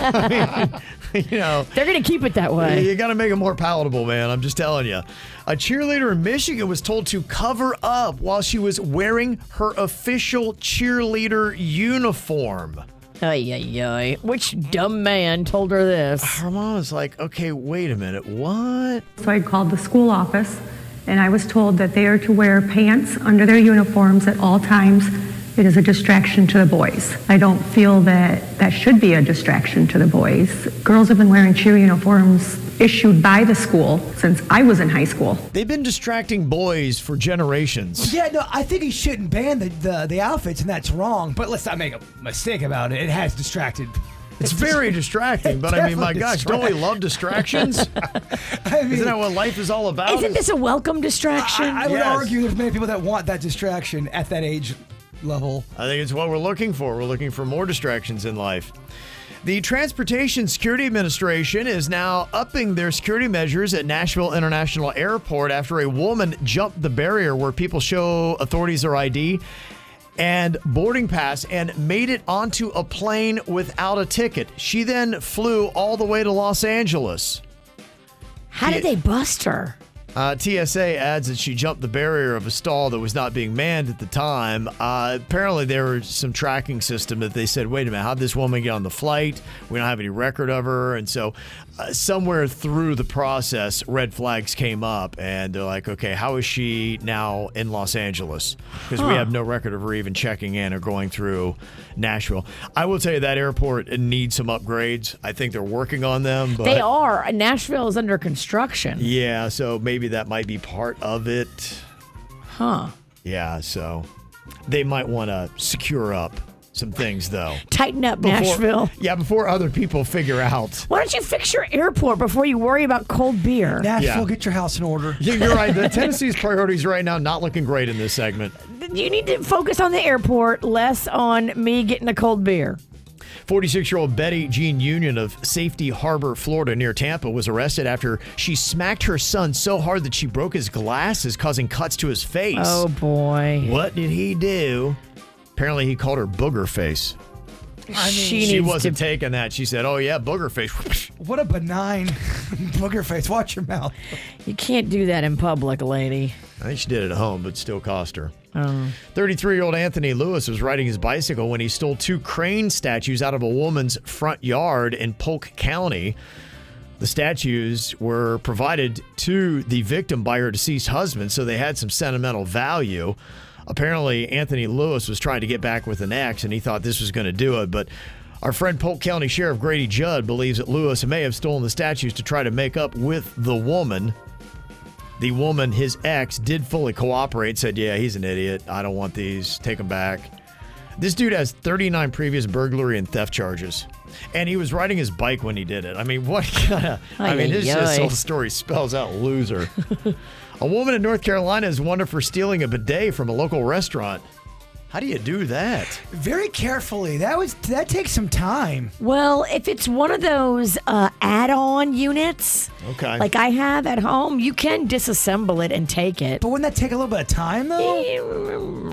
S3: you know,
S4: they're going to keep it that way.
S3: You got to make it more palatable, man. I'm just telling you. A cheerleader in Michigan was told to cover up while she was wearing her official cheerleader uniform.
S4: Ay, ay, ay. Which dumb man told her this?
S3: Her mom was like, okay, wait a minute. What?
S2: So I called the school office and I was told that they are to wear pants under their uniforms at all times. It is a distraction to the boys. I don't feel that that should be a distraction to the boys. Girls have been wearing cheer uniforms issued by the school since I was in high school.
S3: They've been distracting boys for generations.
S5: Yeah, no, I think he shouldn't ban the, the, the outfits, and that's wrong. But let's not make a mistake about it. It has distracted.
S3: It's very distracting, but I mean, my
S5: Definitely
S3: gosh, don't we
S5: distracting.
S3: love distractions? Isn't that what life is all about?
S4: Isn't this a welcome distraction?
S5: I, I would
S3: Yes.
S5: argue there's many people that want that distraction at that age level.
S3: I think it's what we're looking for. We're looking for more distractions in life. The Transportation Security Administration is now upping their security measures at Nashville International Airport after a woman jumped the barrier where people show authorities their ID and boarding pass and made it onto a plane without a ticket. She then flew all the way to Los Angeles.
S4: How did they bust her?
S3: Uh, TSA adds that she jumped the barrier of a stall that was not being manned at the time. Uh, apparently, there was some tracking system that they said, wait a minute, how'd this woman get on the flight? We don't have any record of her. And so, uh, somewhere through the process, red flags came up, and they're like, okay, how is she now in Los Angeles? Because we
S4: Huh.
S3: have no record of her even checking in or going through Nashville. I will tell you that airport needs some upgrades. I think they're working on them. But
S4: They are. Nashville is under construction.
S3: yeah, so maybe that might be part of it.
S4: Huh.
S3: Yeah, so they might want to secure up some things though.
S4: Tighten up,
S3: Before-
S4: Nashville.
S3: Yeah, before other people figure out.
S4: Why don't you fix your airport before you worry about cold beer?
S3: Nashville, Yeah.
S5: Get your house in order.
S3: Yeah, You're right. The Tennessee's priorities right now not looking great in this segment.
S4: You need to focus on the airport, less on me getting a cold beer.
S3: 46 year old Betty Jean Union of Safety Harbor, Florida, near Tampa, was arrested after she smacked her son so hard that she broke his glasses, causing cuts to his face.
S4: Oh, boy.
S3: What did he do? Apparently, he called her Booger Face.
S5: she
S3: she
S5: needs
S3: wasn't taking that. She said, Oh, yeah, Booger Face.
S5: What a benign booger face. Watch your mouth.
S4: You can't do that in public, lady.
S3: I think she did it at home, but still cost her.
S4: Oh.
S3: 33 year old Anthony Lewis was riding his bicycle when he stole two crane statues out of a woman's front yard in Polk County. The statues were provided to the victim by her deceased husband, so they had some sentimental value. Apparently, Anthony Lewis was trying to get back with an ex, and he thought this was going to do it, but. Our friend Polk County Sheriff Grady Judd believes that Lewis may have stolen the statues to try to make up with the woman. The woman, his ex, did fully cooperate, said, Yeah, he's an idiot. I don't want these. Take them back. This dude has 39 previous burglary and theft charges. And he was riding his bike when he did it. I mean, what kind of. I mean, his, his
S8: Ay-yi-yi.
S3: whole story spells out loser. a woman in North Carolina is wanted for stealing a bidet from a local restaurant. How do you do that?
S5: Very carefully. That was that takes some time.
S4: Well, if it's one of those uh, add-on units,
S3: Okay.
S4: like I have at home, you can disassemble it and take it. But
S5: wouldn't that take a little bit of time, though?
S4: I don't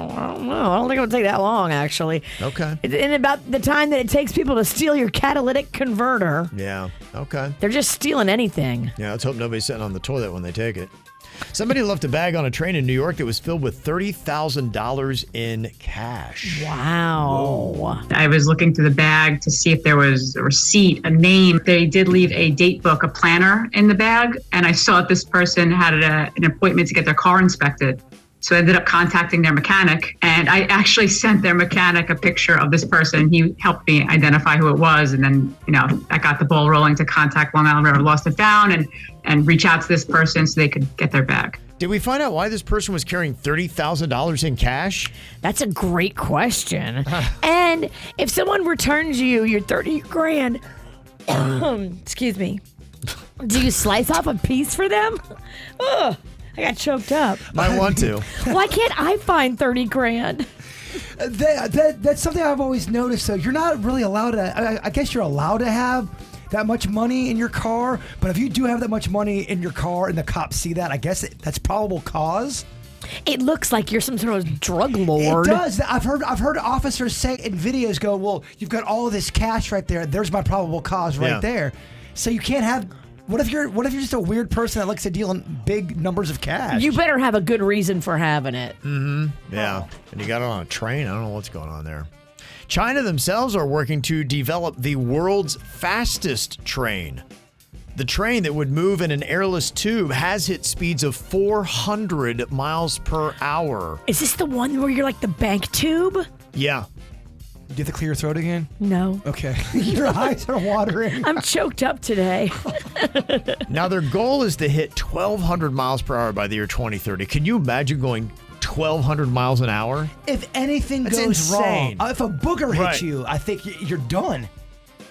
S4: know. I don't think it would take that long, actually.
S3: Okay.
S4: In about the time that it takes people to steal your catalytic converter,
S3: Yeah. Okay.
S4: they're just stealing anything.
S3: Yeah, let's hope nobody's sitting on the toilet when they take it. Somebody left a bag on a train in New York that was filled with $30,000 in cash.
S4: Wow.
S21: I was looking through the bag to see if there was a receipt, a name. They did leave a date book, a planner in the bag, and I saw that this person had a, an appointment to get their car inspected. So I ended up contacting their mechanic, and I actually sent their mechanic a picture of this person. He helped me identify who it was, and then you know I got the ball rolling to contact Long Island River Lost and Found and and reach out to this person so they could get their bag.
S3: Did we find out why this person was carrying $30,000 in cash?
S4: That's a great question. and if someone returns you your 30 grand, um, excuse me, do you slice off a piece for them? Ugh, I got choked up.
S3: I want to.
S4: Why can't I find 30 grand?
S5: Uh, That, that that's something I've always noticed. though. you're not really allowed to. I, I guess you're allowed to have that much money in your car, but if you do have that much money in your car and the cops see that, I guess it, that's probable cause.
S4: It looks like you're some sort of drug lord.
S5: It does. I've heard I've heard officers say in videos go, "Well, you've got all this cash right there. There's my probable cause right
S3: Yeah.
S5: there." So you can't have. What if you're What if you're just a weird person that likes to deal in big numbers of cash?
S4: You better have a good reason for having it.
S3: Mm-hmm. Yeah. And you got it on a train. I don't know what's going on there. China themselves are working to develop the world's fastest train. The train that would move in an airless tube has hit speeds of 400 miles per hour.
S4: Is this the one where you're like the bank tube?
S3: Yeah.
S5: Get the clear throat again.
S4: No.
S5: Okay. Your eyes are watering.
S4: I'm choked up today.
S3: Now, their goal is to hit 1,200 miles per hour by the year 2030. Can you imagine going 1,200 miles an hour?
S5: If anything
S3: That's
S5: goes
S3: insane.
S5: wrong, uh, if a booger hits
S3: Right.
S5: you, I think y- you're done.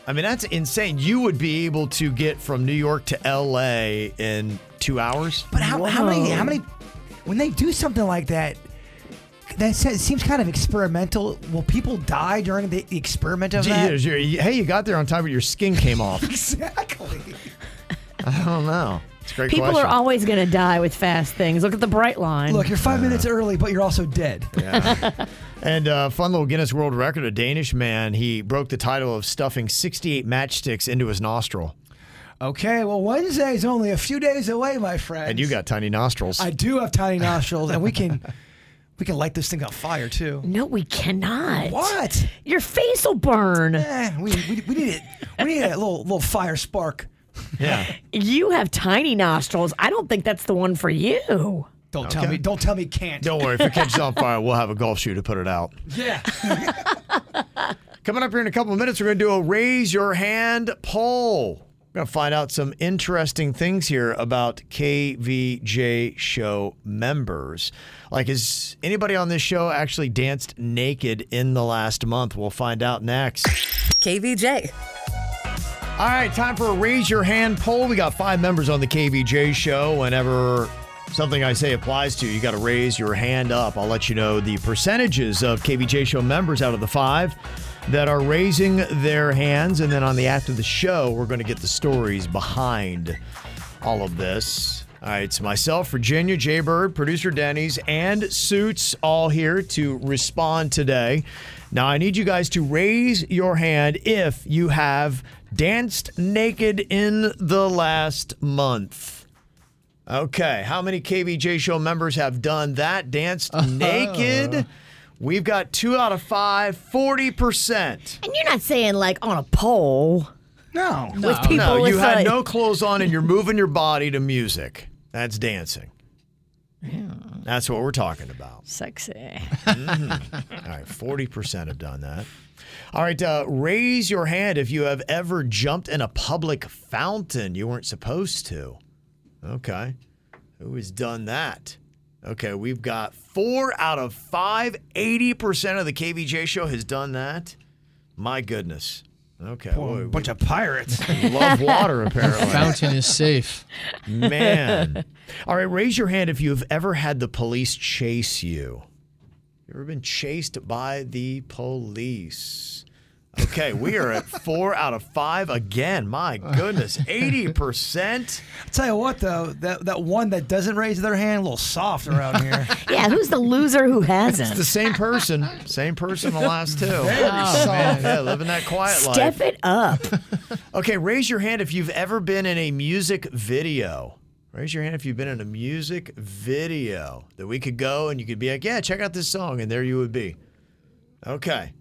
S3: I mean, that's insane. You would be able to get from New York to LA in two hours.
S5: But how, how many? How many? When they do something like that, that se- seems kind of experimental. Will people die during the the experiment of
S3: Gee,
S5: that?
S3: there's your- hey, you got there on time, but your skin came off.
S5: exactly.
S3: I don't know. It's a great
S4: People
S3: question.
S4: are always going to die with fast things. Look at the bright line.
S5: Look, you're five minutes early, but you're also dead.
S3: Yeah. and uh, fun little Guinness World Record. A Danish man he broke the title of stuffing 68 matchsticks into his nostril,
S5: Okay, well, Wednesday's only a few days away, my friend.
S3: and you got tiny nostrils.
S5: I do have tiny nostrils, and we can we can light this thing on fire too.
S4: No, we cannot.
S5: What?
S4: Your face will burn.
S5: Eh, we, we, we need it. We need a little little fire spark.
S3: Yeah.
S4: You have tiny nostrils. I don't think that's the one for you.
S5: Don't tell me. Don't tell me can't.
S3: Don't worry, if it catches on fire, we'll have a golf shoe to put it out.
S5: Yeah.
S3: Coming up here in a couple of minutes, we're going to do a raise your hand poll. We're going to find out some interesting things here about KVJ show members. Like, has anybody on this show actually danced naked in the last month? We'll find out next.
S6: KVJ.
S3: All right, time for a raise your hand poll. We got five members on the KVJ show. Whenever something I say applies to you, you got to raise your hand up. I'll let you know the percentages of KVJ show members out of the five that are raising their hands. And then on the after the show, we're going to get the stories behind all of this. All right, it's myself, Virginia, Jay Bird, producer Denny's, and Suits all here to respond today. Now, I need you guys to raise your hand if you have danced naked in the last month. Okay, how many KVJ show members have done that? Danced naked? We've got two out of five, 40%.
S4: And you're not saying like on a pole.
S5: No.
S4: With people
S3: no, you
S4: it's
S3: had
S4: like-
S3: no clothes on and you're moving your body to music. That's dancing. That's what we're talking about.
S4: Sexy.
S3: Mm-hmm. All right, 40% have done that. All right, uh, raise your hand if you have ever jumped in a public fountain you weren't supposed to. Okay. Who has done that? Okay, we've got four out of five. 80% of the KVJ show has done that. My goodness. Okay.
S5: Poor
S3: boy,
S5: bunch of pirates.
S3: we love water, apparently.
S7: Fountain is safe.
S3: Man. All right, raise your hand if you've ever had the police chase you. You ever been chased by the police? Okay, we are at four out of five again. My goodness, 80%.
S5: I'll tell you what, though, that, that one that doesn't raise their hand, a little soft around here.
S4: yeah, who's the loser who hasn't?
S3: It's the same person. Same person the last two. Oh,
S5: Very soft.
S3: man. Yeah, living that quiet life.
S4: Step it up.
S3: Okay, raise your hand if you've ever been in a music video. Raise your hand if you've been in a music video that we could go and you could be like, yeah, check out this song, and there you would be. Okay.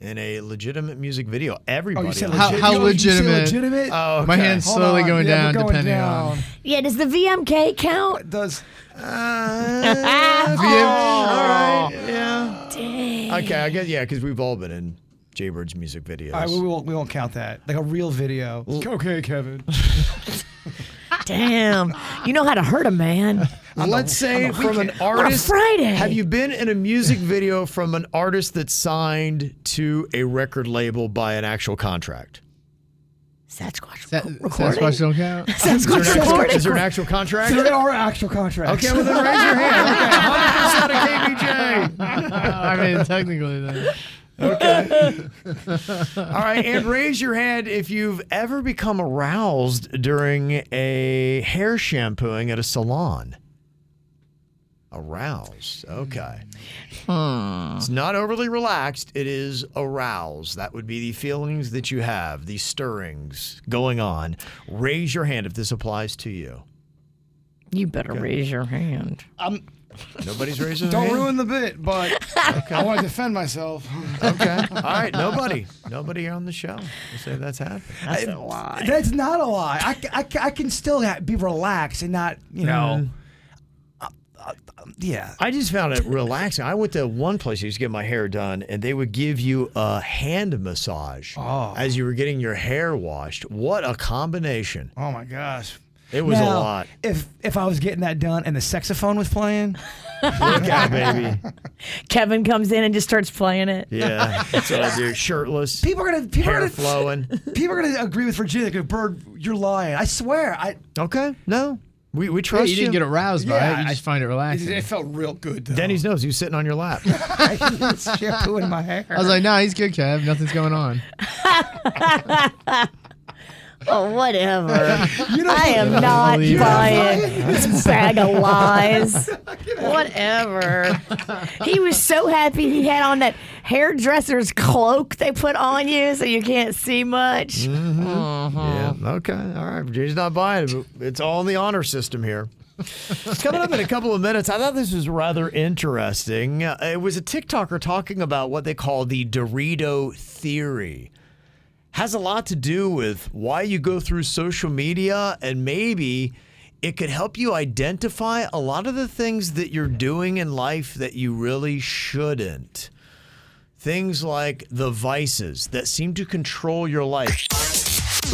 S3: In a legitimate music video. Everybody.
S7: Oh, said How- legit- how you- you said legitimate? legitimate?
S3: Oh,
S7: My hand's
S3: Hold
S7: slowly
S3: on.
S7: going
S3: Yeah, we're
S7: down, depending on.
S4: Yeah, does the VMK count?
S5: Does.
S3: Uh, all right. Yeah.
S4: Dang.
S3: Okay, I guess, yeah, because we've all been in Jaybirds music videos.
S5: All right, we won't, we won't count that. Like a real video. okay, Kevin.
S4: Damn. You know how to hurt a man.
S3: Let's say
S4: on the
S3: from an
S4: weekend. On a
S3: artist.
S4: Friday.
S3: Have you been in a music video from an artist that's signed to a record label by an actual contract?
S4: Sasquatch
S7: That's why she don't count.
S3: Is there an actual, is there an actual contract?
S5: There are actual contracts.
S3: Okay, well then raise your hand. Okay, 100% of KBJ.
S7: I mean, technically, then.
S3: All right, and raise your hand if you've ever become aroused during a hair shampooing at a salon. Aroused. Okay.
S4: Hmm.
S3: It's not overly relaxed. It is aroused. That would be the feelings that you have, the stirrings going on. Raise your hand if this applies to you.
S4: You better raise your hand.
S5: I'm,
S3: Nobody's raising their
S5: Um, don't
S3: hand?
S5: ruin the bit, but I want to defend myself.
S3: Okay. All right. Nobody. Nobody on the show will say that's happened.
S4: That's a lie.
S5: That's not a lie. I, c- I c- I can still ha- be relaxed and not, you know. Yeah.
S3: I just found it relaxing. I went to one place I used to get my hair done, and they would give you a hand massage
S5: Oh.
S3: as you were getting your hair washed. What a combination!
S5: Oh my gosh.
S3: Mm-hmm. It was
S5: Now,
S3: a lot.
S5: If if I was getting that done and the saxophone was playing,
S3: Look out, baby.
S4: Kevin comes in and just starts playing it.
S3: Yeah, that's what I do. Shirtless,
S5: people are gonna people are
S3: hair
S5: gonna
S3: flowing.
S5: people are gonna agree with Virginia. They're gonna, Bird, you're lying. I swear. I
S3: Okay, no, we we
S7: Yeah,
S3: trust
S7: you didn't get aroused by it. You just find it relaxing.
S5: felt real good. Though.
S3: Denny's nose. He was sitting on your lap.
S5: shampoo in my hair.
S7: I was like, nah, he's good, Kev. Nothing's going on.
S4: Oh, whatever. I am
S7: don't
S4: not
S7: believe it.
S4: buying this bag of lies. Whatever. He was so happy he had on that hairdresser's cloak they put on you so you can't see much.
S5: Mm-hmm.
S3: Yeah. Okay. All right. Virginia's not buying it. But it's all in the honor system here. Coming up in a couple of minutes, I thought this was rather interesting. Uh, it was a TikToker talking about what they call the Dorito theory. Has a lot to do with why you go through social media and maybe it could help you identify a lot of the things that you're doing in life that you really shouldn't. Things like the vices that seem to control your life.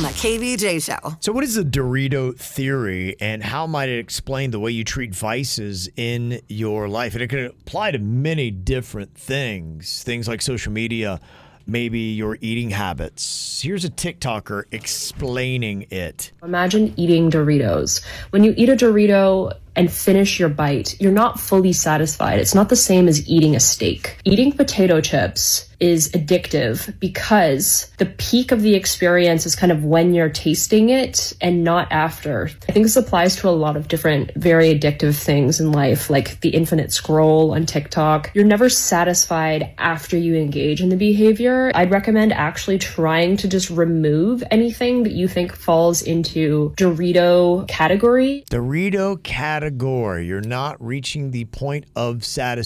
S6: My KVJ show.
S3: So, what is the Dorito theory, and how might it explain the way you treat vices in your life? And it can apply to many different things, things like social media, maybe your eating habits. Here's a TikToker explaining it.
S8: Imagine eating Doritos. When you eat a Dorito and finish your bite, you're not fully satisfied. It's not the same as eating a steak. Eating potato chips is addictive because the peak of the experience is kind of when you're tasting it and not after. I think this applies to a lot of different very addictive things in life, like the infinite scroll on TikTok. You're never satisfied after you engage in the behavior. I'd recommend actually trying to just remove anything that you think falls into Dorito category
S3: Dorito category. You're not reaching the point of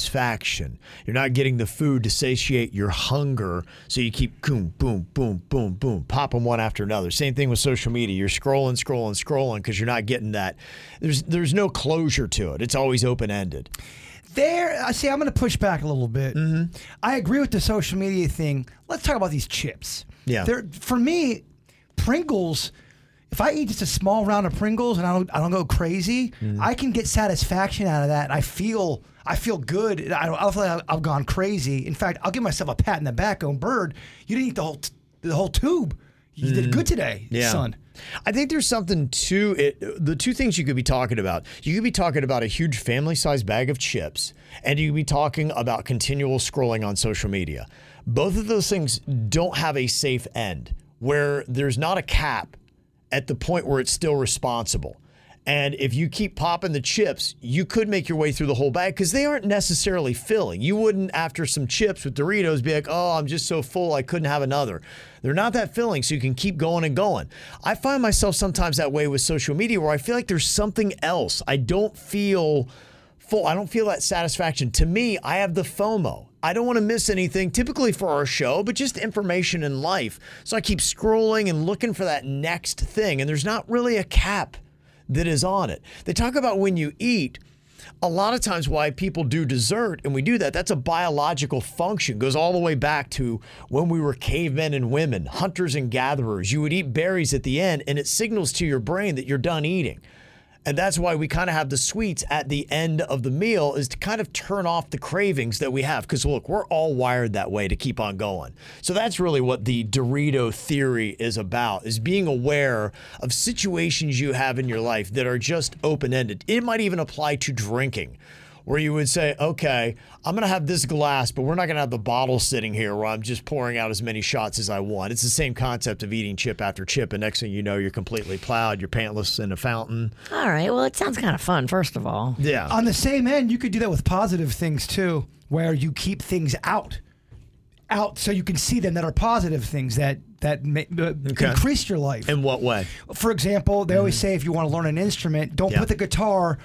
S3: satisfaction. You're not getting the food to satiate your hunger. So you keep boom, boom, boom, boom, boom, popping one after another. Same thing with social media. You're scrolling, scrolling, scrolling because you're not getting that. There's there's no closure to it. It's always open ended.
S5: There, I see. I'm going to push back a little bit. I agree with the social media thing. Let's talk about these chips.
S3: Yeah.
S5: They're, for me, Pringles If I eat just a small round of Pringles and I don't, I don't go crazy, I can get satisfaction out of that, and I feel, I feel good. and I don't, I don't feel like I've gone crazy. In fact, I'll give myself a pat in the back. Going, Bird, you didn't eat the whole, t- the whole tube. You did good today, son.
S3: Mm. I think there's something to it. The two things you could be talking about you could be talking about a huge family sized bag of chips, and you could be talking about continual scrolling on social media. Both of those things don't have a safe end where there's not a cap at the point where it's still responsible. And if you keep popping the chips, you could make your way through the whole bag because they aren't necessarily filling. You wouldn't, after some chips with Doritos, be like, oh, I'm just so full, I couldn't have another. They're not that filling, so you can keep going and going. I find myself sometimes that way with social media where I feel like there's something else. I don't feel full. I don't feel that satisfaction. To me, I have the FOMO. I don't want to miss anything, typically for our show, but just information in life. So I keep scrolling and looking for that next thing, and there's not really a cap that is on it. They talk about when you eat. A lot of times, why people do dessert and we do that, that's a biological function. Goes all the way back to when we were cavemen and women, hunters and gatherers. You would eat berries at the end, and it signals to your brain that you're done eating. And that's why we kind of have the sweets at the end of the meal is to kind of turn off the cravings that we have. Because look, we're all wired that way to keep on going. So that's really what the Dorito theory is about, is being aware of situations you have in your life that are just open-ended. It might even apply to drinking where you would say, okay, I'm going to have this glass, but we're not going to have the bottle sitting here where I'm just pouring out as many shots as I want. It's the same concept of eating chip after chip. And next thing you know, you're completely plowed, you're pantless in a fountain.
S4: All right. Well, it sounds kind of fun, first of all.
S3: Yeah.
S5: On the same end, you could do that with positive things too, where you keep things out, out so you can see them that are positive things that that ma- uh,
S3: Okay.
S5: increase your life.
S3: In what way?
S5: For example, they always say if you want to learn an instrument, don't
S3: Yeah.
S5: put the guitar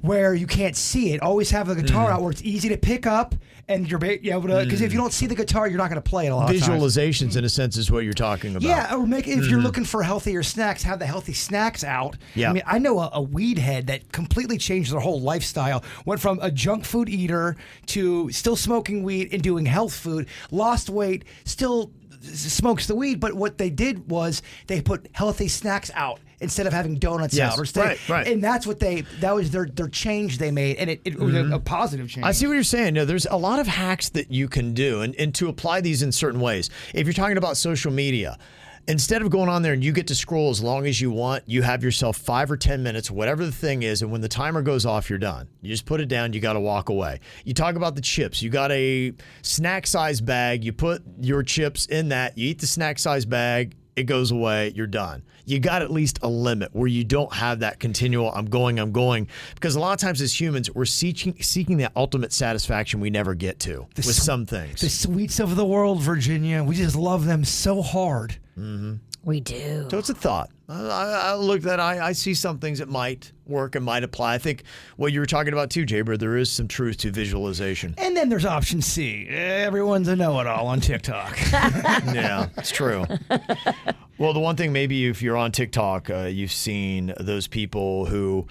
S5: where you can't see it. Always have the guitar
S3: Mhm.
S5: out where it's easy to pick up and you're ba- you're able to. Because if
S3: Mm.
S5: you don't see the guitar, you're not going to play it a lot. of times.
S3: Visualizations, in a sense, is what you're talking about.
S5: Yeah, or make if you're
S3: Mhm.
S5: looking for healthier snacks, have the healthy snacks out.
S3: Yeah.
S5: I mean, I know a, a weed head that completely changed their whole lifestyle. Went from a junk food eater to still smoking weed and doing health food. Lost weight, still s- smokes the weed, but what they did was they put healthy snacks out instead of having donuts
S3: Yes,
S5: out or stay,
S3: right, right.
S5: and that's what they that was their their change they made and it, it was
S3: Mhm.
S5: a, a positive change.
S3: I see what you're saying. No, there's a lot of hacks that you can do and, and to apply these in certain ways. If you're talking about social media, instead of going on there and you get to scroll as long as you want, you have yourself five or 10 minutes, whatever the thing is. And when the timer goes off, you're done. You just put it down, you got to walk away. You talk about the chips. You got a snack size bag, you put your chips in that, you eat the snack size bag. It goes away, you're done. You got at least a limit where you don't have that continual, I'm going, I'm going. Because a lot of times as humans, we're seeking, seeking that ultimate satisfaction we never get to with
S5: sw-
S3: some things.
S5: The sweets of the world, Virginia. We just love them so hard.
S3: Mhm.
S4: We do.
S3: So it's a thought. I, I I look that I, I see some things that might work and might apply. I think what you were talking about too, Jaber, there is some truth to visualization.
S5: And then there's option C. Everyone's a know-it-all on TikTok.
S3: yeah, it's true. Well, the one thing maybe if you're on TikTok, uh, you've seen those people who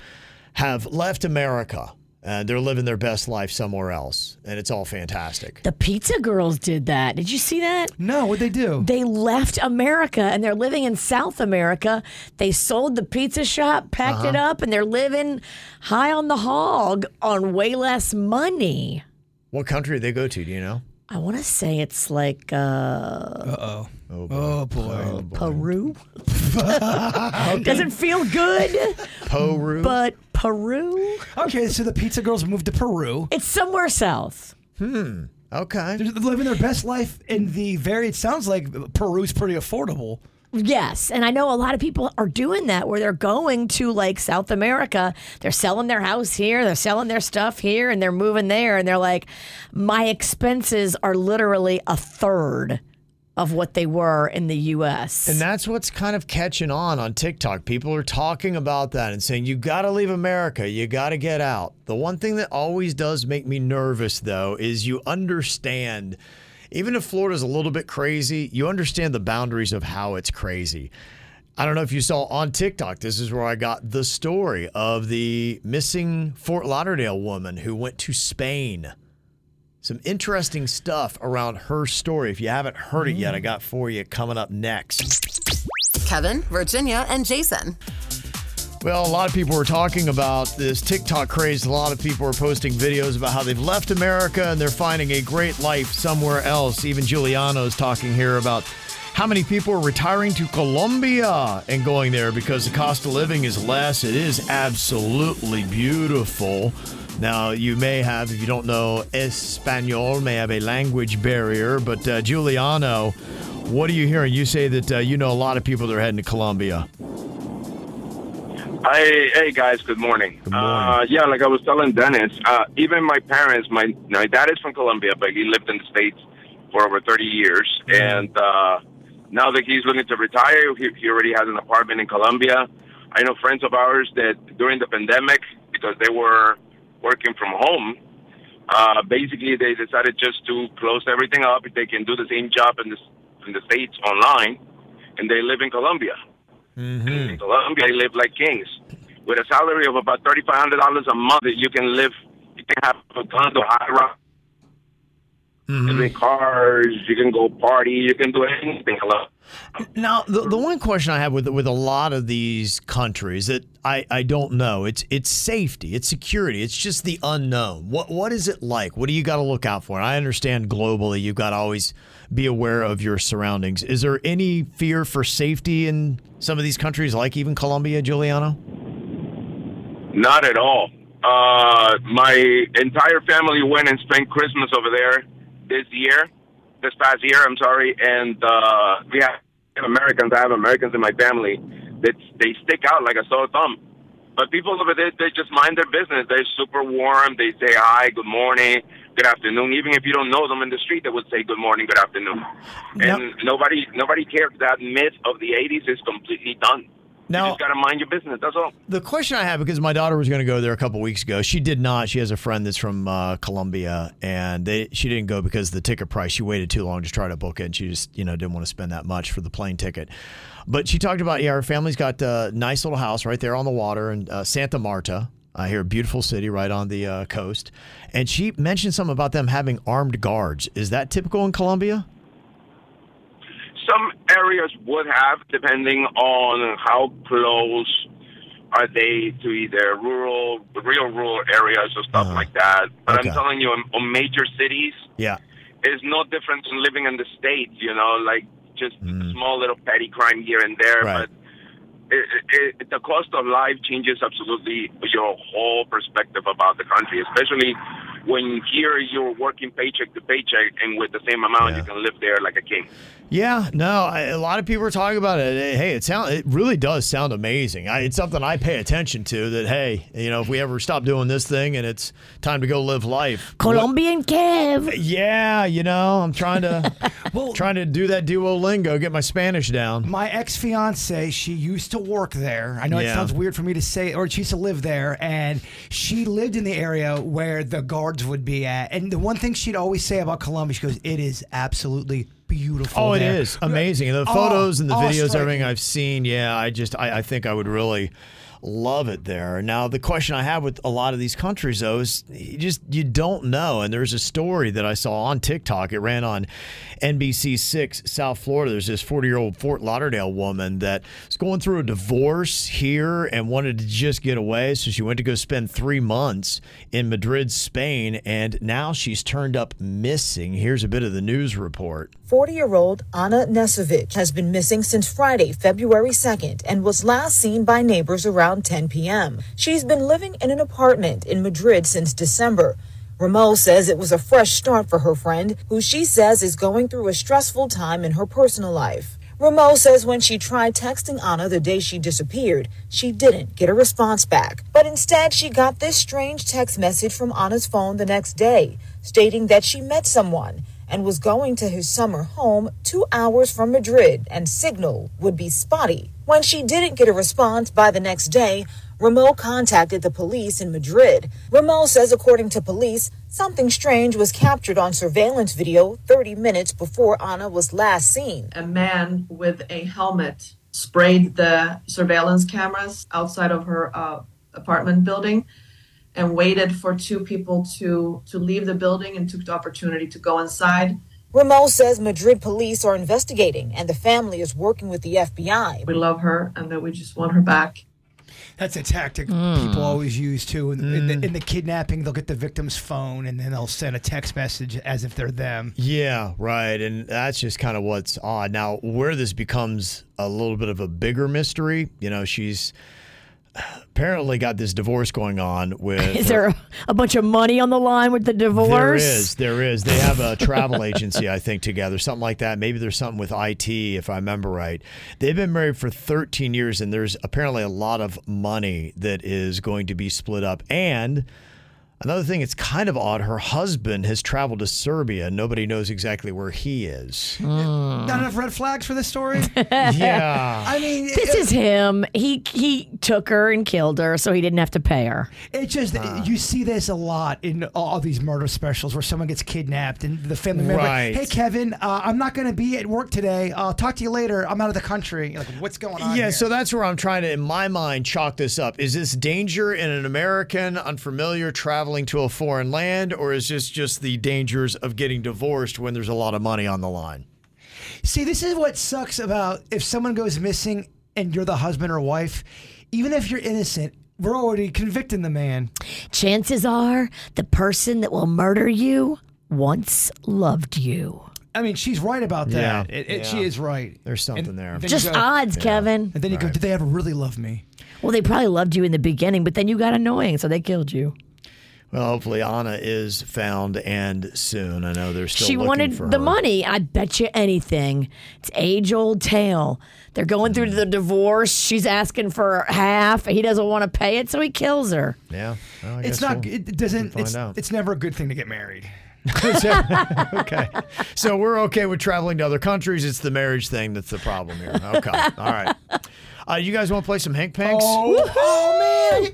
S3: have left America and they're living their best life somewhere else, and it's all fantastic.
S4: The pizza girls did that. Did you see that?
S5: No, what'd they do?
S4: They left America and they're living in South America. They sold the pizza shop, packed it
S3: Uh-huh.
S4: up, and they're living high on the hog on way less money.
S3: What country did they go to? Do you know?
S4: I want to say it's like uh, Uh-oh.
S3: Oh boy.
S5: Oh boy.
S4: Peru. Doesn't feel good.
S3: Peru.
S4: But Peru.
S5: Okay, so the pizza girls moved to Peru.
S4: It's somewhere south.
S3: Hmm. Okay.
S5: They're living their best life in the very. It sounds like Peru's pretty affordable.
S4: Yes, and I know a lot of people are doing that where they're going to like South America. They're selling their house here, they're selling their stuff here, and they're moving there. And they're like, my expenses are literally a third of what they were in the U.S.
S3: And that's what's kind of catching on on TikTok. People are talking about that and saying, you got to leave America. You got to get out. The one thing that always does make me nervous, though, is you understand, even if Florida's a little bit crazy, you understand the boundaries of how it's crazy. I don't know if you saw on TikTok, this is where I got the story of the missing Fort Lauderdale woman who went to Spain. Some interesting stuff around her story. If you haven't heard it yet, I got for you coming up next.
S6: Kevin, Virginia, and Jason.
S3: Well, a lot of people were talking about this TikTok craze. A lot of people were posting videos about how they've left America and they're finding a great life somewhere else. Even Giuliano's talking here about how many people are retiring to Colombia and going there because the cost of living is less. It is absolutely beautiful. Now, you may have, if you don't know, Espanol may have a language barrier, but uh, Giuliano, what are you hearing? You say that uh, you know a lot of people that are heading to Colombia.
S15: Hey, hey guys, good morning. Uh, yeah, like I was telling Dennis, uh, even my parents, my my dad is from Colombia, but he lived in the states for over thirty years, and uh, now that he's looking to retire, he, he already has an apartment in Colombia. I know friends of ours that during the pandemic, because they were working from home, uh, basically they decided just to close everything up. They can do the same job in the in the states online, and they live in Colombia
S21: Mm.
S15: in Colombia, they live like kings. With a salary of about thirty five hundred dollars a month, you can live. You can have a condo, high rise, living cars. You can go party. You can do anything. Hello.
S3: Now, the, the one question I have with with a lot of these countries that I, I don't know it's it's safety, it's security, it's just the unknown. What what is it like? What do you got to look out for? And I understand globally, you've got to always be aware of your surroundings. Is there any fear for safety in some of these countries, like even Colombia, Giuliano?
S15: Not at all. Uh, my entire family went and spent Christmas over there this year, this past year. I'm sorry, and uh, we have Americans. I have Americans in my family that they stick out like a sore thumb. But people over there, they just mind their business. They're super warm. They say hi, good morning, good afternoon. Even if you don't know them in the street, they would say good morning, good afternoon. And nobody, nobody cares. That myth of the '80s is completely done.
S3: Now-
S15: you just gotta mind your business. That's all.
S3: The question I have because my daughter was going to go there a couple weeks ago. She did not. She has a friend that's from uh, Colombia, and they, she didn't go because the ticket price. She waited too long to try to book it, and she just you know didn't want to spend that much for the plane ticket. But she talked about yeah, her family's got a nice little house right there on the water in uh, Santa Marta. I hear a beautiful city right on the uh, coast, and she mentioned something about them having armed guards. Is that typical in Colombia?
S15: some areas would have, depending on how close are they to either rural, real rural areas or stuff like that. But
S3: Uh-huh. Okay.
S15: I'm telling you, on, on major cities,
S3: Yeah.
S15: it's no different than living in the states. You know, like just small little petty crime here and there,
S3: Mm. Right.
S15: but. It, it, it, the cost of life changes absolutely your whole perspective about the country, especially when here you're working paycheck to paycheck, and with the same amount you can live there like a king.
S3: Yeah, no, I, a lot of people are talking about it. Hey, it sound it really does sound amazing. I, it's something I pay attention to. That hey, you know, if we ever stop doing this thing and it's time to go live life,
S4: Colombian Kev.
S3: Yeah, you know, I'm trying to trying to do that Duolingo, get my Spanish down.
S5: My ex fiance, she used to work there. I know it
S3: Yeah.
S5: sounds weird for me to say, or she used to live there, and she lived in the area where the guards would be at. And the one thing she'd always say about Colombia, she goes, "It is absolutely beautiful."
S3: Oh, it
S5: there."
S3: is amazing. The
S5: Oh,
S3: photos and the
S5: oh,
S3: videos,
S5: striking.
S3: everything I've seen. Yeah, I just I, I think I would really love it there. Now the question I have with a lot of these countries though is you just you don't know. And there's a story that I saw on TikTok. It ran on NBC Six South Florida. There's this 40 year old Fort Lauderdale woman that was going through a divorce here and wanted to just get away. So she went to go spend three months in Madrid, Spain, and now she's turned up missing. Here's a bit of the news report.
S22: 40 year old Anna Nesovich has been missing since Friday, February 2nd, and was last seen by neighbors around 10 p.m. She's been living in an apartment in Madrid since December. Ramel says it was a fresh start for her friend, who she says is going through a stressful time in her personal life. Ramel says when she tried texting Anna the day she disappeared, she didn't get a response back. But instead, she got this strange text message from Anna's phone the next day, stating that she met someone and was going to his summer home two hours from Madrid, and signal would be spotty. When she didn't get a response by the next day, Ramel contacted the police in Madrid. Ramel says, according to police, something strange was captured on surveillance video 30 minutes before Anna was last seen.
S23: A man with a helmet sprayed the surveillance cameras outside of her uh, apartment building and waited for two people to to leave the building and took the opportunity to go inside
S22: Ramon says Madrid police are investigating and the family is working with the FBI.
S23: We love her and that we just want her back.
S5: That's a tactic
S22: Mm.
S5: people always use too. In, in,
S3: Mm.
S5: the, in the kidnapping, they'll get the victim's phone and then they'll send a text message as if they're them.
S3: Yeah, right. And that's just kind of what's odd. Now, where this becomes a little bit of a bigger mystery, you know, she's apparently got this divorce going on with.
S4: Is there a, a bunch of money on the line with the divorce?
S3: There is, there is. They have a travel agency, I think, together, something like that. Maybe there's something with IT, if I remember right. They've been married for 13 years, and there's apparently a lot of money that is going to be split up. And another thing, it's kind of odd. Her husband has traveled to Serbia. Nobody knows exactly where he is. Mm.
S5: Not enough red flags for this story.
S3: Yeah.
S5: I mean,
S4: this is him. He he took her and killed her, so he didn't have to pay her.
S5: It's just you see this a lot in all these murder specials where someone gets kidnapped and the family member,
S3: Right.
S5: hey Kevin, uh, I'm not going to be at work today. I'll talk to you later. I'm out of the country. You're like, what's going on?
S3: yeah,
S5: here?
S3: so that's where I'm trying to, in my mind, chalk this up. Is this danger in an American unfamiliar traveling to a foreign land, or is this just the dangers of getting divorced when there's a lot of money on the line?
S5: See, this is what sucks about if someone goes missing and you're the husband or wife, even if you're innocent, we're already convicting the man.
S4: Chances are the person that will murder you once loved you.
S5: I mean, she's right about that.
S3: Yeah.
S5: It, it- She
S3: Yeah.
S5: is right.
S3: There's something there.
S5: Then you
S4: Just
S5: go-
S4: odds, Kevin.
S5: And then you go, did they ever really love me?
S4: Well, they probably loved you in the beginning, but then you got annoying, so they killed you.
S3: Well, hopefully Anna is found and soon. I know they're still
S4: she
S3: looking
S4: wanted
S3: for
S4: the
S3: her.
S4: money. I bet you anything. It's age old tale. They're going through the divorce. She's asking for half. He doesn't want to pay it, so he kills her.
S3: Yeah. Well, I
S5: It's
S3: guess
S5: not.
S3: we'll-
S5: It doesn't.
S3: find
S5: It's,
S3: out.
S5: it's never a good thing to get married.
S3: okay. So we're okay with traveling to other countries. It's the marriage thing that's the problem here. Okay. All right. Uh, you guys want to play some Hank Panks?
S5: Oh, oh, man,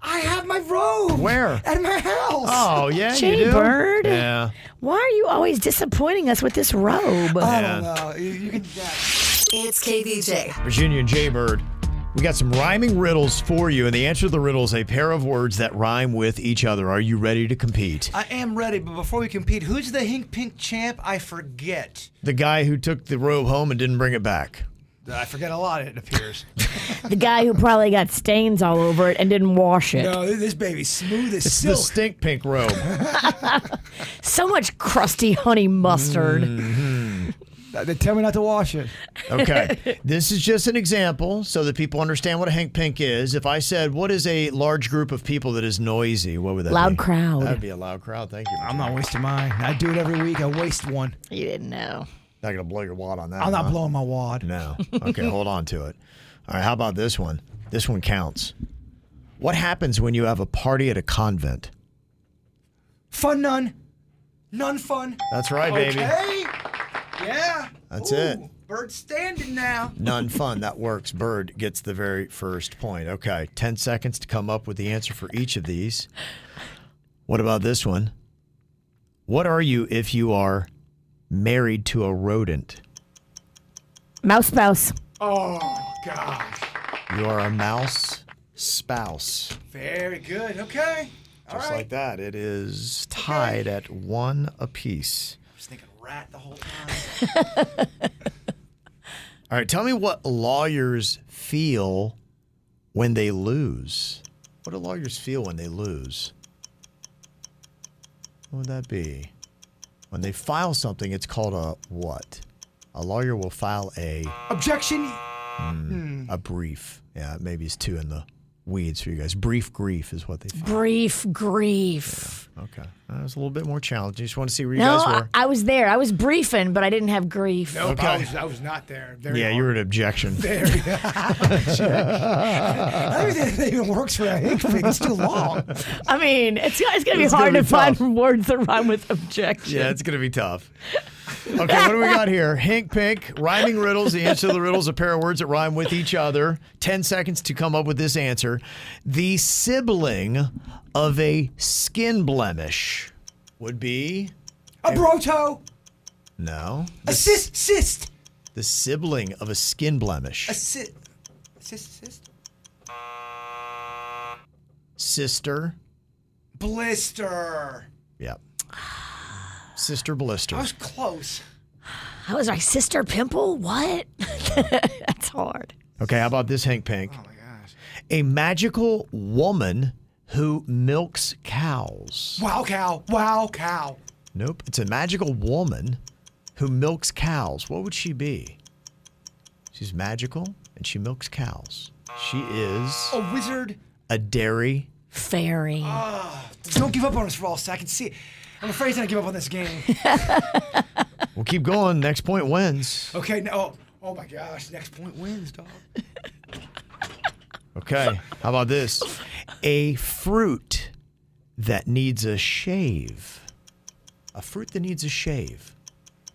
S5: I have my robe.
S3: Where?
S5: At my house.
S3: Oh, yeah, you do.
S4: Jaybird.
S3: Yeah.
S4: Why are you always disappointing us with this robe?
S5: I don't know. uh, You, you can.
S6: It's KVJ.
S3: Virginia and Jaybird. We got some rhyming riddles for you, and the answer to the riddle is a pair of words that rhyme with each other. Are you ready to compete?
S5: I am ready, but before we compete, who's the Hink Pink champ? I forget.
S3: The guy who took the robe home and didn't bring it back.
S5: I forget a lot. It appears.
S4: the guy who probably got stains all over it and didn't wash it.
S5: No, this baby's smooth as
S3: It's the
S5: silk.
S3: stink pink robe.
S4: So much crusty honey mustard.
S3: Mm.
S5: Uh, They tell me not to wash it.
S3: Okay. this is just an example so that people understand what a Hank Pink is. If I said, What is a large group of people that is noisy? What would that
S4: Loud
S3: be?
S4: crowd.
S3: That'd be a loud crowd. Thank you.
S5: I'm not wasting mine. I do it every week. I waste one.
S4: You didn't know.
S3: Not going to blow your wad on that.
S5: I'm not
S3: huh?
S5: blowing my wad.
S3: No. Okay, hold on to it. All right, how about this one? This one counts. What happens when you have a party at a convent?
S5: Fun none. None fun.
S3: That's right, baby.
S5: Okay. Yeah.
S3: That's it.
S5: Bird standing now.
S3: None fun. That works. Bird gets the very first point. Okay, 10 seconds to come up with the answer for each of these. What about this one? What are you if you are married to a rodent?
S4: Mouse spouse.
S5: Oh God.
S3: You are a mouse spouse.
S5: Very good. Okay. All
S3: Just
S5: right.
S3: like that. It is tied at one apiece.
S5: I was thinking rat the whole time.
S3: All right, tell me what lawyers feel when they lose. What do lawyers feel when they lose? What would that be? When they file something, it's called a what? A lawyer will file a hmm,
S5: Objection. Hmm.
S3: a brief. Yeah, maybe it's two in the weeds for you guys. Brief grief is what they feel.
S4: Brief grief.
S3: Okay, that was a little bit more challenging. Just want to see where you
S4: No,
S3: guys
S4: I,
S3: were.
S4: I was there. I was briefing, but I didn't have grief.
S5: Nope.
S3: Okay.
S5: I, was, I was not there. Very
S3: yeah, you were an objection.
S5: I don't think that even works for a hick thing. It's too long.
S4: I mean, it's, it's going to be
S3: It's
S4: hard
S3: gonna
S4: to
S3: be tough.
S4: find words that rhyme with objection.
S3: Yeah, it's going to be tough. Okay, what do we got here? Hank Pink, rhyming riddles. The answer to the riddles, a pair of words that rhyme with each other. 10 seconds to come up with this answer. The sibling of a skin blemish would be.
S5: A broto.
S3: No.
S5: A sis. Cyst.
S3: The sibling of a skin blemish.
S5: A cyst. Cyst. Cyst.
S3: Sister.
S5: Blister.
S3: Yep. Sister Blister.
S5: Close.
S4: I was like, Sister Pimple? What? That's hard.
S3: Okay, how about this, Hank Pink? Oh my gosh. A magical woman who milks cows.
S5: Wow, cow. Wow, cow.
S3: Nope, it's a magical woman who milks cows. What would she be? She's magical and she milks cows. She is
S5: A wizard. Ah,
S3: a dairy.
S4: Fairy.
S5: Don't give up on us for all second. See, I'm afraid he's gonna give up on this game.
S3: We'll keep going. Next point wins.
S5: Okay, no. Oh, my gosh. Next point wins, dog.
S3: Okay, how about this? A fruit that needs a shave. A fruit that needs a shave.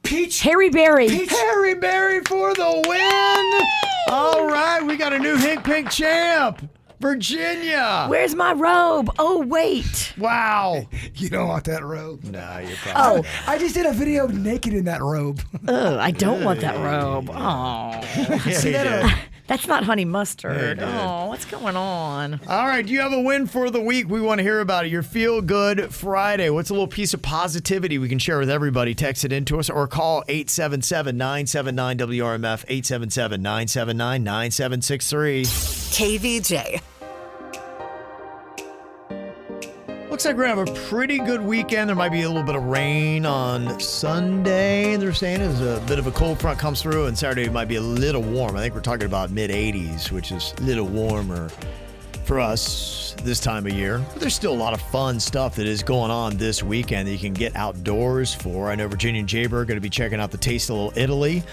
S5: Peach.
S4: Harry Berry.
S3: Harry Berry for the win! All right, we got a new Hink Pink champ, Virginia.
S4: Where's my robe? Oh, wait.
S3: Wow.
S5: You don't want that robe.
S3: Nah, you're probably.
S4: Oh,
S5: I just did a video naked in that robe.
S4: ugh, I don't want that robe. Oh.
S3: See that?
S4: That's not honey mustard.
S3: Yeah, it is.
S4: Oh, what's going on?
S3: All right, you have a win for the week. We want to hear about it. Your Feel Good Friday. What's a little piece of positivity we can share with everybody? Text it in to us or call 877 979 WRMF, 877 979 9763.
S6: KVJ.
S3: Looks like we're gonna have a pretty good weekend. There might be a little bit of rain on Sunday. They're saying as a bit of a cold front comes through, and Saturday might be a little warm. I think we're talking about mid 80s, which is a little warmer for us this time of year. But there's still a lot of fun stuff that is going on this weekend that you can get outdoors for. I know Virginia and Jaber are going to be checking out the Taste of Little Italy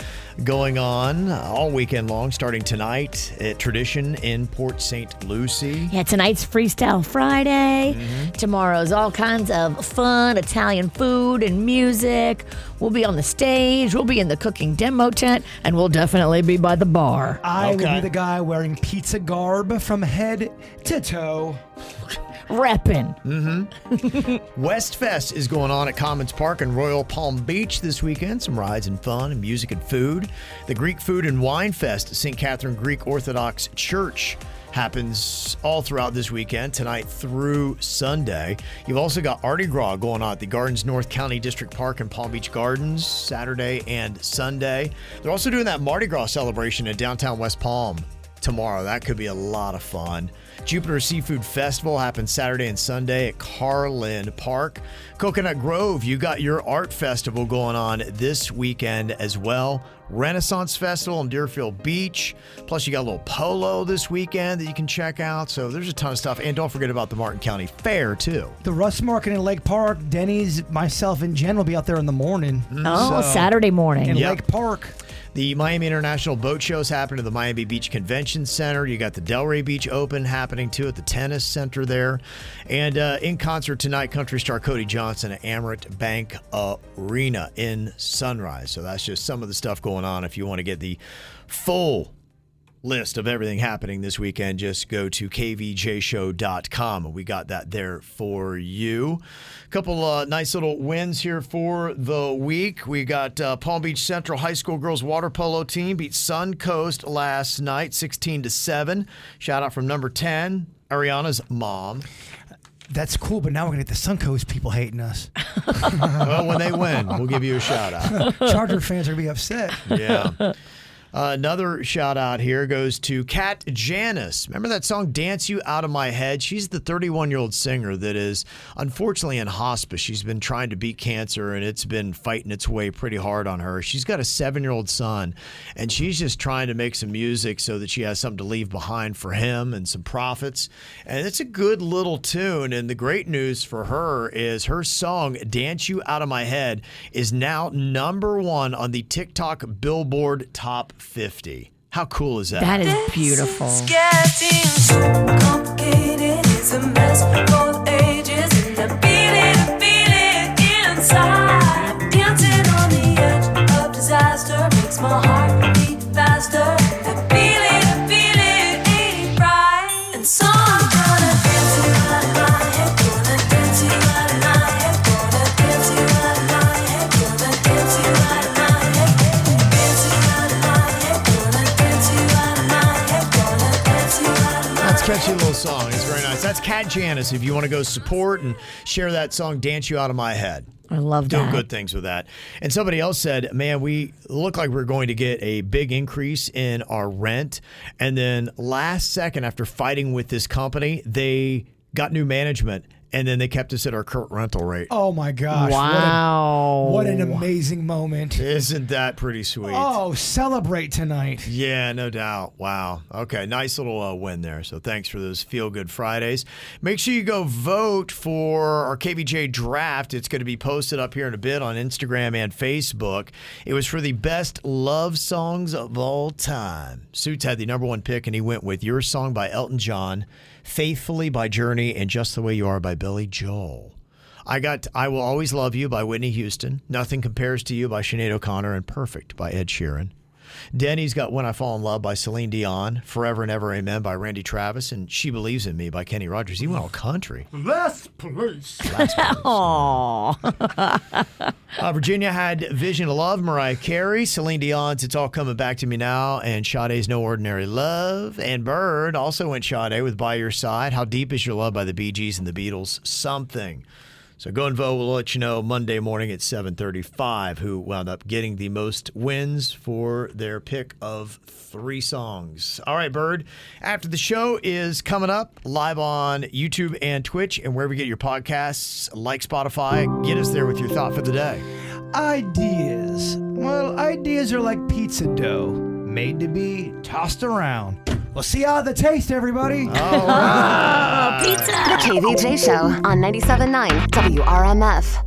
S3: going on uh, all weekend long, starting tonight at Tradition in Port St. Lucie.
S4: Yeah, tonight's Freestyle Friday. Tomorrow's all kinds of fun Italian food and music. We'll be on the stage, we'll be in the cooking demo tent, and we'll definitely be by the bar.
S5: I will
S3: Okay.
S5: be the guy wearing pizza garb from head to toe.
S4: Reppin'.
S3: Mm-hmm. Westfest is going on at Commons Park in Royal Palm Beach this weekend. Some rides and fun and music and food. The Greek Food and Wine Fest at St. Catherine Greek Orthodox Church happens all throughout this weekend, tonight through Sunday. You've also got Artie Gras going on at the Gardens North County District Park in Palm Beach Gardens Saturday and Sunday. They're also doing that Mardi Gras celebration in downtown West Palm tomorrow. That could be a lot of fun. Jupiter Seafood Festival happens Saturday and Sunday at Carlin Park. Coconut Grove, you got your art festival going on this weekend as well. Renaissance Festival in Deerfield Beach. Plus, you got a little polo this weekend that you can check out. So, there's a ton of stuff. And don't forget about the Martin County Fair, too.
S5: The Rust Market in Lake Park, Denny's, myself, and Jen will be out there in the morning.
S4: Oh,
S5: Mm-hmm. So-
S4: Saturday morning.
S5: In
S3: Yep.
S5: Lake Park.
S3: The Miami International Boat Shows happened at the Miami Beach Convention Center. You got the Delray Beach Open happening too at the Tennis Center there. And uh, in concert tonight, country star Cody Johnson at Amaret Bank Arena in Sunrise. So that's just some of the stuff going on. If you want to get the full list of everything happening this weekend, just go to kvjshow.com and we got that there for you. A couple uh, nice little wins here for the week. We got uh, Palm Beach Central High School girls water polo team beat Sun Coast last night 16 to 7. Shout out from number 10, Ariana's mom.
S5: That's cool, but now we're gonna get the Suncoast people hating us.
S3: well, when they win, we'll give you a shout out.
S5: Charger fans are gonna be upset.
S3: yeah. Uh, another shout out here goes to Kat Janice. Remember that song Dance You Out of My Head? She's the 31 year old singer that is unfortunately in hospice. She's been trying to beat cancer and it's been fighting its way pretty hard on her. She's got a seven year old son and she's just trying to make some music so that she has something to leave behind for him and some profits. And it's a good little tune. And the great news for her is her song Dance You Out of My Head is now number one on the TikTok Billboard Top 50. How cool is that?
S4: That is beautiful.
S1: Getting so complicated, it's a mess for the ages, and I feel it, I feel it inside. Dancing on the edge of disaster makes my heart beat faster. I feel it, I feel it ain't right. And so I'm gonna dance you out of my head, gonna dance you out of my head, gonna dance you out of my head, gonna dance you out of my head, dance you out of my head, gonna dance you out of my head, gonna dance you out of my
S3: That's a catchy little song. It's very nice. That's Kat Janice. If you want to go support and share that song, Dance You Out of My Head.
S4: I love
S3: doing
S4: that.
S3: good things with that. And somebody else said, "Man, we look like we're going to get a big increase in our rent." And then last second, after fighting with this company, they got new management, and then they kept us at our current rental rate.
S5: Oh my gosh. what a-
S3: Wow.
S5: What, an amazing moment.
S3: Isn't that pretty sweet?
S5: Oh, celebrate tonight.
S3: Yeah, no doubt. Wow. Okay, nice little uh, win there. So thanks for those feel good Fridays. Make sure you go vote for our KVJ draft. It's going to be posted up here in a bit on Instagram and Facebook. It was for the best love songs of all time. Suits had the number one pick, and he went with Your Song by Elton John, Faithfully by Journey, and Just the Way You Are by Billy Joel. I got I Will Always Love You by Whitney Houston, Nothing Compares to You by Sinead O'Connor, and Perfect by Ed Sheeran. Denny's got When I Fall in Love by Celine Dion, Forever and Ever Amen by Randy Travis, and She Believes in Me by Kenny Rogers. He went all country.
S5: Last place.
S3: Oh, Aww. uh, Virginia had Vision of Love, Mariah Carey, Celine Dion's It's All Coming Back to Me Now, and Sade's No Ordinary Love. And Bird also went Sade with By Your Side, How Deep Is Your Love by the Bee Gees and the Beatles, something. So go and vote. We'll let you know Monday morning at 7:35 who wound up getting the most wins for their pick of three songs. All right, Bird. After the show is coming up live on YouTube and Twitch and wherever you get your podcasts, like Spotify. Get us there with your thought for the day.
S5: Ideas. Well, ideas are like pizza dough, made to be tossed around. We'll see how they taste, everybody.
S3: Oh,
S9: The KVJ Show on 97.9 WRMF.